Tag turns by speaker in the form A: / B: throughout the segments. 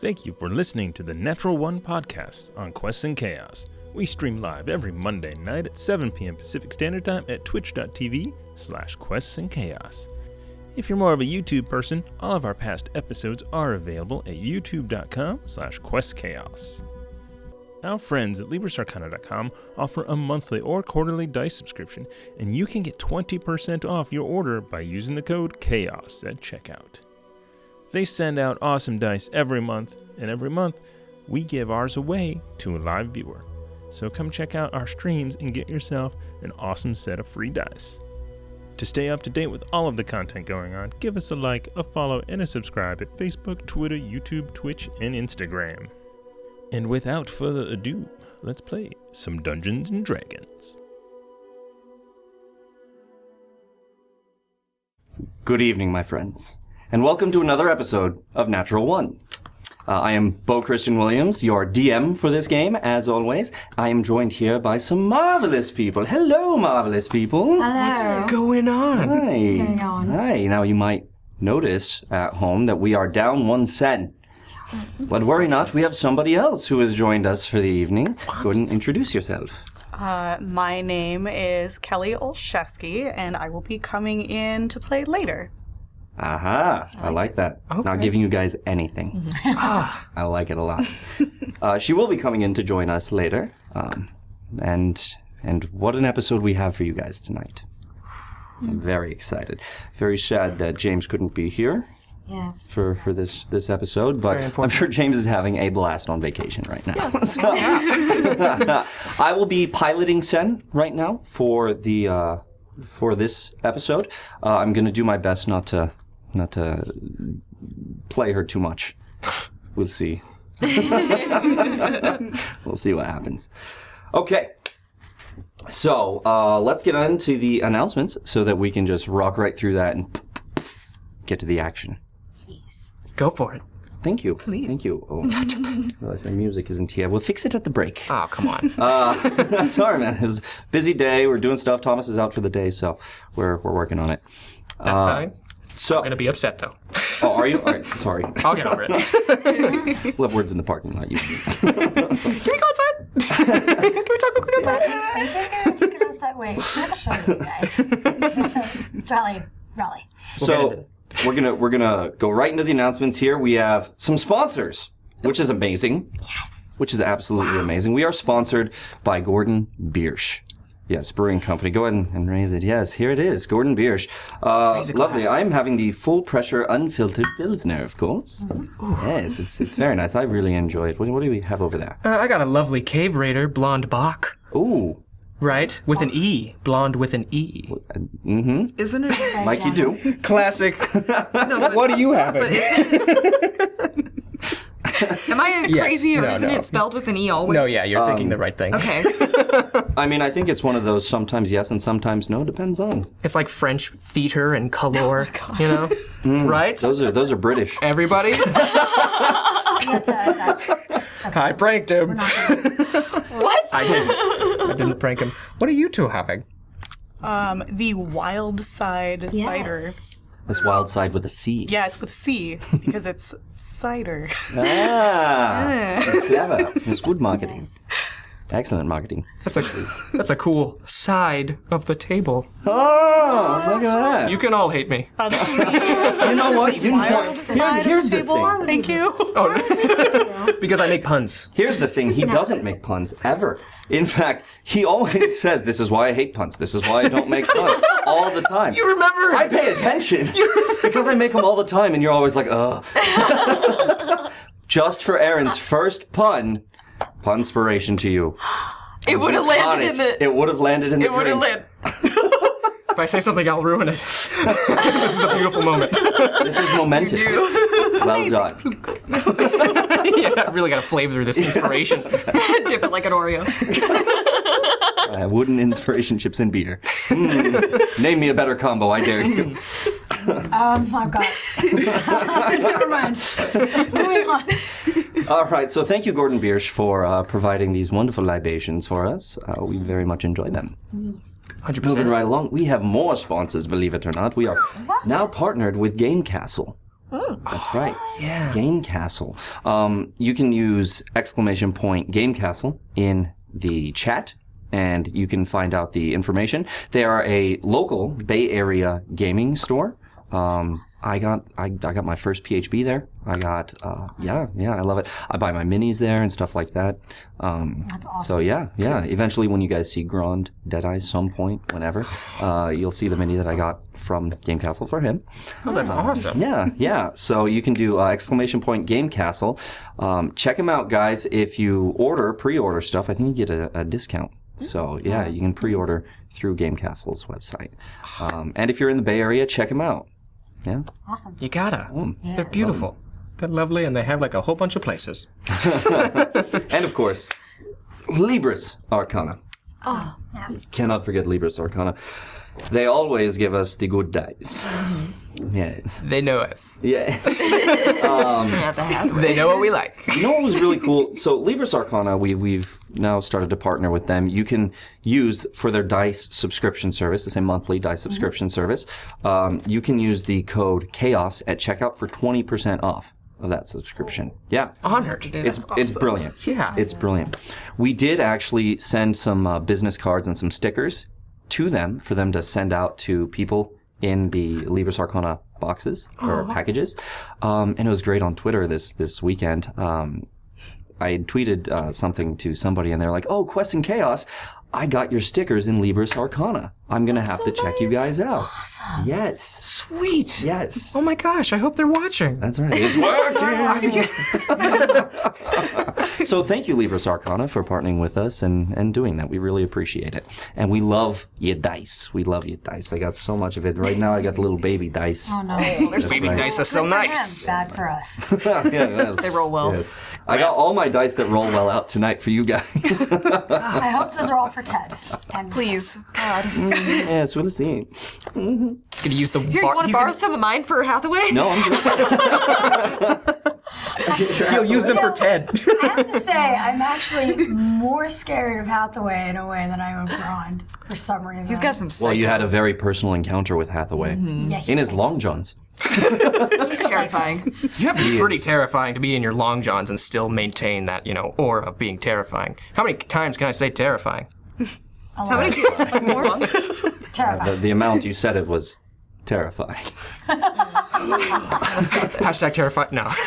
A: Thank you for listening to the Natural One podcast on Quests and Chaos. We stream live every Monday night at 7 p.m. Pacific Standard Time at twitch.tv slash quests and chaos. If you're more of a YouTube person, all of our past episodes are available at youtube.com slash questchaos. Our friends at LibraSarcana.com offer a monthly or quarterly dice subscription, and you can get 20% off your order by using the code CHAOS at checkout. They send out awesome dice every month, and every month we give ours away to a live viewer. So come check out our streams and get yourself an awesome set of free dice. To stay up to date with all of the content going on, give us a like, a follow, and a subscribe at Facebook, Twitter, YouTube, Twitch, and Instagram. And without further ado, let's play some Dungeons and Dragons.
B: Good evening, my friends, and welcome to another episode of Natural One. Uh, I am Bo Christian Williams, your DM for this game, as always. I am joined here by some marvelous people. Hello, marvelous people.
C: Hello.
D: going on?
B: Hi.
C: going on?
B: Hi. Now, you might notice at home that we are down one cent. But worry not, we have somebody else who has joined us for the evening. Go ahead and introduce yourself.
E: Uh, my name is Kelly Olszewski, and I will be coming in to play later.
B: Aha, I like that. Not giving you guys anything. Ah, I like it a lot. uh, she will be coming in to join us later. Um, and and what an episode we have for you guys tonight. I'm very excited. Very sad that James couldn't be here
C: Yes.
B: for, for this this episode, but I'm sure James is having a blast on vacation right now. So- I will be piloting Sen right now for the uh, for this episode. Uh, I'm going to do my best not to not to play her too much. We'll see. we'll see what happens. Okay. So uh, let's get on to the announcements so that we can just rock right through that and get to the action.
D: Go for it.
B: Thank you. Please. Thank you. Oh, I realize my music isn't here. We'll fix it at the break. Uh,
D: Oh, come on.
B: Sorry, man. It's a busy day. We're doing stuff. Thomas is out for the day, so we're, we're working on it.
D: That's fine.
B: So,
D: I'm gonna be upset though.
B: oh, are you? All right, sorry.
D: I'll get over it. Can
B: We'll have words in the parking lot. You.
D: we go outside? Can we talk real quick outside?
C: Wait, I'll show you guys. it's Raleigh. Raleigh.
B: so we're gonna we're gonna go right into the announcements here. We have some sponsors, which is amazing. Yes. Which is absolutely amazing. We are sponsored by Gordon Biersch. Yes, brewing company. Go ahead and, and raise it. Yes, here it is, Gordon Biersch. Uh, lovely. I'm having the full pressure unfiltered Pilsner, of course. Yes, it's it's very nice. I really enjoy it. What, what do we have over there?
D: Uh, I got a lovely cave raider, blonde Bach.
B: Ooh, Uh,
D: Right? With an E. Blonde with an E.
E: Isn't it?
B: mm-hmm. like you do.
D: Classic. what are you having?
F: Am I crazy or
D: No,
F: isn't
D: no.
F: it spelled with an E always?
D: No, yeah, you're thinking the
B: Um,
D: right thing.
F: Okay.
B: I mean, I think it's one of those sometimes yes and sometimes no. Depends on.
D: It's like French theater and
B: Oh
D: color, you know? Right?
B: Mm, Those are those are British.
D: Everybody?
C: That's what I thought.
D: I pranked him.
F: what?
D: I didn't. I didn't prank him. What are you two having?
E: Um, the Wild Side Cider.
B: That's wild side with a C.
E: Yeah, it's with C because it's cider.
B: Ah, clever. It's good marketing. Excellent marketing.
D: That's a that's a cool side of the table.
B: Oh, look at that.
D: You can all hate me.
E: Uh, this is the
B: You know what? You
E: Wild Side
B: here's the
E: table.
B: thing.
E: Thank you.
D: Because I make puns.
B: Here's the thing. He doesn't make puns ever. In fact, he always says, "This is why I hate puns. This is why I don't make puns." All the time.
D: You remember?
B: I pay attention because I make them all the time, and you're always like, "Ugh." Just for Aaron's first pun, punspiration to you.
F: It would have
B: On
F: landed
B: it,
F: in the.
B: it would have landed in the
F: It would have
B: drink.
F: landed.
D: I say something, I'll ruin it. this is a beautiful moment.
B: This is momentous. well done.
D: yeah, I really gotta flame through this inspiration.
F: Dip it like an Oreo.
B: Uh, wooden inspiration chips and beer. Mm. Name me a better combo, I dare you.
C: Um, I've got. Never mind. Moving on.
B: All right, so thank you, Gordon Biersch, for uh, providing these wonderful libations for us. Uh, we very much enjoy them.
D: 100%.
B: Moving right along, we have more sponsors, believe it or not. We are now partnered with Game Castle. That's right. Oh, Yeah. Game Castle. Um, you can use exclamation point Game Castle in the chat and you can find out the information. They are a local Bay Area gaming store. Um, I got I, I got my first PHB there. I got uh, yeah yeah I love it. I buy my minis there and stuff like that. Um, That's awesome. So yeah yeah. Eventually, when you guys see Grand Deadeye some point, whenever, uh, you'll see the mini that I got from Game Castle for him.
D: Oh, that's awesome.
B: Yeah, yeah. So you can do uh, exclamation point Game Castle. Um, check them out, guys. If you order, pre-order stuff, I think you get a, a discount. So yeah, you can pre-order through Game Castle's website. Um, and if you're in the Bay Area, check them out. Yeah.
C: Awesome.
D: You gotta.
B: Mm.
D: They're beautiful. They're lovely, and they have like a whole bunch of places.
B: And of course, Libris Arcana.
C: Oh, yes.
B: Cannot forget Libris Arcana. They always give us the good dice. Yes.
G: They know us.
B: Yeah.
F: Yeah, they have.
G: They know what we like.
B: You know what was really cool? So Libris Arcana, we, we've now started to partner with them. You can use for their dice subscription service, the same monthly dice subscription service. Um, you can use the code chaos at checkout for twenty percent off of that subscription. Yeah,
G: Honored.
B: it's it's brilliant.
D: Yeah.
B: it's brilliant. We did actually send some uh, business cards and some stickers to them for them to send out to people in the Libra Arcana boxes or packages, um, and it was great on Twitter this this weekend. Um, I had tweeted uh, something to somebody, and they're like, "Oh, Quest and Chaos." I got your stickers in Libris Arcana. I'm gonna have to check you guys out. Awesome. Yes.
D: Ah. Sweet.
B: Yes.
D: Oh my gosh, I hope they're watching.
B: That's right. It's working. so thank you, Libris Arcana, for partnering with us and, and doing that. We really appreciate it. And we love your dice. We love your dice. I got so much of it. Right now I got the little baby dice.
C: Oh, no. They're
D: Baby
B: right.
D: dice are so nice.
C: Bad for us.
B: yeah, yeah.
F: They roll well.
B: Yes. I got all my dice that roll well out tonight for you guys.
C: I hope those are all for Ted. And
F: Please, God.
B: Mm-hmm. yes, we'll see.
D: He's gonna use the
F: Here, you
D: bar-
F: want to
D: he's
F: borrow
D: gonna-
F: some of mine for Hathaway?
B: No, I'm good.
D: He'll use them for Ted.
C: I have to say, I'm actually more scared of Hathaway in a way than I am of Grond for some reason.
F: He's got some. Psycho.
B: Well, you had a very personal encounter with Hathaway
C: yeah,
F: Mm-hmm.
C: he's
B: in his long johns.
C: he's terrifying.
F: terrifying.
D: You have to be pretty terrifying to be in your long johns and still maintain that, you know, aura of being terrifying. How many times can I say terrifying?
F: How many people? That's more.
B: The,
C: Terrifying.
B: the amount you said it was terrifying.
D: Hashtag terrifying. No.
C: How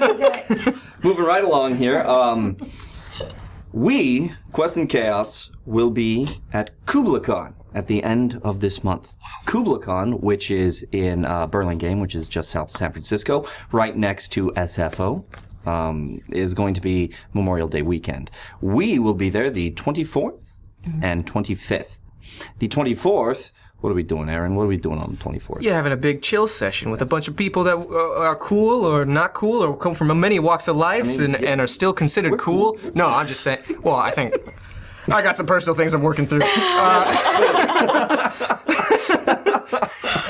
C: do you do it?
B: Moving right along here. Um, we, Quest and Chaos, will be at KublaCon at the end of this month. KublaCon, which is in uh, Burlingame, which is just south of San Francisco, right next to SFO, um, is going to be Memorial Day weekend. We will be there the 24th and 25th. The 24th, what are we doing, Aaron? What are we doing on the 24th?
G: You're having a big chill session with a bunch of people that uh, are cool or not cool or come from many walks of lives and, and are still considered cool. No, I'm just saying. Well, I think I got some personal things I'm working through. Uh,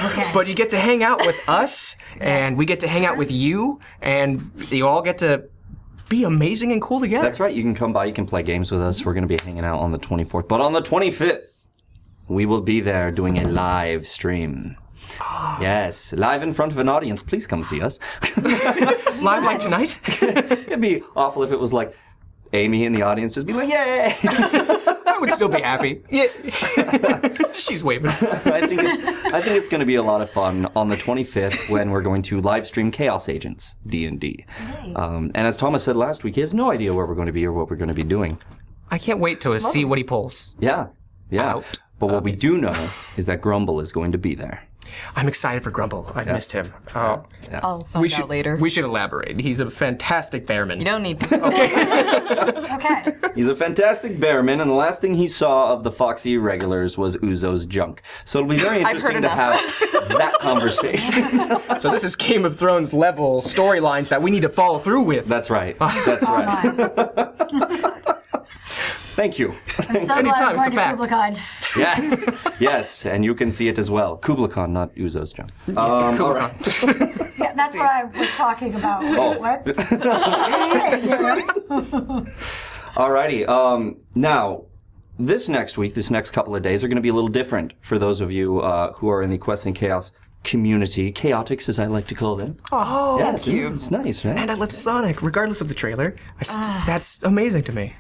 C: Okay.
G: But you get to hang out with us, and we get to hang out with you, and you all get to be amazing and cool together.
B: That's right. You can come by. You can play games with us. We're going to be hanging out on the 24th. But on the 25th, we will be there doing a live stream. Yes, live in front of an audience. Please come see us.
G: Live like tonight.
B: It'd be awful if it was like Amy in the audience just be like, yay!
G: I would still be happy. Yeah. She's waving.
B: I think it's, I think it's going to be a lot of fun on the 25th when we're going to live stream Chaos Agents D&D. Um, and as Thomas said last week, he has no idea where we're going to be or what we're going to be doing.
G: I can't wait to see what he pulls.
B: Yeah, yeah.
G: Out.
B: But what we do know is that Grumble is going to be there.
D: I'm excited for Grumble. I've missed him. Oh,
F: I'll find
D: we
F: out
D: should
F: later.
D: We should elaborate. He's a fantastic bearman.
F: you don't need to.
C: Okay.
B: He's a fantastic bearman, and the last thing he saw of the Foxy regulars was Uzo's junk. So it'll be very
F: I've heard
B: interesting to have that conversation.
G: So this is Game of Thrones level storylines that we need to follow through with.
B: That's right. That's
C: All
B: right.
C: right.
B: Thank you.
C: I'm so glad
D: Anytime,
C: I'm
D: it's
C: going
D: a
C: to
D: fact.
C: KublaiCon.
B: Yes, yes, and you can see it as well. Kubla Khan, not Uzo's jump. Um, all right.
C: Yeah, that's what I was talking about. Wait,
B: Oh.
C: What? Just saying, you know?
B: Oh. Alrighty. Um, now, this next week, this next couple of days are going to be a little different for those of you uh, who are in the Quest and Chaos community, chaotics as I like to call them. Oh, yeah, it's,
F: cute.
B: It's nice,
G: And
B: right?
G: I love Sonic, regardless of the trailer. I st-
F: Ah.
G: that's amazing to me.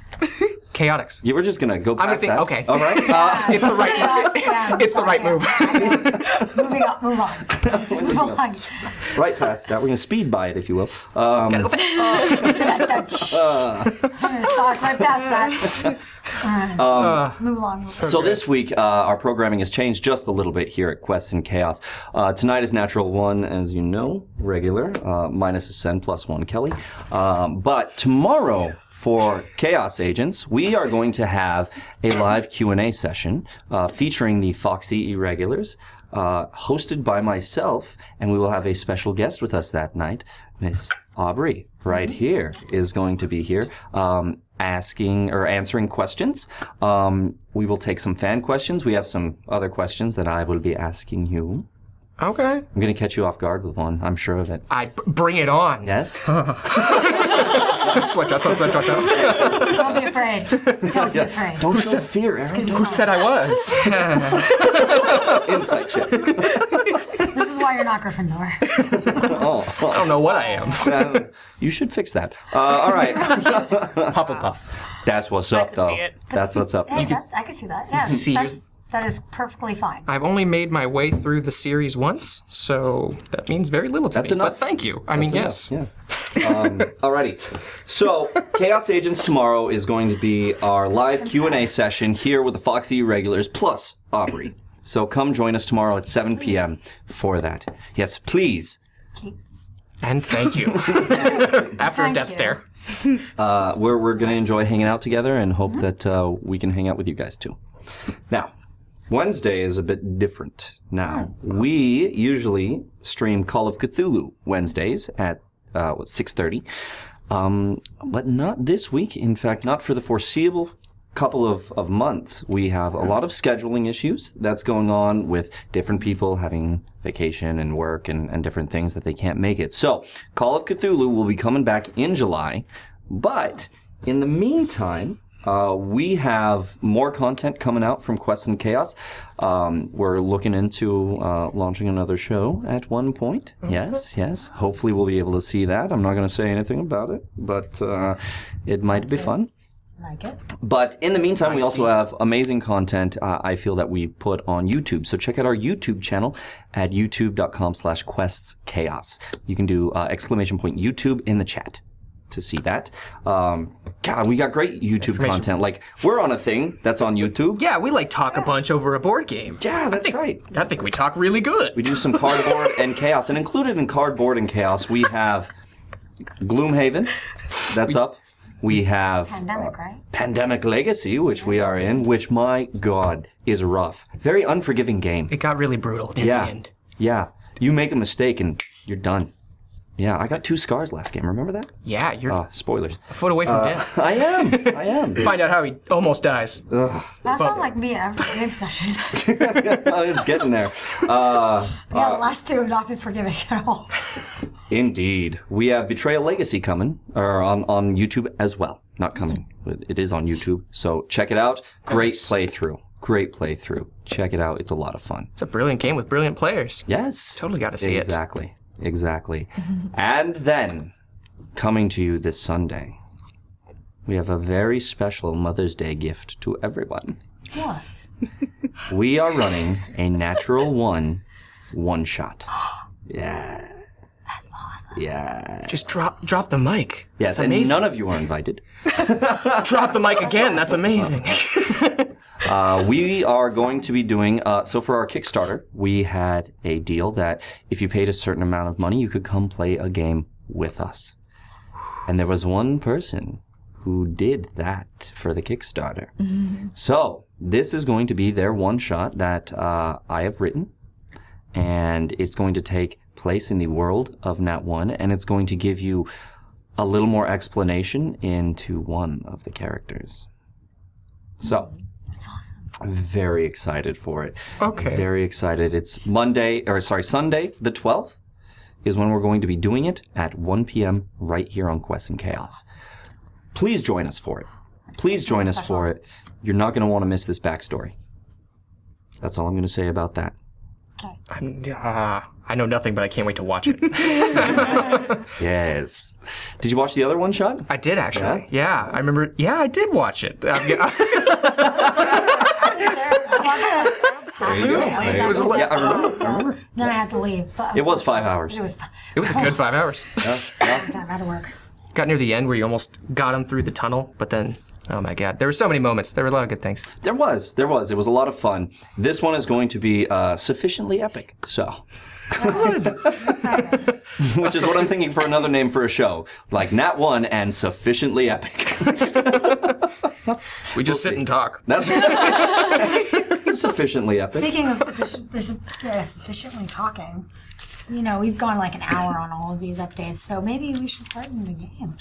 G: Chaotix.
B: You were just going to go past
G: gonna think-
B: that.
G: okay.
B: All right. Uh,
G: It's the right.
C: Yeah,
G: It's the right
C: okay.
G: move.
C: Moving on. Move on. Just move
B: Um,
C: on.
B: right past that. We're going to speed by it, if you will. Um, uh,
C: I'm gonna talk right past that.
B: um,
G: Uh.
E: Uh,
C: Alright. move along. Move along.
B: So this week, uh, our programming has changed just a little bit here at Quests and Chaos. Uh, tonight is Natural One, as you know, regular, uh, minus a Sen, plus one Kelly. Um, but tomorrow, for Chaos Agents, we are going to have a live Q&A session uh, featuring the Foxy Irregulars, uh, hosted by myself, and we will have a special guest with us that night, Miss Aubrey, right
G: Mm-hmm.
B: here, is going to be here. Um, asking or answering questions. Um, we will take some fan questions. We have some other questions that I will be asking you.
D: Okay.
B: I'm going to catch you off guard with one. I'm sure of it.
D: I bring it on.
B: Yes?
G: Sweat drop, sweat drop, sweat drop.
C: Don't be afraid. Don't be afraid.
B: Don't show fear, Aaron.
G: Who said I was?
B: Insight check.
C: This is why you're not Gryffindor.
G: I don't know what I am.
B: Um, you should fix that. Uh, all right.
G: Hufflepuff.
B: That's what's up,
E: could
B: though.
E: see it.
B: Oh, That's what's up.
C: Hey, that's, I can see that. Yeah,
D: See,
C: that's, that is perfectly fine.
D: I've only made my way through the series once, so that means very little to
B: That's
D: me.
B: enough.
D: But thank you. I mean, yes.
B: Yeah. Um, alrighty. So, Chaos Agents tomorrow is going to be our live Q and A session here with the Foxy Regulars plus Aubrey. So come join us tomorrow at 7 p.m. for that. Yes, please.
C: Keys.
D: And thank you. After a
C: Thank
D: death
C: you.
D: stare.
B: Uh, we're we're gonna enjoy hanging out together and hope that uh, we can hang out with you guys too. Now, Wednesday is a bit different. Now we usually stream Call of Cthulhu Wednesdays at uh, what six thirty, um, but not this week. In fact, not for the foreseeable couple of, of months we have a lot of scheduling issues that's going on with different people having vacation and work and, and different things that they can't make it so call of cthulhu will be coming back in july but in the meantime uh, we have more content coming out from Quest and Chaos. Um, we're looking into uh, launching another show at one point. Yes, yes. Hopefully, we'll be able to see that. I'm not going to say anything about it, but uh, it might be fun.
C: Like it.
B: But in the meantime, we also have amazing content. Uh, I feel that we put on YouTube. So check out our YouTube channel at youtube.com/slash quests chaos. You can do uh, exclamation point YouTube in the chat to see that. Um, God, we got great YouTube content. Like we're on a thing that's on YouTube.
G: Yeah, we like talk a bunch over a board game.
B: yeah, that's right.
G: I think we talk really
B: We
G: good.
B: do some cardboard and chaos, and included in cardboard and chaos, we have Gloomhaven. That's up. We have
C: Pandemic, right?
B: Pandemic Legacy, which we are in, which my god is rough. Very unforgiving game.
D: It got really brutal near the
B: Yeah.
D: end.
B: Yeah. You make a mistake and you're done. Yeah, I got two scars last game. Remember that?
D: Yeah, you're
B: Uh, spoilers.
D: a foot away from death.
B: Uh, I am. I am.
G: Find out how he almost dies.
C: That sounds like me at every game session.
B: Oh, it's getting there. Uh,
C: yeah, the last two have not been forgiving at all.
B: Indeed. We have Betrayal Legacy coming, or on, on YouTube as well. Not coming, but it is on YouTube. So check it out. Great playthrough. Great playthrough. Check it out. It's a lot of fun.
D: It's a brilliant game with brilliant players.
B: Yes.
D: Totally gotta see it.
B: exactly. Exactly.
D: Mm-hmm.
B: and then, coming to you this Sunday, we have a very special Mother's Day gift to everyone.
C: What?
B: We are running a natural one one shot. Yeah.
C: That's awesome.
B: Yeah.
D: Just drop drop the mic.
B: Yes, and none of you are invited.
D: Drop the mic again. That's amazing.
B: Uh, we are going to be doing uh, so for our Kickstarter. We had a deal that if you paid a certain amount of money, you could come play a game with us. And there was one person who did that for the Kickstarter. So this is going to be their one shot that uh, I have written, and it's going to take place in the world of Nat One, and it's going to give you a little more explanation into one of the characters. So. Very excited for it.
G: Okay.
B: Very excited. It's Monday, or sorry, Sunday, the 12th, is when we're going to be doing it at 1 p.m. right here on Quest and Chaos. Please join us for it. Please join us for it. You're not going to want to miss this backstory. That's all I'm going to say about that.
C: Okay.
D: Uh, I know nothing, but I can't wait to watch it.
B: Yes. Did you watch the other one, Sean?
D: I did actually. Yeah? I remember. Yeah, I did watch it. Um, yeah,
B: It was yeah, I remember. I remember.
C: Then I had to leave, but
B: It was five hours.
C: It was fun.
D: it was a good five hours.
C: Time out of work.
D: Got near the end where you almost got him through the tunnel, but then, oh my god, there were so many moments. There were a lot of good things.
B: There was. There was. It was a lot of fun. This one is going to be uh, sufficiently epic. So. Which is what I'm thinking for another name for a show. Like Nat 1 and Sufficiently Epic.
D: We just sit and talk.
B: That's sufficiently epic.
C: Speaking of sufficient, sufficient- uh, sufficiently talking, you know, we've gone like an hour on all of these updates, so maybe we should start the game.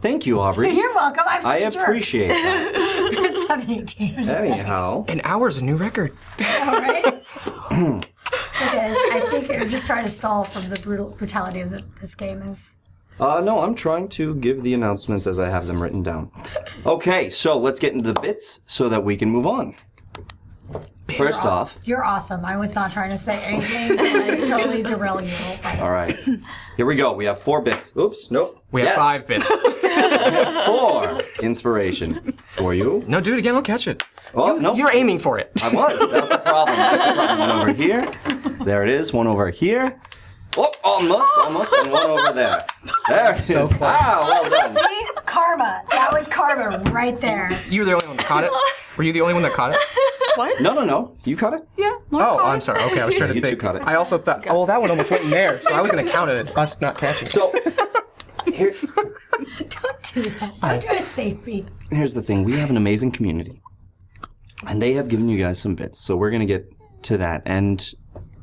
B: Thank you, Aubrey.
C: You're welcome. I'm
B: I
C: such a jerk.
B: appreciate that.
C: It's 718 or something.
B: Anyhow.
D: An hour's a new record.
C: All right. Because I think they're just trying to stall from the brutal brutality of the, this game is.
B: Uh, no, I'm trying to give the announcements as I have them written down. Okay, so let's get into the bits so that we can move on. First off,
C: You're awesome. I was not trying to say anything. and I totally derailed you.
B: all right, here we go. We have four bits. Oops, nope.
D: We have
B: Yes,
D: five bits.
B: Four inspiration for you.
D: No, do it again. I'll catch it.
B: Oh, no.
D: You're aiming for it.
B: I was. That's the problem. That's the problem. One over here. There it is. One over here. Oh, almost, almost, and one over there. There it is. Ah, well done.
C: See? Karma. That was karma right there.
D: You were the only one that caught it. Were you the only one that caught it?
B: No, no, no. You caught it.
F: Yeah.
D: Oh, I'm sorry. Okay, I was trying to
B: You two
D: think.
B: caught it.
D: I also thought, oh, that one almost went in there, so I was going to count it as us not catching. it.
B: So here,
C: Don't do that. Don't try to save me.
B: here's the thing we have an amazing community and they have given you guys some bits so we're going to get to that and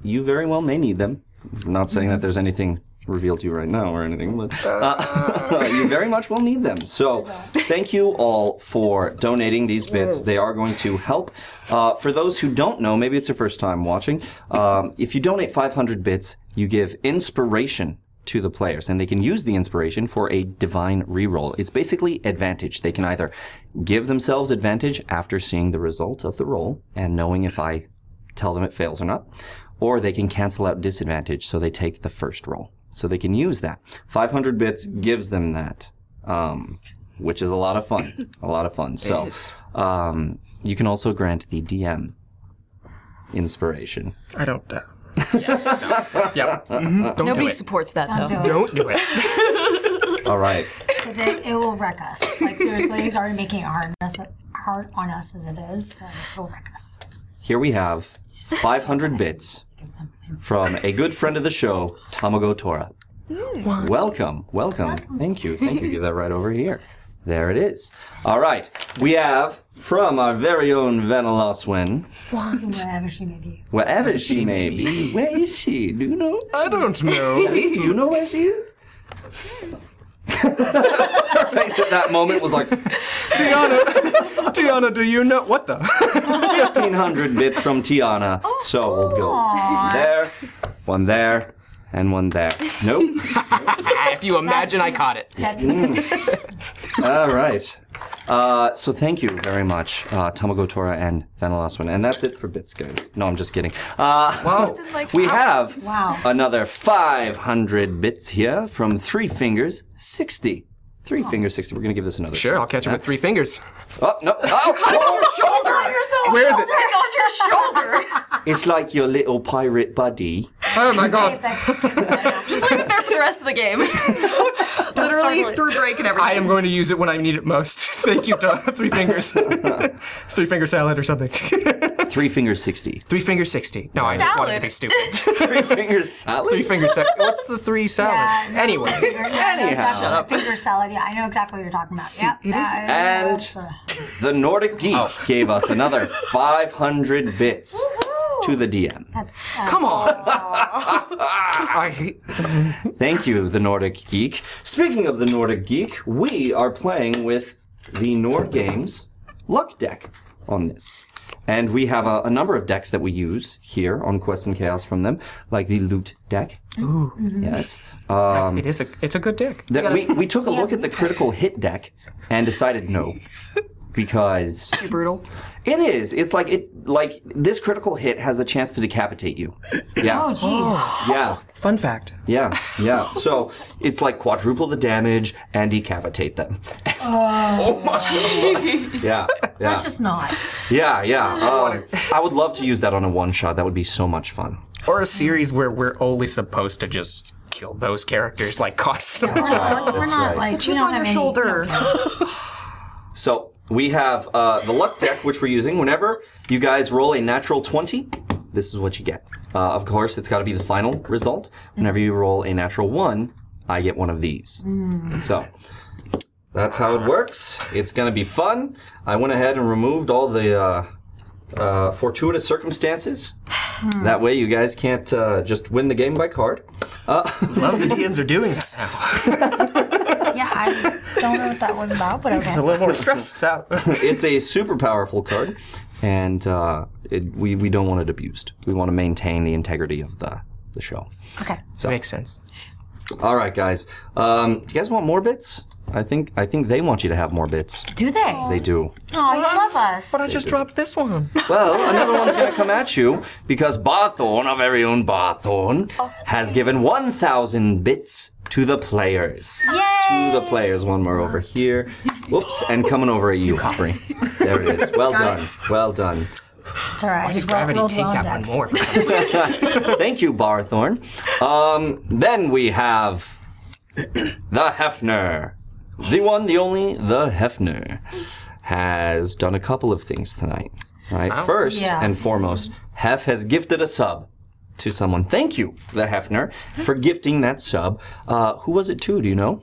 B: you very well may need them I'm not saying that there's anything revealed to you right now or anything but uh, you very much will need them so thank you all for donating these bits they are going to help uh, for those who don't know maybe it's your first time watching um, if you donate 500 bits you give inspiration to the players, and they can use the inspiration for a divine reroll. It's basically advantage. They can either give themselves advantage after seeing the result of the roll and knowing if I tell them it fails or not, or they can cancel out disadvantage, so they take the first roll. So they can use that. 500 bits gives them that, um, which is a lot of fun. A lot of fun. So um, you can also grant the DM inspiration.
D: I don't. Uh, yeah. yeah.
F: Nobody
D: Mm-hmm. it.
F: supports that though.
C: Do
D: Don't do it.
B: All right.
C: Because it, it will wreck us. Like, seriously, he's already making it hard on us, hard on us as it is, so it will wreck us.
B: Here we have 500 bits from a good friend of the show, Tamago Tora.
D: Hmm.
B: Welcome, welcome. Thank you, thank you. Give that right over here. There it is. All right, we have from our very own Veneloswin,
C: Wherever she may be.
B: wherever she may be. Where is she? Do you know?
G: I don't know.
B: Do you know where she is? Her face at that moment was like
G: Tiana, Tiana, do you know what the?
B: 1500 bits from Tiana. So we'll go there, one there, and one there. Nope.
D: Ah, if you imagine I caught it.
C: That's,
B: Mm. All right. Uh, so thank you very much, uh, Tamago Tora and Vanelaswin. And that's it for bits, guys. No, I'm just kidding. Uh,
F: Like,
B: we have
C: Wow.
B: another 500 bits here from Three Fingers 60. Three Fingers 60. We're going to give this another Uh,
D: Sure, I'll catch him with three fingers.
B: Oh, no. Oh, oh, shoulder.
D: Where is it?
F: It's on your shoulder.
B: It's like your little pirate buddy.
G: Oh my god.
C: that's,
F: Just leave it there for the the rest of the game. Literally
H: startle it.
F: through break and everything.
D: I am going to use it when I need it most. Thank you, Duh. Three fingers. Three finger salad or something.
B: Three fingers sixty.
D: Three finger 60. No, I just wanted to
F: Salad.
D: be stupid.
B: Three fingers salad.
D: Three finger salad. What's the three salad?
I: no,
D: anyway.
I: I figured- yeah, I know
B: Anyhow.
I: exactly- Finger salad. Yeah, I know exactly what you're talking about.
D: See,
I: yep.
D: it
I: yeah,
D: is-
I: I know
B: And-
I: that's the-
B: The Nordic Geek
D: Oh.
B: gave us another 500 bits to the DM.
I: that's, uh,
D: Come on. I hate.
B: Thank you, the Nordic Geek. Speaking of the Nordic Geek, we are playing with the Nord Games luck deck on this. And we have a, a number of decks that we use here on Quest and Chaos from them, like the Loot deck. Ooh.
I: mm-hmm.
B: Yes. Mm-hmm. Um,
D: It is a, it's a good dick.
B: that we, we took a look at the critical hit deck and decided no. Because
F: Too brutal.
B: It is. It's like it like this critical hit has the chance to decapitate you.
I: oh,
B: Yeah.
I: jeez.
B: Yeah.
D: Fun fact.
B: Yeah. Yeah. So it's like quadruple the damage and decapitate them. oh my Yeah. Yeah.
I: That's just not.
B: Yeah, yeah. Um, I would love to use that on a one shot. That would be so much fun.
D: Or a series where we're only supposed to just kill those characters like constantly.
I: We're not, we're
B: that's
I: not
B: right.
I: like we
F: Chip on
I: don't have
F: your
I: any-
F: shoulder.
B: So we have uh, the luck deck, which we're using. Whenever you guys roll a natural 20, this is what you get. Uh, of course, it's got to be the final result. Whenever you roll a natural 1, I get one of these. So that's how it works. It's going to be fun. I went ahead and removed all the uh, uh, fortuitous circumstances.
J: Hmm.
B: That way, you guys can't uh, just win the game by card. Uh,
D: Love the DMs are doing that now.
I: Yeah, I uh, don't know what that was about, but okay.
D: It's a little more stressed out.
B: it's a super powerful card, and uh, it, we we don't want it abused. We want to maintain the integrity of the the show.
I: Okay.
D: Makes sense.
B: All right, guys. Um, do you guys want more bits? I think I think they want you to have more bits.
I: Do they? Oh,
B: They do.
I: you love us.
D: But I just dropped this one.
B: Well, another one's going to come at you because Barthorn, our very own Barthorn, has given 1,000 bits to the players.
I: Yay!
B: To the players. One more over here. Whoops, and coming over at you, Coppery. There it is. Well done. Well done.
I: It's all right.
D: Why
I: I
D: did
I: just rolled-
D: gravity
I: rolled
D: take
I: well
D: that
I: on decks.
D: one more?
B: Thank you, Barthorn. Um, then we have the Hefner. The one, the only, the Hefner has done a couple of things tonight. Right? First
I: Yeah.
B: and foremost, Hef has gifted a sub to someone. Thank you, the Hefner, for gifting that sub. Uh, who was it to? Do you know?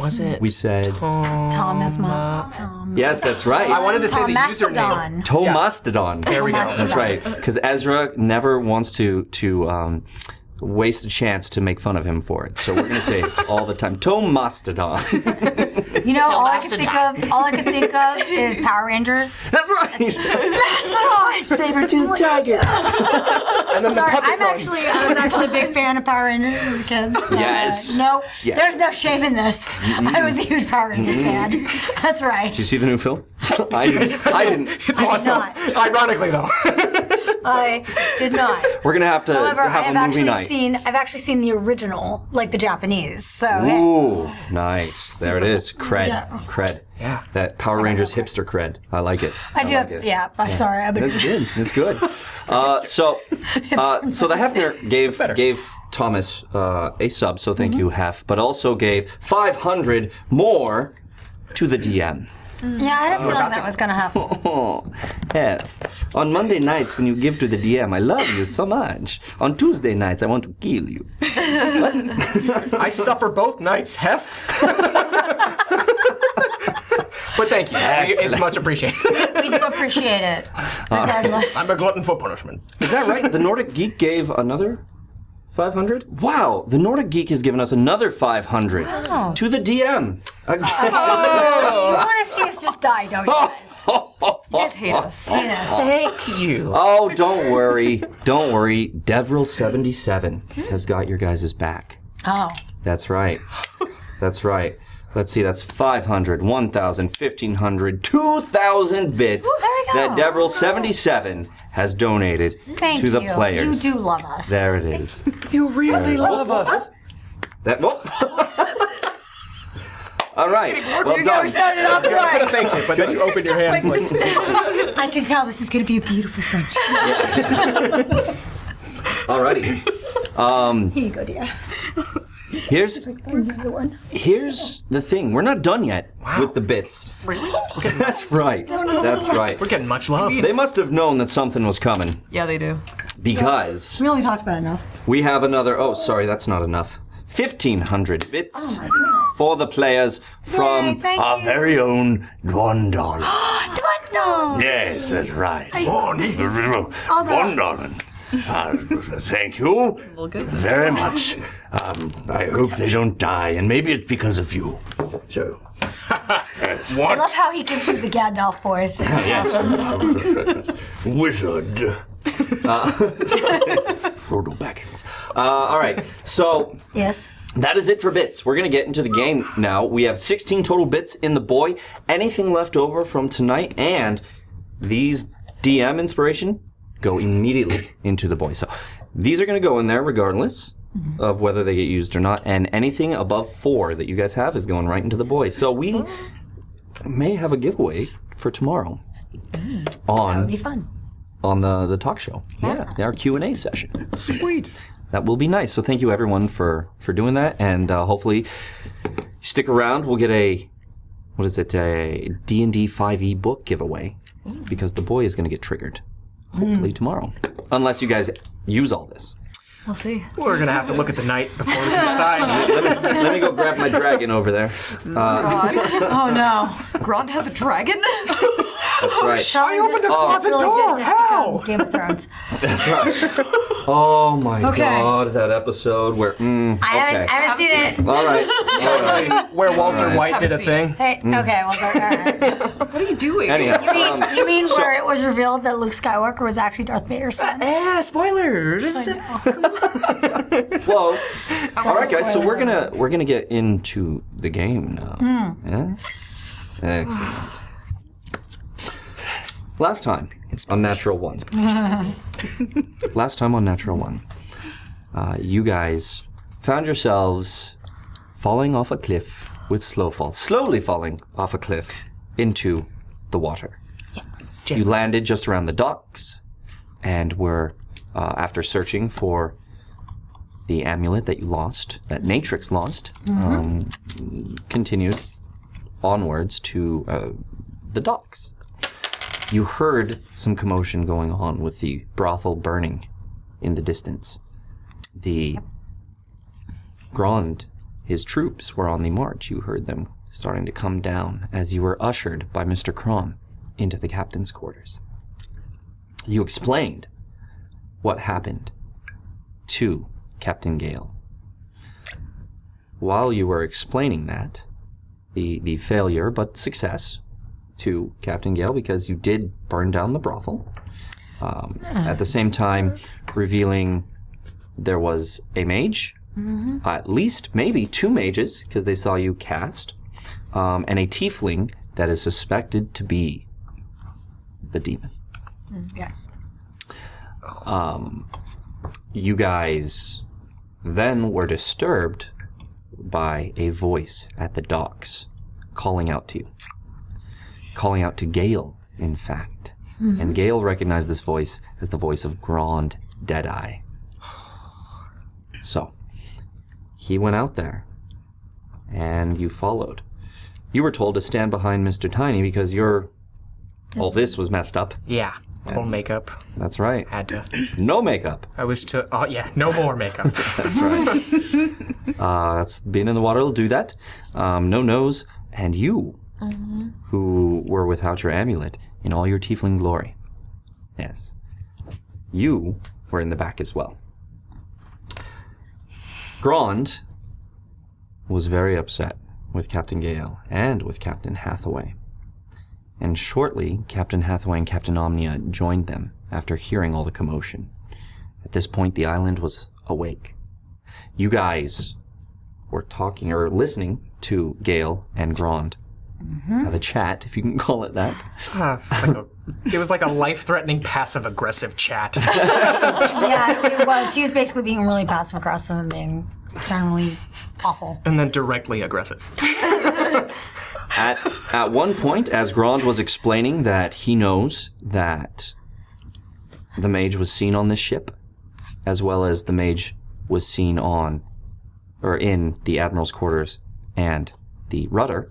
D: Was it?
B: We said.
I: Thomas Moth. Tom.
B: Yes, that's right. I
D: wanted to say the username.
I: Mastodon.
B: Tomastodon. There
D: we go.
B: That's right. Because Ezra never wants to to um, waste a chance to make fun of him for it. So we're gonna say it all the time. Tomastodon.
I: You know, all I could think of, all I could think of is Power Rangers.
B: That's right.
I: Mastodon.
B: Saber-tooth tiger. and then
I: Sorry,
B: the puppet
I: I'm
B: runs.
I: actually I was actually a big fan of Power Rangers as a kid. So, uh,
B: Yes.
I: no,
B: Yes.
I: there's no shame in this. I was a huge Power Rangers fan. That's right.
B: Did you see the new film? I didn't. I didn't.
D: It's
I: I did
D: awesome.
I: not.
D: Ironically, though.
I: I did not.
B: We're gonna have to, to
I: However, I
B: have
I: have
B: a movie
I: actually
B: night.
I: seen I've actually seen the original, like the Japanese. So hey.
B: Ooh, nice. There it is. Cred.
I: Yeah.
B: Cred.
D: Yeah.
B: That Power Rangers hipster cred. I like it.
I: I do.
B: like
I: have
B: it.
I: yeah, I'm sorry. I've been
B: That's good. That's good. Uh, so, uh, so the Hefner gave gave Thomas uh, a sub, so
I: Mm-hmm.
B: thank you, Hef, but also gave 500 more to the DM.
D: Mm.
I: yeah. I had a feeling that was gonna happen.
B: Oh, Hef. On Monday nights, when you give to the DM, I love you so much. On Tuesday nights, I want to kill you.
D: I suffer both nights, Hef. but thank you. It's much appreciated.
I: We do appreciate it, regardless.
D: I'm a glutton for punishment.
B: Is that right? The Nordic Geek gave another 500? Wow, the Nordic Geek has given us another 500 to the DM. Again.
I: you want to see us just die, don't you guys?
F: You guys hate us.
I: Hate us.
D: Thank you.
B: Oh, don't worry. don't worry. Devril77 has got your guys' back.
I: Oh,
B: That's right. That's right. Let's see, that's 500, 1,000, 1,500, 2,000 bits
I: there we go.
B: that Devril77 has donated
I: thank
B: to the
I: you.
B: players.
I: You do love us.
B: There it is.
D: You really love
B: Love us. That, whoa. All right. Well
I: Yeah, we
B: done.
I: started off
D: I
I: right.
D: faked it, but then you open your hands like,
I: I can tell this is going to be a beautiful friendship.
B: All righty.
I: Here you go, dear.
B: Um, Here's here's the thing. We're not done yet with the bits.
F: Really?
B: That's right. That's right.
G: We're getting much love.
B: They must have known that something was coming
F: Yeah, they do.
B: because
C: We only talked about enough.
B: we have another. Oh, sorry, that's not enough. Fifteen hundred bits for the players
C: Oh Yay,
B: from
C: thank
B: our
C: you.
B: very own Dwondon.
C: What? No.
K: Yes, that's right. One, one dollar. Uh, thank you
F: We'll get this.
K: very much. Um, I hope they don't die, and maybe it's because of you. So,
C: I love how he gives you the Gandalf voice. It's awesome.
K: wizard. Frodo Baggins.
B: Uh, all right, so
C: Yes.
B: That is it for bits. We're going to get into the game now. We have 16 total bits in the boy. Anything left over from tonight and these DM inspiration go immediately into the boy. So these are going to go in there regardless
C: Mm-hmm.
B: of whether they get used or not. And anything above four that you guys have is going right into the boy. So we
C: Oh.
B: may have a giveaway for tomorrow on
C: Be fun.
B: on the, the talk show. Yeah. our Q&A session. Sweet. That will be nice. So thank you everyone for for doing that and uh, hopefully stick around. We'll get a what is it? A D&D 5e E book giveaway because the boy is going to get triggered
C: Hmm.
B: hopefully tomorrow. Unless you guys use all this.
F: We'll see.
G: We're gonna have to look at the night before we can decide.
B: Let me, let me go grab my dragon over there. Uh,
F: Grond.
C: Oh no.
F: Grond has a dragon? Oh,
B: That's right.
C: I opened a
B: closet
C: door. How? Game of Thrones.
B: Oh my
F: Okay.
B: god, that episode where mm,
C: I haven't,
B: Okay.
C: I haven't seen it.
B: all right. All right.
G: Where Walter White did a
F: Haven't
G: thing.
F: seen
C: Hey, okay, well, all right.
F: what are you doing?
C: You
B: Mm. Anyhow, um,
C: mean, you mean where it was revealed that Luke Skywalker was actually Darth Vader's son?
B: Uh,
G: Yeah, spoilers.
B: Well, all right, guys. So
C: spoiler
B: we're gonna we're gonna get into the game now. Yes. Excellent. Last time it's on Natural One.
D: Mm-hmm.
B: Last time on Natural One, uh, you guys found yourselves falling off a cliff with slow fall, slowly falling off a cliff into the water. You landed just around the docks, and were uh, after searching for the amulet that you lost, that Natrix lost, um, continued onwards to uh, the docks. You heard some commotion going on with the brothel burning in the distance. The Grand, his troops were on the march. You heard them starting to come down as you were ushered by Mr. Crom into the captain's quarters. You explained what happened to Captain Gale. While you were explaining that, the, the failure but success to Captain Gale because you did burn down the brothel, um, at the same time revealing there was a mage, at least maybe two mages because they saw you cast, um, and a tiefling that is suspected to be the demon.
C: Yes.
B: Um, you guys then were disturbed by a voice at the docks calling out to you. Calling out to Gale, in fact.
F: Mm-hmm.
B: And Gale recognized this voice as the voice of Grand Deadeye. So, he went out there, and you followed. You were told to stand behind Mr. Tiny because your. All this was messed up.
G: Yeah. Whole makeup.
B: That's right.
G: Had to.
B: No makeup.
G: I was to. Oh yeah. No more makeup.
B: Uh, that's being in the water will do that. Um, no nose, and you,
D: Mm-hmm.
B: who were without your amulet in all your tiefling glory. Yes, you were in the back as well. Grand was very upset with Captain Gale and with Captain Hathaway. And shortly, Captain Hathaway and Captain Omnia joined them after hearing all the commotion. At this point, the island was awake. You guys were talking or listening to Gail and Grand Mm-hmm. have a chat, if you can call it that.
G: it was Ah, like a life-threatening passive-aggressive chat.
C: Yeah, it was. He was basically being really passive aggressive and being generally awful.
G: and then directly aggressive.
B: At at one point, as Grand was explaining that he knows that the mage was seen on this ship, as well as the mage was seen on or in the admiral's quarters and the rudder.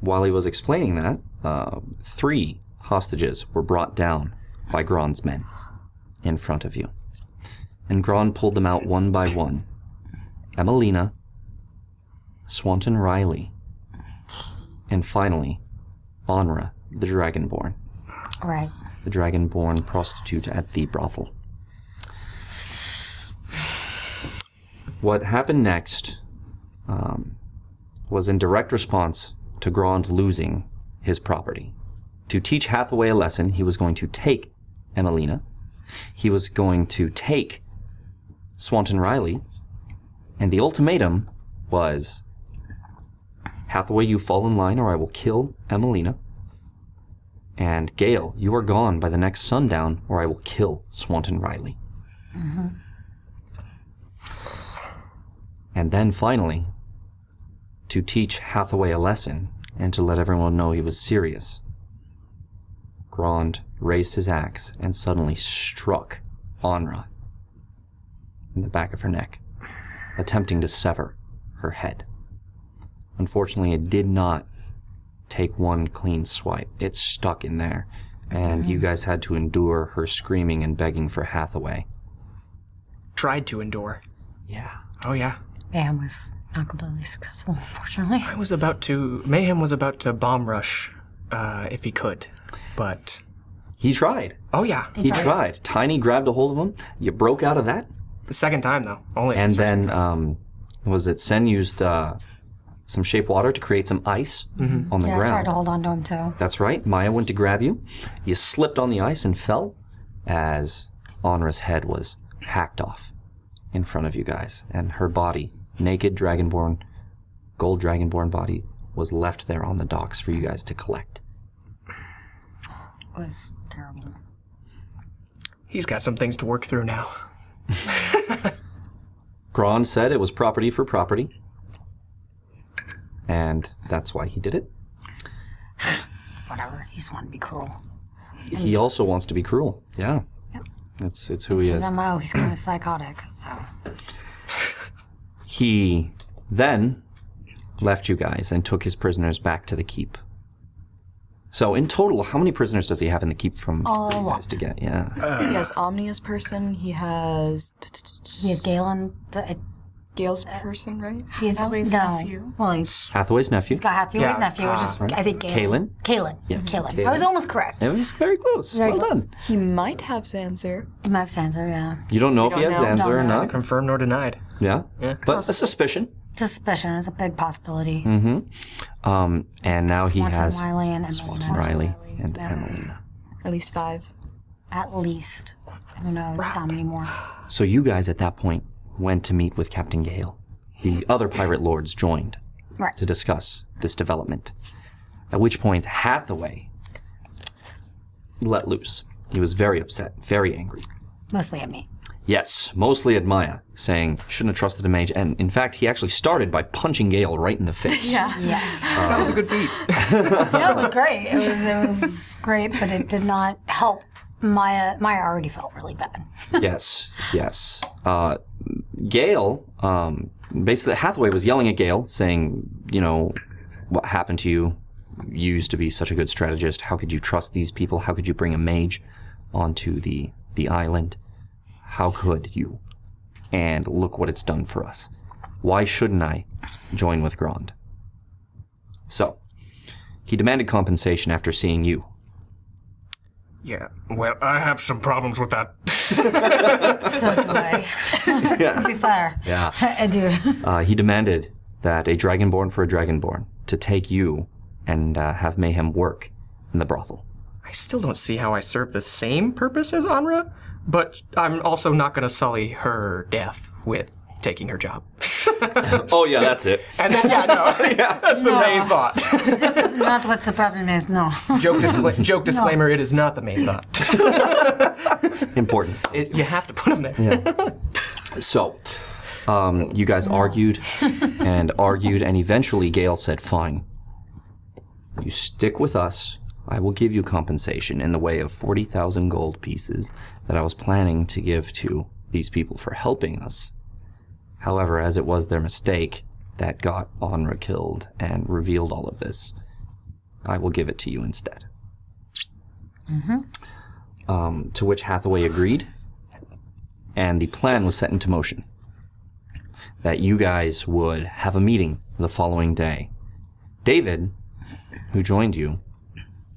B: While he was explaining that, uh, three hostages were brought down by Gron's men in front of you. And Gron pulled them out one by one. Emelina, Swanton Riley, and finally, Onra, the Dragonborn,
C: Right.
B: the Dragonborn prostitute at the brothel. What happened next um, was in direct response to Grand losing his property. To teach Hathaway a lesson, he was going to take Emelina, he was going to take Swanton Riley, and the ultimatum was Hathaway, you fall in line or I will kill Emelina. And Gale, you are gone by the next sundown or I will kill Swanton Riley.
C: Mm-hmm.
B: And then finally, to teach Hathaway a lesson and to let everyone know he was serious, Grand raised his axe and suddenly struck Onra in the back of her neck, attempting to sever her head. Unfortunately, it did not take one clean swipe. It stuck in there, and you guys had to endure her screaming and begging for Hathaway.
G: Tried to endure.
B: Yeah.
G: Oh yeah.
C: Bam was not completely successful, unfortunately.
G: I was about to. Mayhem was about to bomb rush, uh, if he could, but
B: He tried.
G: oh yeah,
B: He tried. Tiny grabbed a hold of him. You broke out of that.
G: The second time though. Only
B: And then, um, was it Sen used uh, some shape water to create some ice
G: Mm-hmm.
B: Mm-hmm. on the
C: Yeah, I tried
B: ground?
C: to hold on to him too.
B: That's right. Maya went to grab you. You slipped on the ice and fell as Onra's head was hacked off in front of you guys. And her body, naked dragonborn, gold dragonborn body, was left there on the docks for you guys to collect.
C: It was terrible.
G: he's got some things to work through now.
B: Gron said it was property for property. And that's why he did it.
C: Whatever. He just wanted to be cruel.
B: He also wants to be cruel. Yeah. That's it's who he is.
C: His MO, he's kind of psychotic, so.
B: He then left you guys and took his prisoners back to the keep. So in total, how many prisoners does he have in the keep from for you guys to get? Yeah,
F: He has Omnia's person. He has
C: He has Galen. The, uh, it,
F: Gail's person, right?
C: he's
E: Hathaway's
C: no.
E: nephew.
C: Well, he's
B: Hathaway's nephew.
C: got Hathaway's
G: Yeah,
C: nephew, which is, I think, Galen. Kalen? Kalen. Yes. Kalen. I was almost correct.
B: It was very close.
C: Very
B: well
C: close.
B: done.
F: He might have Sanser.
C: It might have Sansa, yeah.
B: You don't know if he has
F: don't know.
B: Zanzer or
C: Don't know.
B: not.
G: Confirmed nor denied.
B: Yeah. But a suspicion.
C: Suspicion is a big possibility.
B: Um, and now he
C: Swanson,
B: has
C: Wiley, and
B: Swanton
C: Emelina.
B: Riley and Emelina.
F: At least five.
C: At least. I don't know how many more.
B: So you guys at that point went to meet with Captain Gale. The other pirate lords joined.
C: Right.
B: to discuss this development. At which point, Hathaway let loose. He was very upset, very angry.
C: Mostly at me.
B: Yes, mostly at Maya, saying, shouldn't have trusted a mage. And in fact, he actually started by punching Gale right in the face.
C: Yes.
G: That was a good beat.
C: no, it was great. It was, it was great, but it did not help. Maya, Maya already felt really bad.
B: yes, yes. Uh, Gail, um, basically, Hathaway was yelling at Gail, saying, you know, what happened to you? You used to be such a good strategist. How could you trust these people? How could you bring a mage onto the, the island? How could you? And look what it's done for us. Why shouldn't I join with Grand? So, he demanded compensation after seeing you.
G: Yeah.
K: Well, I have some problems with that.
C: So do I. to be fair. Yeah. I do.
B: Uh, he demanded that a dragonborn for a dragonborn to take you and uh, have Mayhem work in the brothel.
G: I still don't see how I serve the same purpose as Anra, but I'm also not gonna sully her death with taking her job.
B: Oh yeah, that's it.
G: And then yeah, no, yeah, that's the main thought.
C: This is not what the problem is, no.
G: joke, discla- joke disclaimer: It is not the main thought.
B: Important.
G: It, you have to put them there.
B: So, um, you guys argued and argued, and eventually Gale said, "Fine, you stick with us. I will give you compensation in the way of forty thousand gold pieces that I was planning to give to these people for helping us. However, as it was their mistake that got Onra killed and revealed all of this, I will give it to you instead.
C: Mm-hmm.
B: Um, to which Hathaway agreed, and the plan was set into motion that you guys would have a meeting the following day. David, who joined you,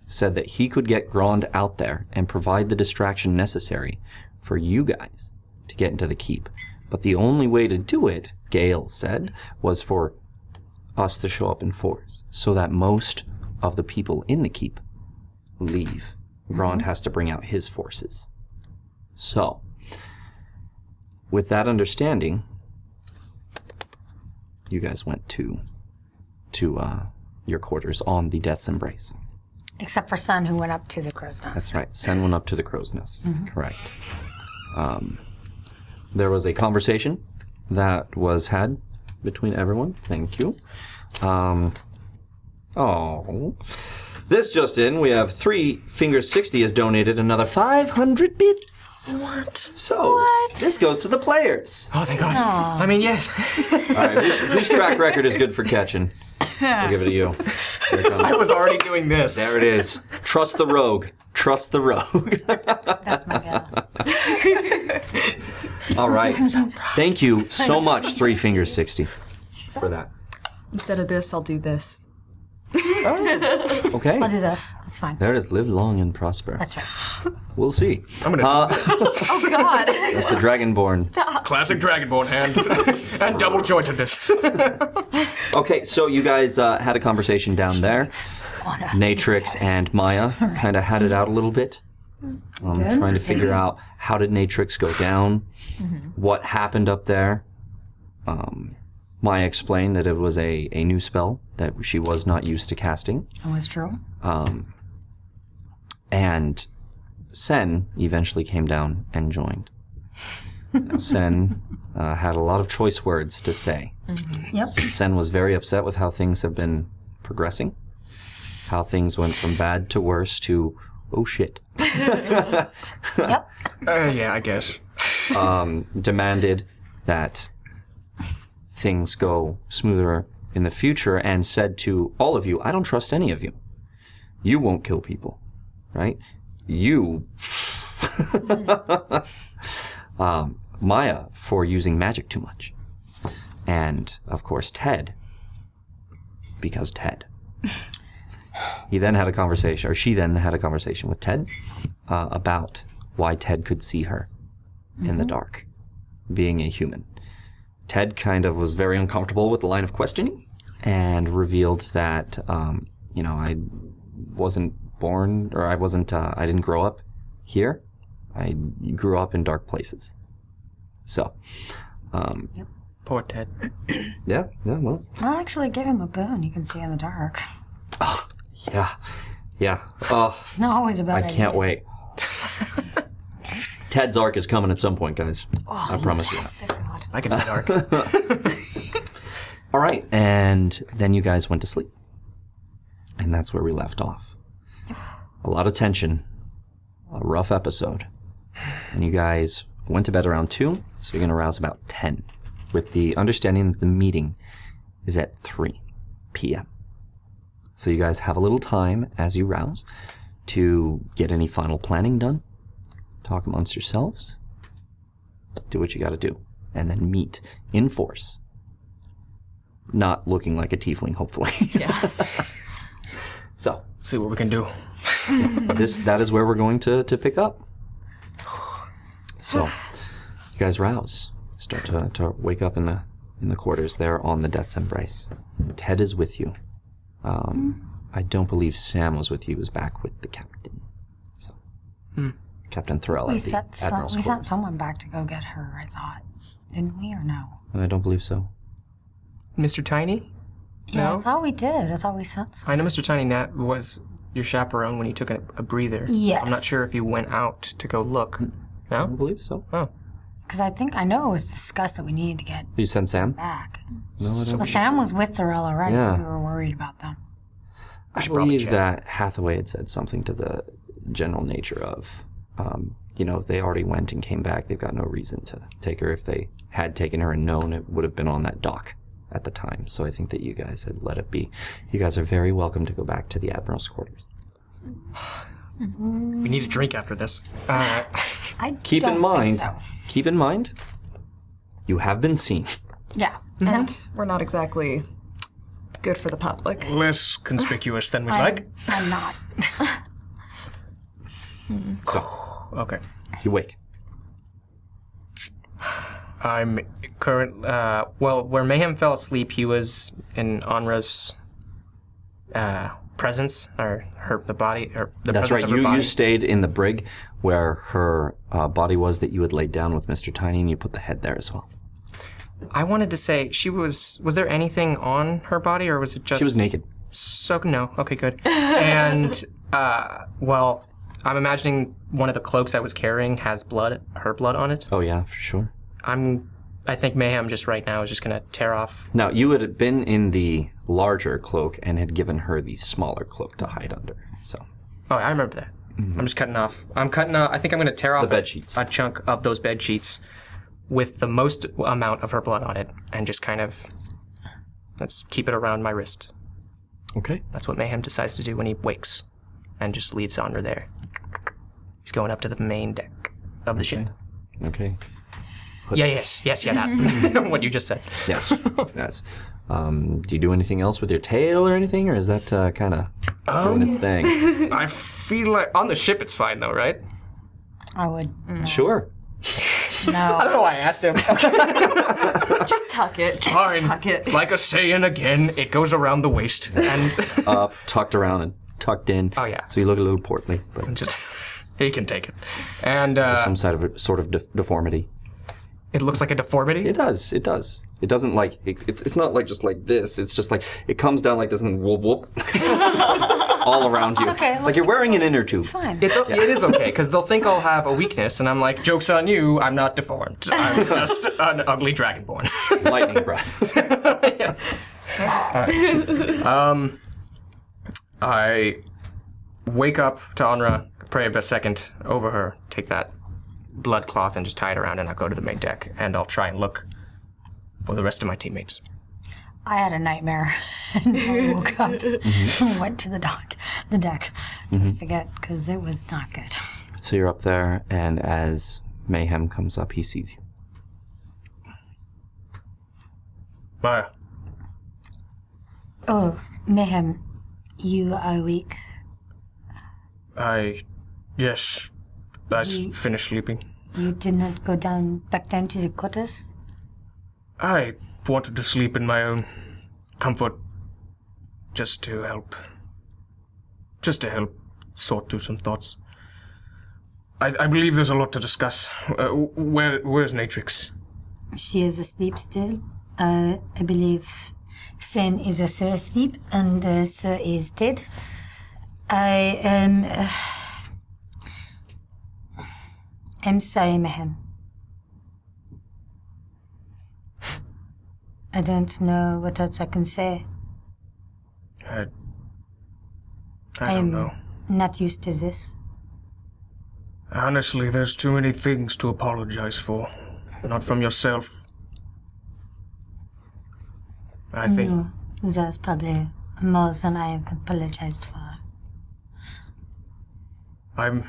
B: said that he could get Grand out there and provide the distraction necessary for you guys to get into the keep. But the only way to do it, Gale said, was for us to show up in force so that most of the people in the keep leave. Grand has to bring out his forces. So, with that understanding, you guys went to to uh, your quarters on the Death's Embrace.
C: Except for Sun, who went up to the crow's nest.
B: That's right. Send one up to the crow's nest. Correct. Um, there was a conversation that was had between everyone. Thank you. Um, oh. This just in, we have three fingers 60 has donated another 500 bits. What? So, this goes to the players.
G: Oh, thank God. I mean, yes.
B: All right, Leash, Leash track record is good for catching. I'll give it to you. Here it comes.
G: I was already doing this.
B: There it is. Trust the rogue. Trust the rogue.
C: That's my guess.
B: All right. Thank you so much, Three Fingers 60, for that.
F: Instead of this, I'll do this.
B: Okay. Oh.
C: I'll do this. That's fine.
B: There it is. Live long and prosper.
C: That's right.
B: We'll see. Uh,
G: I'm gonna.
F: Oh God!
B: That's the Dragonborn.
G: Classic Dragonborn hand and double jointedness.
B: Okay, so you guys uh, had a conversation down there. Natrix and Maya kind of had it out a little bit. Um, trying to figure out how did Natrix go down,
F: Mm-hmm.
B: what happened up there. Um, Maya explained that it was a, a new spell that she was not used to casting. Um,
C: That was true.
B: And Sen eventually came down and joined. Now, Sen uh, had a lot of choice words to say.
F: Mm-hmm.
C: Yep.
B: Sen was very upset with how things have been progressing, how things went from bad to worse to oh shit.
C: Yep.
G: Uh, yeah, I guess.
B: Um, Demanded that things go smoother in the future and said to all of you, I don't trust any of you. You won't kill people, right? You. um, Maya for using magic too much. And, of course, Ted. Because Ted. he then had a conversation, or she then had a conversation with Ted uh, about why Ted could see her in
C: Mm-hmm.
B: the dark, being a human. Ted kind of was very uncomfortable with the line of questioning and revealed that, um, you know, I wasn't born or I wasn't, uh, I didn't grow up here. I grew up in dark places. So, um,
G: Poor Ted.
B: yeah, yeah, well,
C: I'll actually give him a boon. You can see in the dark.
B: yeah, yeah. Oh,
C: Not always a bad
B: I
C: idea.
B: can't wait. Ted's arc is coming at some point, guys.
C: Oh,
B: I promise you.
G: I can do dark.
B: All right. And then you guys went to sleep. And that's where we left off. A lot of tension, a rough episode. And you guys went to bed around 2, so you're going to rouse about 10, with the understanding that the meeting is at 3 p.m. So you guys have a little time as you rouse to get any final planning done, talk amongst yourselves, do what you got to do, and then meet in force not looking like a tiefling, hopefully. Yeah. so
G: See what we can do.
B: this that is where we're going to to pick up. So you guys rouse. Start to, to wake up in the in the quarters there on the death's embrace. Ted is with you. Um,
C: Hmm.
B: I don't believe Sam was with you. He was back with the captain. So Captain Thrill
C: Hmm. We
B: at the
C: sent some,
B: Admiral's
C: we sent
B: quarters.
C: someone back to go get her. I thought, didn't we or no?
B: I don't believe so.
G: Mr. Tiny?
C: Yeah, I
G: No?
C: thought we did. I thought we sent some.
G: I know Mr. Tiny Nat was your chaperone when you took a, a breather.
C: Yes.
G: I'm not sure if you went out to go look.
B: I
G: No?
B: believe so.
G: Oh.
C: Because I think I know it was discussed that we needed to get
B: You sent Sam?
C: back. well, Sam was with Thorell already.
B: Yeah.
C: We were worried about them.
B: I believe that Hathaway had said something to the general nature of um, you know, they already went and came back. They've got no reason to take her. If they had taken her and known, it would have been on that dock at the time. So I think that you guys had let it be. You guys are very welcome to go back to the admiral's quarters.
G: We need a drink after this. Uh,
C: I
B: Keep
C: don't
B: in
C: think
B: mind,
C: so.
B: keep in mind, you have been seen.
C: Yeah.
F: And we're not exactly good for the public.
D: Less conspicuous than we'd like.
C: I'm, I'm not.
F: Hmm.
D: Okay.
B: You wake.
D: I'm current. Uh, well, where Mayhem fell asleep, he was in Onra's uh, presence, or her the body, or the
B: That's
D: presence
B: right.
D: of her
B: You,
D: body.
B: you stayed in the brig where her uh, body was that you had laid down with Mr. Tiny, and you put the head there as well.
D: I wanted to say she was. Was there anything on her body, or was it just?
B: She was naked.
D: So no. Okay, good. and uh, well, I'm imagining one of the cloaks I was carrying has blood, her blood on it.
B: Oh, yeah, for sure.
D: I'm. I think Mayhem just right now is just gonna tear off.
B: Now, you had been in the larger cloak and had given her the smaller cloak to hide under. So,
D: Oh, I remember that. I'm just cutting off. I'm cutting off. I think I'm gonna tear off
B: Mm-hmm. The bed
D: a,
B: sheets.
D: a chunk of those bed sheets with the most amount of her blood on it, and just kind of let's keep it around my wrist.
B: okay.
D: That's what Mayhem decides to do when he wakes and just leaves Andre there. He's going up to the main deck of the ship.
B: Okay.
D: Yeah, yes, yes, yeah, that. what you just said.
B: Yes. yes. Um, do you do anything else with your tail or anything, or is that uh, kind of doing
C: Um,
B: its thing?
D: Um, I feel like on the ship it's fine though, right?
C: I would.
B: sure.
C: Oh.
D: I don't know why I asked him.
F: Just tuck it. Just tuck it.
D: like a saying again, it goes around the waist and
B: Up, tucked around and tucked in.
D: Oh, yeah.
B: So you look a little portly, but
D: just he can take it. And uh,
B: some sort of sort of def- deformity.
D: it looks like a deformity.
B: It does. It does. It doesn't like it, it's. It's not like just like this. It's just like it comes down like this and whoop whoop, all around you.
C: okay,
B: Like
C: let's-
B: you're wearing an inner tube.
C: Fine.
D: It's o it is okay because they'll think I'll have a weakness, and I'm like, "Jokes on you! I'm not deformed. I'm just an ugly dragonborn."
B: Lightning breath.
D: Um, I wake up to Anra, pray a second over her, take that blood cloth and just tie it around, and I'll go to the main deck and I'll try and look for the rest of my teammates.
C: I had a nightmare and I woke up and went to the dock, the deck, just to get because it was not good.
B: so you're up there, and as mayhem comes up, he sees you.
D: Maya,
C: Oh, mayhem, you are weak.
D: I. Yes, I s- finished sleeping.
C: You did not go down back down to the quarters.
D: I wanted to sleep in my own comfort just to help. Just to help sort through some thoughts. I, I believe there's a lot to discuss. Uh, wh- where Where's Natrix?
C: She is asleep still. Uh, I believe Sen is also asleep and uh, Sir is dead. I am. Uh, I'm sorry, Mayhem. I don't know what else I can say.
D: I, I don't
C: I'm-
D: know.
C: Not used to this.
D: Honestly, there's too many things to apologize for. Not from yourself. I think.
C: There's Mm. probably more than I have apologized for.
D: I'm.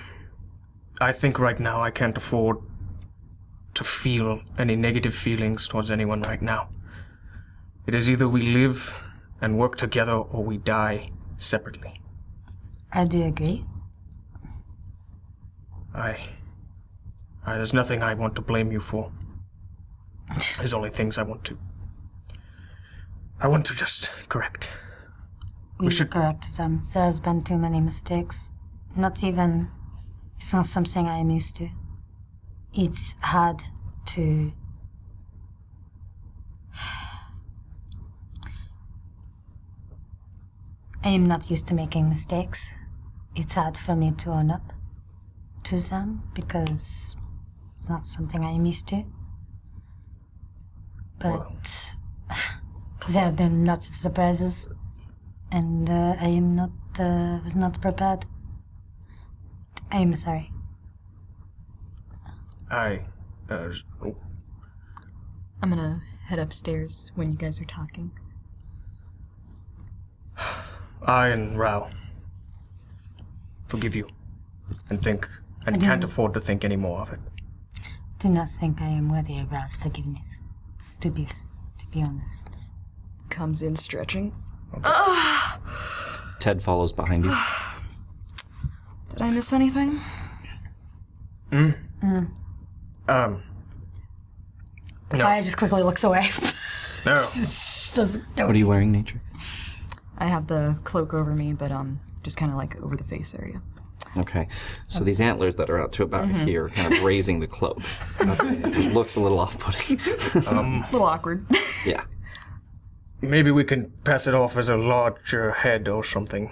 D: I think right now I can't afford to feel any negative feelings towards anyone right now. It is either we live and work together or we die separately.
C: I do agree.
D: I. I there's nothing I want to blame you for. There's only things I want to. I want to just correct.
C: We
D: should-
C: should correct them. There's been too many mistakes. Not even. It's not something I am used to. It's hard to. I am not used to making mistakes. It's hard for me to own up to them because it's not something I am used to. But there have been lots of surprises and uh, I am not uh, was not prepared. I am sorry.
G: I. Uh, oh,
F: I'm gonna head upstairs when you guys are talking.
G: I and Rao forgive you and think and can't afford to think any more of it.
C: Do not think I am worthy of Rao's forgiveness. To be, s- to be honest.
F: Comes in stretching.
B: Ted follows behind you.
F: Did I miss anything?
D: Mm,
C: Mm.
G: Um, No.
C: I just quickly looks away.
G: no.
C: Just doesn't notice.
B: What are you wearing, Natrix?
F: I have the cloak over me, but um, just kind of like over the face area.
B: Okay. So these antlers that are out to about here, kind of raising the cloak. It looks a little off-putting.
D: Mm.
F: A little awkward.
B: yeah.
G: Maybe we can pass it off as a larger head or something.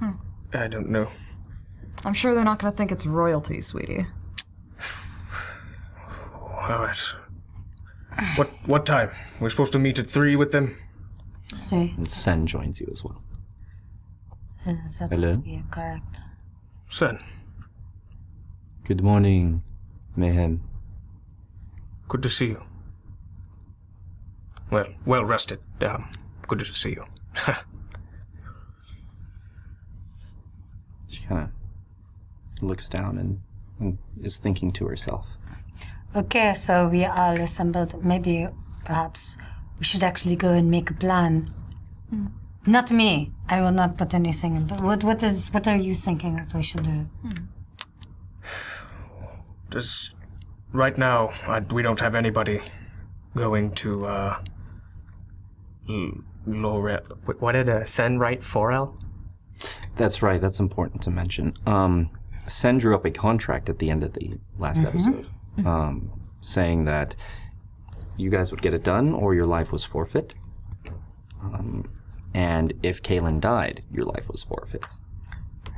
B: Hmm.
G: I don't know.
F: I'm sure they're not gonna think it's royalty, sweetie.
G: All right. What what time? We're supposed to meet at three with them.
C: Sorry,
B: And Sen joins you as well.
C: is that
B: Hello?
C: would be correct?
G: Sen,
B: Good morning, Mayhem.
G: good to see you. Well, well rested. Um, good to see you.
B: She kind of looks down and, and is thinking to herself.
C: Okay, so we all assembled. Maybe, perhaps, we should actually go and make a plan. Not me. I will not put anything in. But what, what is? What are you thinking that we should do?
G: Does right now I, we don't have anybody going to uh, L- Lore.
D: Wh- What did uh, Sen write? 4L?
B: That's right. That's important to mention. Um, Sen drew up a contract at the end of the last episode, um, saying that you guys would get it done, or your life was forfeit. Um, and if Kalen died, your life was forfeit.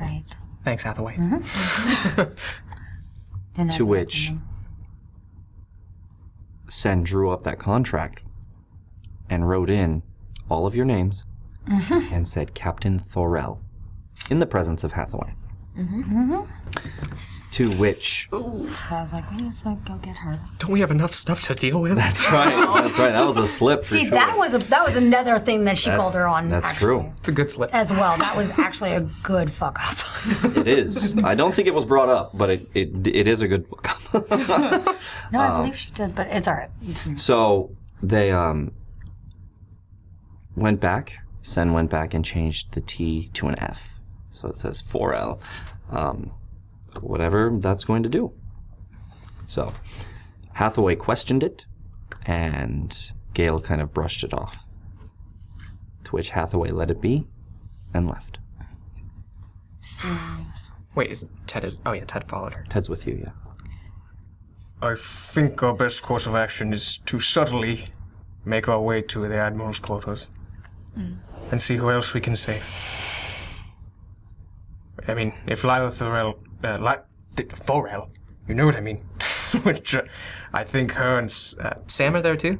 C: Right. Mm-hmm.
D: Thanks, Hathaway.
C: Then I
B: To
C: think
B: which Sen drew up that contract and wrote in all of your names
C: Mm-hmm.
B: and said Captain Thorell in the presence of Hathaway.
C: Mm-hmm.
B: To which
C: I was like, we just like go get her.
D: Don't we have enough stuff to deal with?
B: That's right. That's right. That was a slip.
C: See, that was a that was another thing that she called her on.
B: That's
C: actually,
B: true.
D: It's a good slip.
C: As well, that was actually a good fuck up.
B: It is. I don't think it was brought up, but it it, it is a good book.
C: no, I believe she did, but it's all right.
B: so they um went back. Sen went back and changed the T to an F, so it says 4L. Um, whatever that's going to do. So Hathaway questioned it, and Gale kind of brushed it off. To which Hathaway let it be, and left.
D: Wait, is Ted is. Oh, yeah, Ted followed her.
B: Ted's with you, yeah.
G: I think our best course of action is to subtly make our way to the Admiral's quarters
D: Hmm.
G: and see who else we can save. I mean, if Lila Thorell. Uh, Li- th- Thorell? You know what I mean. Which uh, I think her and. S- Uh,
D: Sam are there too?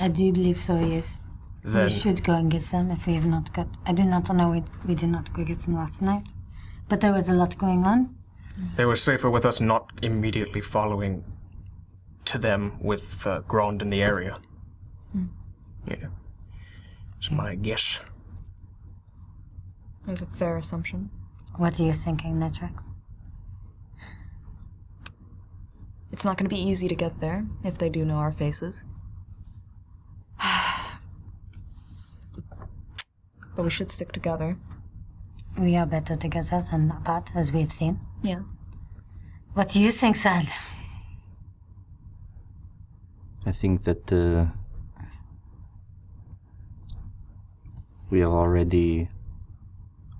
C: I do believe so. Yes,
G: then.
C: we should go and get some if we have not got. I do not know we we did not go get some last night, but there was a lot going on.
G: They were safer with us not immediately following to them with uh, Grand in the area.
D: Hmm.
G: Yeah. It's my guess.
F: That was a fair assumption.
C: What are you thinking, Netrax?
F: It's not gonna be easy to get there if they do know our faces. but we should stick together.
C: We are better together than apart, as we have seen.
F: Yeah.
C: What do you think, Sad?
B: I think that uh, we have already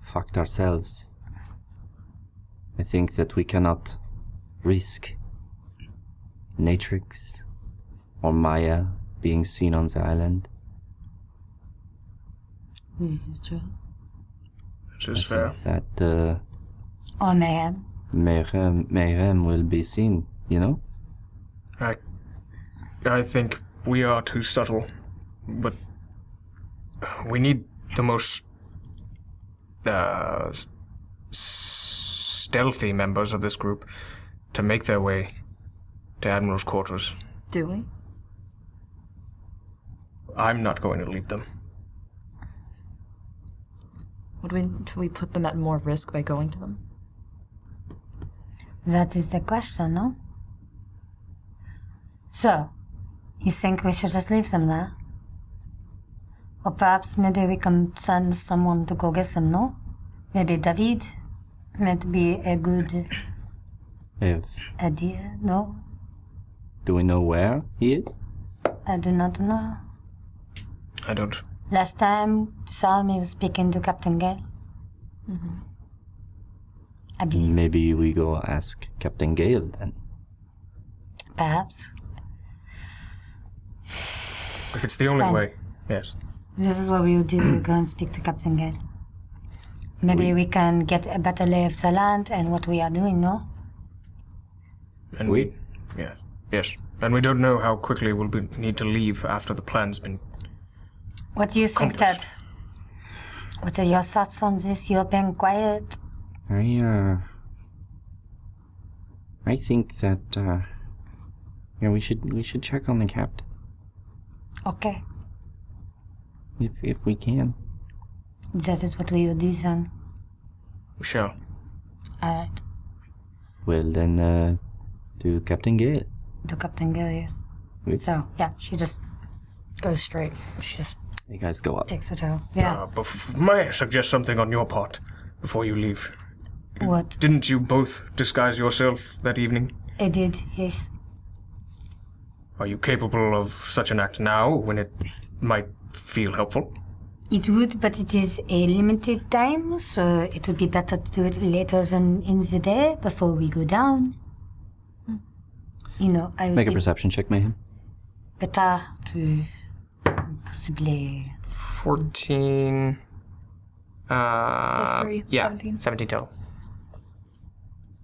B: fucked ourselves. I think that we cannot risk Natrix or Maya being seen on the island.
C: This is true.
G: Which is
B: I
G: fair.
B: think that uh,
C: Or mayhem.
B: Mayhem, Mayhem will be seen, you know?
G: I, I think we are too subtle, but we need the most uh, s- stealthy members of this group to make their way to Admiral's quarters.
F: Do we?
G: I'm not going to leave them.
F: Would we, would we put them at more risk by going to them?
C: That is the question, no? So, you think we should just leave them there? Or perhaps maybe we can send someone to go get them, no? Maybe David might be a good
B: If
C: idea, no?
B: do we know where he is?
C: I do not know.
G: I don't.
C: Last time Salmi was speaking to Captain Gale. I believe,
B: Maybe we go ask Captain Gale then.
C: perhaps.
G: If it's the only
C: Fine.
G: way. Yes.
C: This is what we will do. We'll go and speak to Captain Gale. Maybe we can get a better lay of the land and what we are doing, no?
G: And
B: We-
G: Yeah. Yes. And we don't know how quickly we'll be, need to leave after the plan's been.
C: What do you think,
G: Compass.
C: Ted? What are your thoughts on this European quiet?
B: I uh I think that uh yeah, we should we should check on the captain
C: Okay,
B: if if we can.
C: that is what we will do then.
G: We shall.
C: All right,
B: Well then uh to Captain Gale.
C: to Captain Gale, yes.
B: We-
C: So, yeah, she just goes straight. She just
B: You guys go up.
C: takes it out. Yeah,
G: Uh, bef- may I suggest something on your part before you leave?
C: what?
G: Didn't you both disguise yourself that evening?
C: I did, yes.
G: Are you capable of such an act now when it might feel helpful?
C: It would, but it is a limited time, so it would be better to do it later than in the day before we go down. Hmm. You know, I would
B: Make a
C: be
B: perception check, Mayhem.
C: better to possibly
D: 14. Uh,
F: Plus three,
D: yeah,
F: 17.
D: 17 total.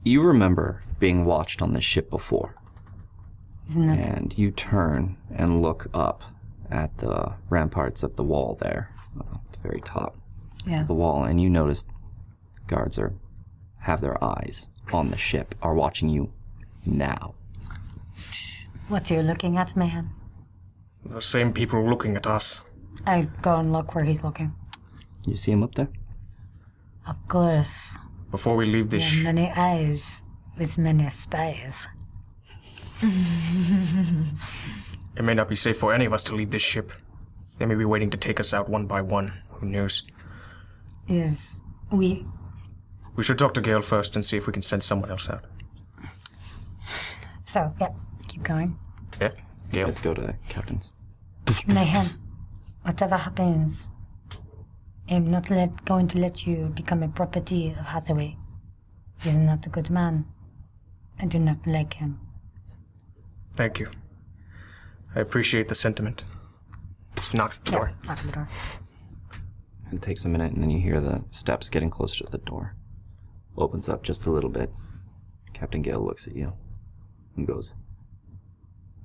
B: You remember being watched on this ship before.
C: Isn't it?
B: And you turn and look up at the ramparts of the wall there, uh, at the very top
C: Yeah.
B: of the wall, and you notice guards are have their eyes on the ship, are watching you now.
C: What are you looking at, Mayhem?
G: The same people looking at us.
C: I go and look where he's looking.
B: You see him up there?
C: Of course,
G: Before we leave this.
C: there are
G: sh-
C: many eyes with many spies.
G: It may not be safe for any of us to leave this ship. They may be waiting to take us out one by one. Who knows?
C: Is we
G: We should talk to Gale first and see if we can send someone else out.
C: so yeah. Keep going,
G: Yeah? Gale.
B: Let's go to the captain's.
C: Mayhem. Whatever happens, I'm not let, going to let you become a property of Hathaway. He's not a good man. I do not like him.
G: Thank you. I appreciate the sentiment.
D: Just knocks at the door.
C: Lock the door.
B: It takes a minute, and then you hear the steps getting closer to the door. Opens up just a little bit. Captain Gale looks at you and goes,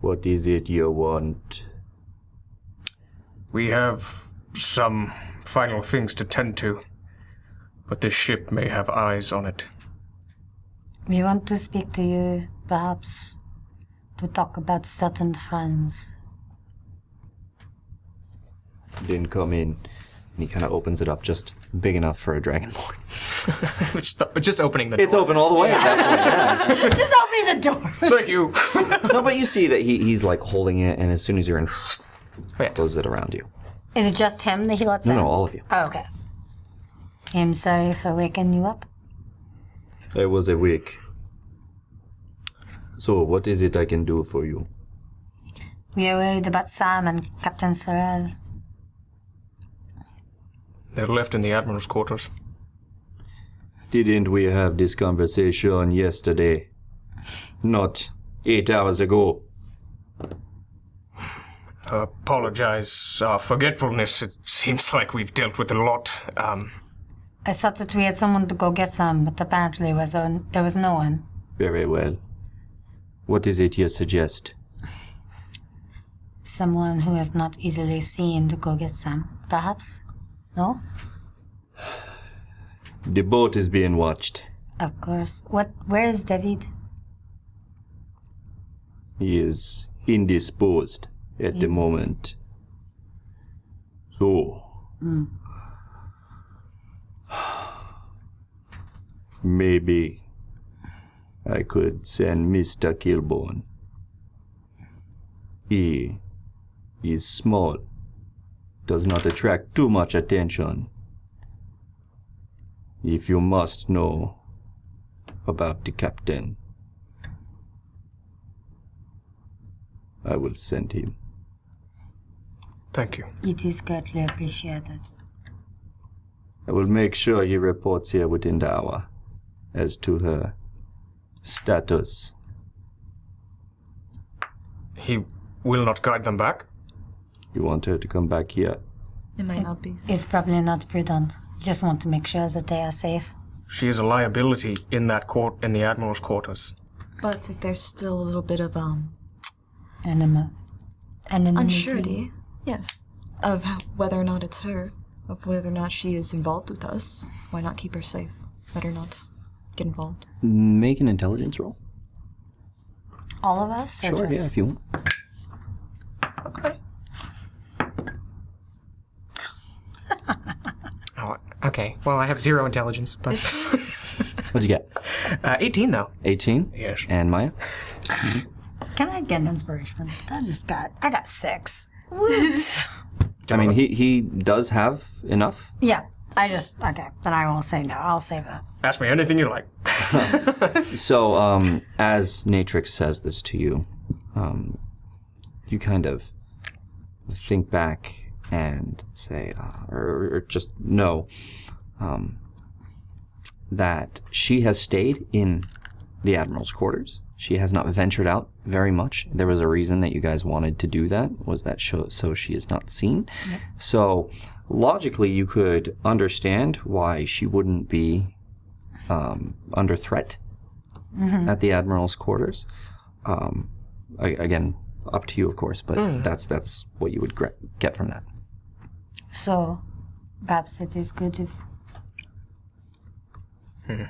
B: What is it you want?
G: We have some final things to tend to, but this ship may have eyes on it.
C: We want to speak to you, perhaps, to talk about certain friends.
B: Didn't come in. And he kind of opens it up just big enough for a dragonborn.
D: just, the- just opening the
B: It's
D: door.
B: open all the way at that point.
C: Just opening the door.
D: Thank you. oh,
B: No, but you see that he, he's like holding it, and as soon as you're in,
D: Oh, yeah.
B: closes it around you.
C: Is it just him that he lets
B: No,
C: in?
B: no, all of you.
C: Oh, okay. I'm sorry for waking you up.
B: I was awake. So, what is it I can do for you?
C: We are worried about Sam and Captain Sorrel.
G: They're left in the Admiral's quarters.
B: Didn't we have this conversation yesterday? Not eight hours ago.
G: Apologize our forgetfulness. It seems like we've dealt with a lot. Um,
C: I thought that we had someone to go get Sam, but apparently was on, there was no one.
B: Very well. What is it you suggest?
C: Someone who is not easily seen to go get Sam, perhaps? No?
B: The boat is being watched.
C: Of course. What? Where is David?
K: He is indisposed at the moment. So.
F: Hmm.
K: Maybe I could send Mr. Kilborn. He is small, does not attract too much attention. If you must know about the captain, I will send him.
G: Thank you.
C: It is greatly appreciated.
K: I will make sure he reports here within the hour as to her status.
G: He will not guide them back.
K: You want her to come back here?
F: It might not be.
C: It's probably not prudent. Just want to make sure that they are safe.
G: She is a liability in that court in the admiral's quarters.
F: But if there's still a little bit of um
C: Anima. Anonymity.
F: unsurety, yes, of how, whether or not it's her, of whether or not she is involved with us, why not keep her safe? Better not get involved.
B: Make an intelligence roll.
C: All of us? or
B: Sure, yeah,
C: just-
B: if you want.
D: Oh, okay. Well, I have zero intelligence, but
B: What'd you get?
D: uh, 18 though.
B: 18?
D: Yes.
B: And Maya?
C: Can I get an inspiration from that? I just got, I got six.
B: I mean, he, he does have enough.
C: Yeah, I just, okay, then I won't say no. I'll save that.
G: Ask me anything you like.
B: So, um, as Natrix says this to you, um, you kind of think back and say, uh, or, or just know um, that she has stayed in the Admiral's quarters. She has not ventured out very much. There was a reason that you guys wanted to do that, was that show, so she is not seen. So, logically, you could understand why she wouldn't be um, under threat
C: Mm-hmm.
B: at the admiral's quarters. Um, a- again, up to you, of course, but
C: Mm.
B: that's that's what you would gre- get from that.
C: So, perhaps it is good if Hmm.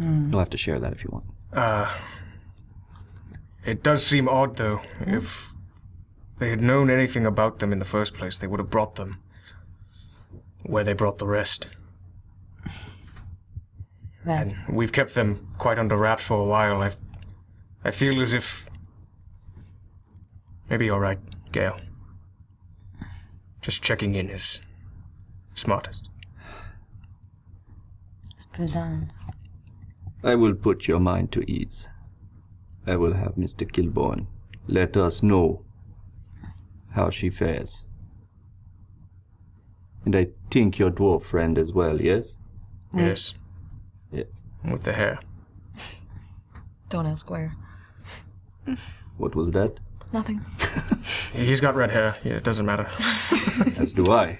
B: Mm. You'll have to share that if you want.
G: Uh, It does seem odd, though. If they had known anything about them in the first place, they would have brought them where they brought the rest.
C: Right.
G: We've kept them quite under wraps for a while. I, I feel as if. Maybe you're right, Gail. Just checking in is smartest.
C: It's prudent.
K: I will put your mind to ease. I will have Mr. Kilborn let us know how she fares. And I think your dwarf friend as well, yes?
G: Yes,
K: Yes.
G: with the hair.
F: Don't ask where.
K: What was that?
F: Nothing.
G: He's got red hair. Yeah, it doesn't matter.
K: As do I.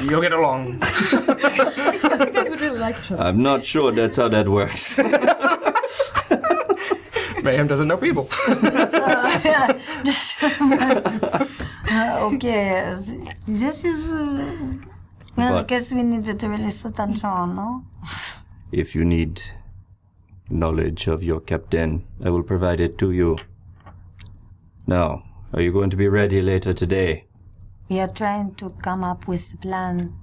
G: You'll get along.
F: You guys would really like each other.
K: I'm not sure that's how that works.
G: Mayhem doesn't know people.
C: Ah, Okay, this is. Uh, well, I
K: But-
C: guess we needed to really sit on Sean, no?
K: if you need knowledge of your captain, I will provide it to you. Now, are you going to be ready later today?
C: We are trying to come up with a plan,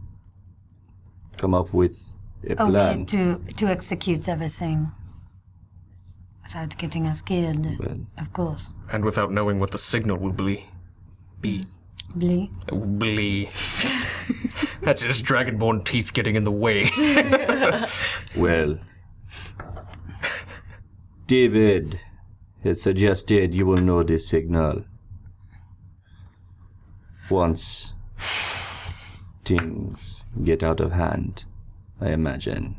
K: Come up with a
C: a
K: plan.
C: way to, to execute everything without getting us killed,
K: Well,
C: of course.
G: and without knowing what the signal will be. Be.
C: Blee.
G: Blee. That's his dragonborn teeth getting in the way.
K: Well, David has suggested you will know this signal once things get out of hand. I imagine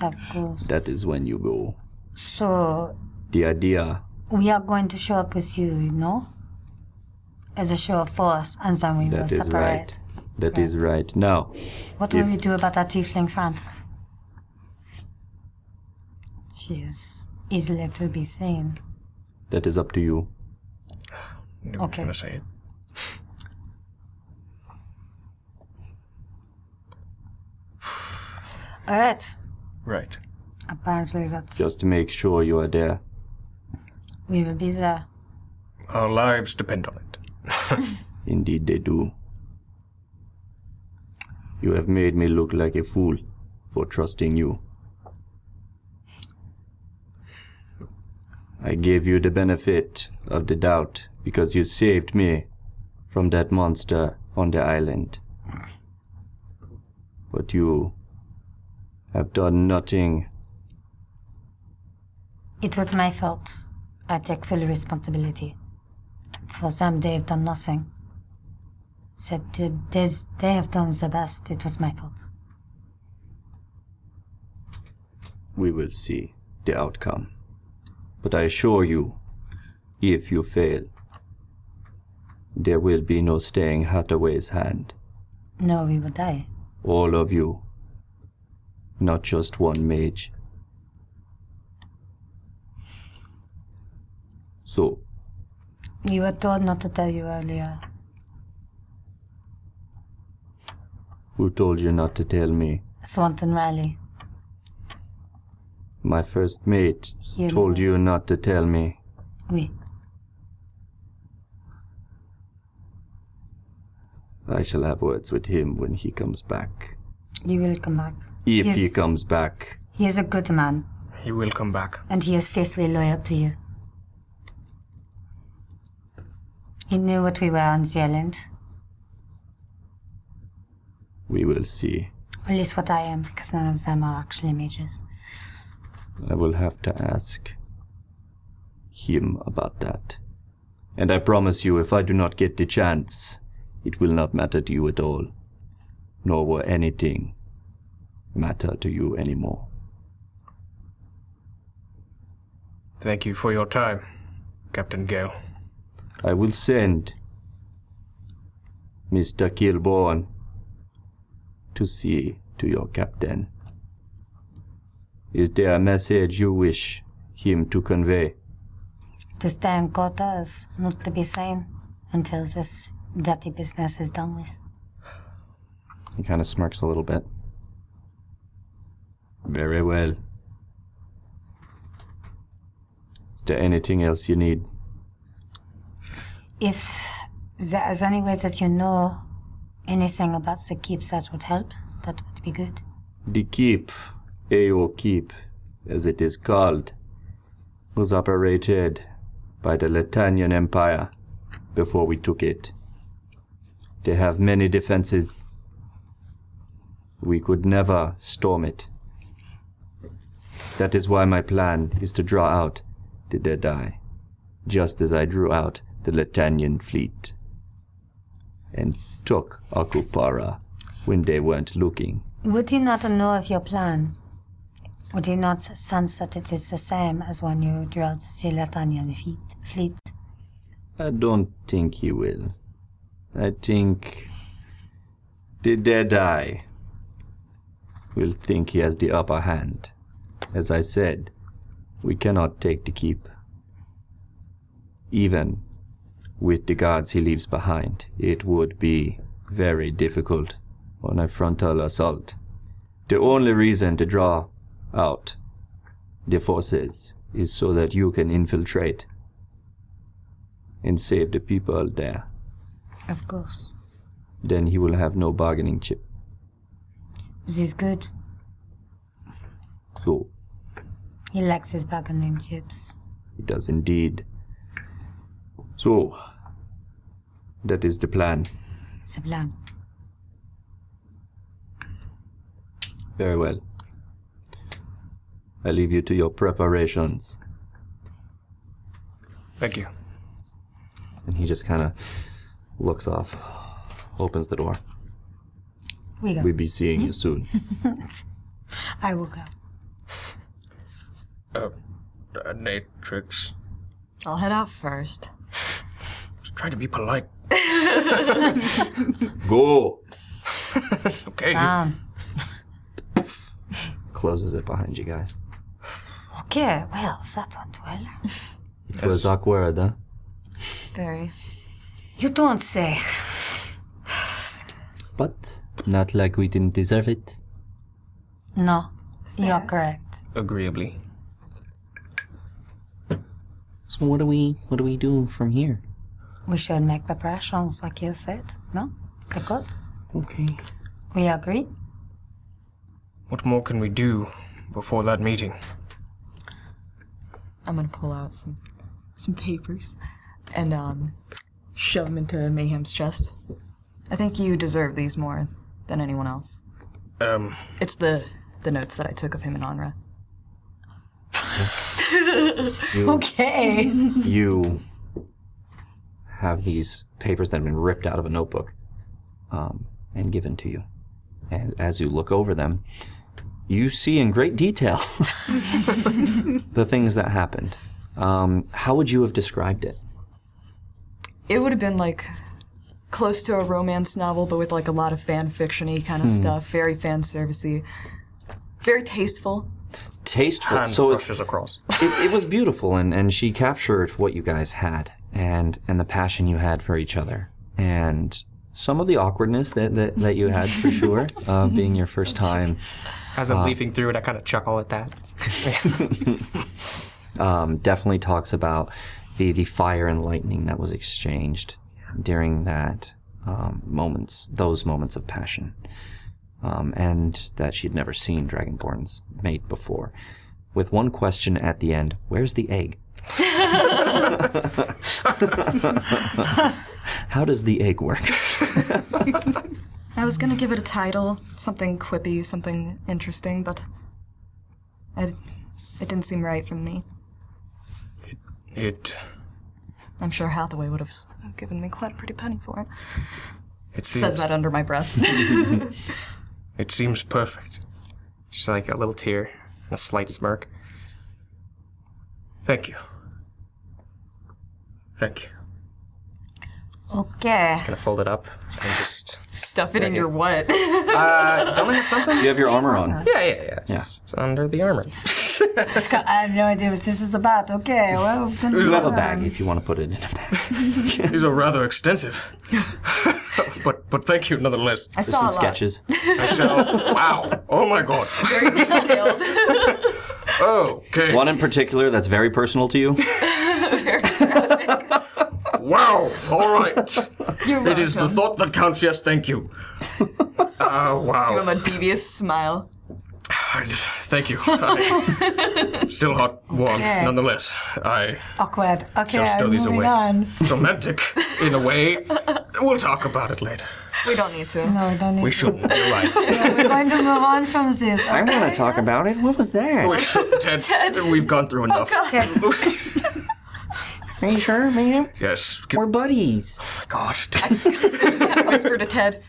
C: Of course.
K: that is when you go.
C: So,
K: The idea,
C: we are going to show up with you, no? As a show of force, and then we will
K: that is
C: separate.
K: right. That is right. Now,
C: What
K: If-
C: will we do about our tiefling friend? She is easily to be seen.
K: that is up to you.
G: Knew I was
C: Okay.
G: gonna say it.
C: All right.
G: Right.
C: Apparently that's
K: Just make sure you are there.
C: we will be there.
G: Our lives depend on it.
K: Indeed, they do. You have made me look like a fool for trusting you. I gave you the benefit of the doubt because you saved me from that monster on the island. But you have done nothing.
C: It was my fault. I take full responsibility. For some, they have done nothing. Said to this, they have done the best. It was my fault.
K: We will see the outcome. But I assure you, if you fail, there will be no staying Hathaway's hand.
C: No, we will die.
K: All of you. Not just one mage. So,
C: You were told not to tell you earlier.
K: who told you not to tell me?
C: Swanton Riley.
K: My first mate
C: Here you
K: told
C: are.
K: you not to tell me.
C: We.
K: I shall have words with him when he comes back.
C: We will come back.
K: If he
C: Yes.
K: comes back,
C: He is a good man,
G: He will come back.
C: and he is fiercely loyal to you. He knew what we were on the island,
K: we will see.
C: or at least what I am, because none of them are actually mages.
K: I will have to ask him about that. And I promise you, if I do not get the chance, it will not matter to you at all. Nor will anything matter to you anymore.
G: Thank you for your time, Captain Gale.
K: I will send Mr. Kilborn to see to your captain. Is there a message you wish him to convey?
C: To stay in quarters, not to be seen, until this dirty business is done with.
K: He kind of smirks a little bit. Very well. Is there anything else you need?
C: If there is any way that you know anything about the keep that would help, that would be good.
K: The keep, AO keep, as it is called, was operated by the Latanian Empire before we took it. They have many defenses. We could never storm it. That is why my plan is to draw out the Deadeye, just as I drew out the Latanian fleet and took Akupara when they weren't looking.
C: Would he not know of your plan? Would he not sense that it is the same as when you drilled the Latanian feet, fleet?
K: I don't think he will. I think the Deadeye will think he has the upper hand. As I said, we cannot take the keep. Even with the guards he leaves behind, it would be very difficult on a frontal assault. The only reason to draw out the forces is so that you can infiltrate and save the people there.
C: Of course.
K: Then he will have no bargaining chip.
C: This is good.
K: So
C: He likes his bargaining chips.
K: he does indeed. So that is the plan.
C: It's a plan.
K: Very well. I leave you to your preparations.
G: Thank you.
K: And he just kind of looks off, opens the door.
C: We go. Mm.
K: We'll be seeing you soon.
C: I will go.
G: Uh, Natrix.
F: I'll head out first.
G: Just try to be polite.
K: Go!
G: Okay.
C: Um,
K: Closes it behind you guys.
C: okay, well, that went well.
K: It was awkward, huh?
F: Very.
C: You don't say.
K: But not like we didn't deserve it.
C: No, you're correct.
G: Agreeably.
L: So what do we what do we do from here?
C: We should make the pressures, like you said. No? The good.
L: Okay.
C: We agree.
G: What more can we do before that meeting?
F: I'm gonna pull out some some papers and um, shove them into Mayhem's chest. I think you deserve these more than anyone else.
G: Um,
F: It's the the notes that I took of him and Onra.
C: Okay.
B: you have these papers that have been ripped out of a notebook um, and given to you. And as you look over them, you see in great detail the things that happened. Um, how would you have described it?
F: It would have been like close to a romance novel, but with like a lot of fan fictiony
B: Hmm.
F: kind of stuff. Very fan servicey. Very tasteful.
B: Tasteful.
G: hand
B: so it's,
G: brushes across.
B: it, it was beautiful, and, and she captured what you guys had and, and the passion you had for each other. And some of the awkwardness that, that, that you had, for sure, uh, being your first time uh,
D: As I'm
B: Ah.
D: leafing through it, I kind of chuckle at that.
B: um, definitely talks about the, the fire and lightning that was exchanged during that um, moments, those moments of passion, um, and that she'd never seen dragonborns mate before. With one question at the end, where's the egg? How does the egg work?
F: I was gonna give it a title, something quippy, something interesting, but I, it didn't seem right from me.
G: It
F: I'm sure Hathaway would have s- given me quite a pretty penny for it.
G: it seems
F: Says that under my breath.
G: it seems perfect.
D: Just like a little tear and a slight smirk.
G: Thank you. Thank you.
C: Okay.
D: Kind of fold it up and just.
F: Stuff it in your what?
D: Uh, don't I have something?
M: You have your armor on.
D: Yeah, yeah, yeah. Just It's under the armor.
C: Scott, I have no idea what this is about. Okay. Well, then-
B: You have a bag if you want to put it in a bag.
G: These are rather extensive. but but thank you nonetheless.
F: I
B: There's
F: saw a
B: some
F: lot.
B: sketches.
G: I shall. wow. Oh my god.
F: Very detailed.
G: Okay.
M: One in particular that's very personal to you.
G: Wow. All right. It is the thought that counts. Yes, thank you. Ah, wow.
F: From a devious smile.
G: I just- Thank you. I- Still hot, warm,
C: Okay.
G: nonetheless. I
C: Awkward. Okay.
G: shall stow
C: I'm
G: these
C: moving
G: away.
C: on.
G: Romantic, in a way. We'll talk about it later.
F: We don't need to.
C: No, we don't need
G: We shouldn't. You're right.
C: We're going to move on from this.
B: I want to talk about it. What was that?
G: We should, Ted, We've gone through enough.
L: Are you sure, ma'am?
G: yes.
L: We're buddies.
G: my God.
F: Whisper to Ted.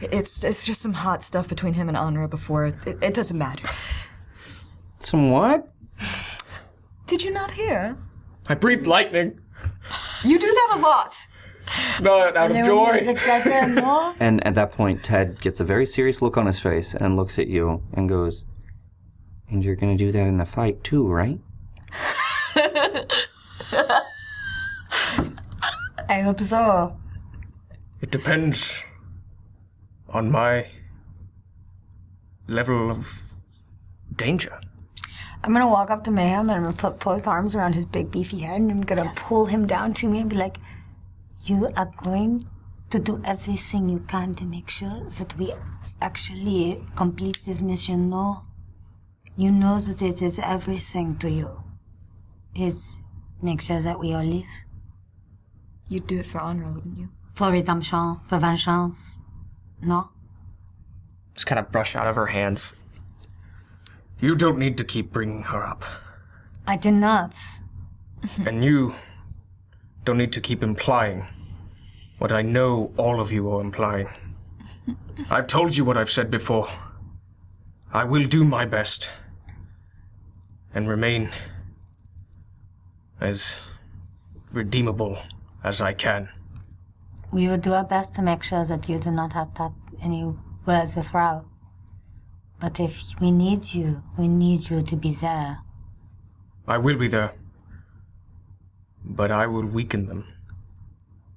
F: It's it's just some hot stuff between him and Anra before. It, it doesn't matter.
L: Some what?
F: Did you not hear?
G: I breathe lightning.
F: You do that a lot.
G: No, out of
C: Everyone is
G: joy.
C: excited, no?
B: And at that point, Ted gets a very serious look on his face and looks at you and goes, And you're going to do that in the fight too, right?
C: I hope so.
G: It depends on my level of danger.
C: I'm gonna walk up to Mayhem and I'm gonna put both arms around his big beefy head and I'm gonna pull him down to me and be like, You are going to do everything you can to make sure that we actually complete this mission, no? You know that it is everything to you. It's make sure that we all live.
F: You'd do it for Anra, wouldn't you?
C: For redemption, for vengeance. No?
D: Just kind of brush out of her hands.
G: You don't need to keep bringing her up.
C: I did not.
G: And you don't need to keep implying what I know all of you are implying. I've told you what I've said before. I will do my best and remain as redeemable as I can.
C: We will do our best to make sure that you do not have to have any words with Rao. But if we need you, we need you to be there.
G: I will be there, but I will weaken them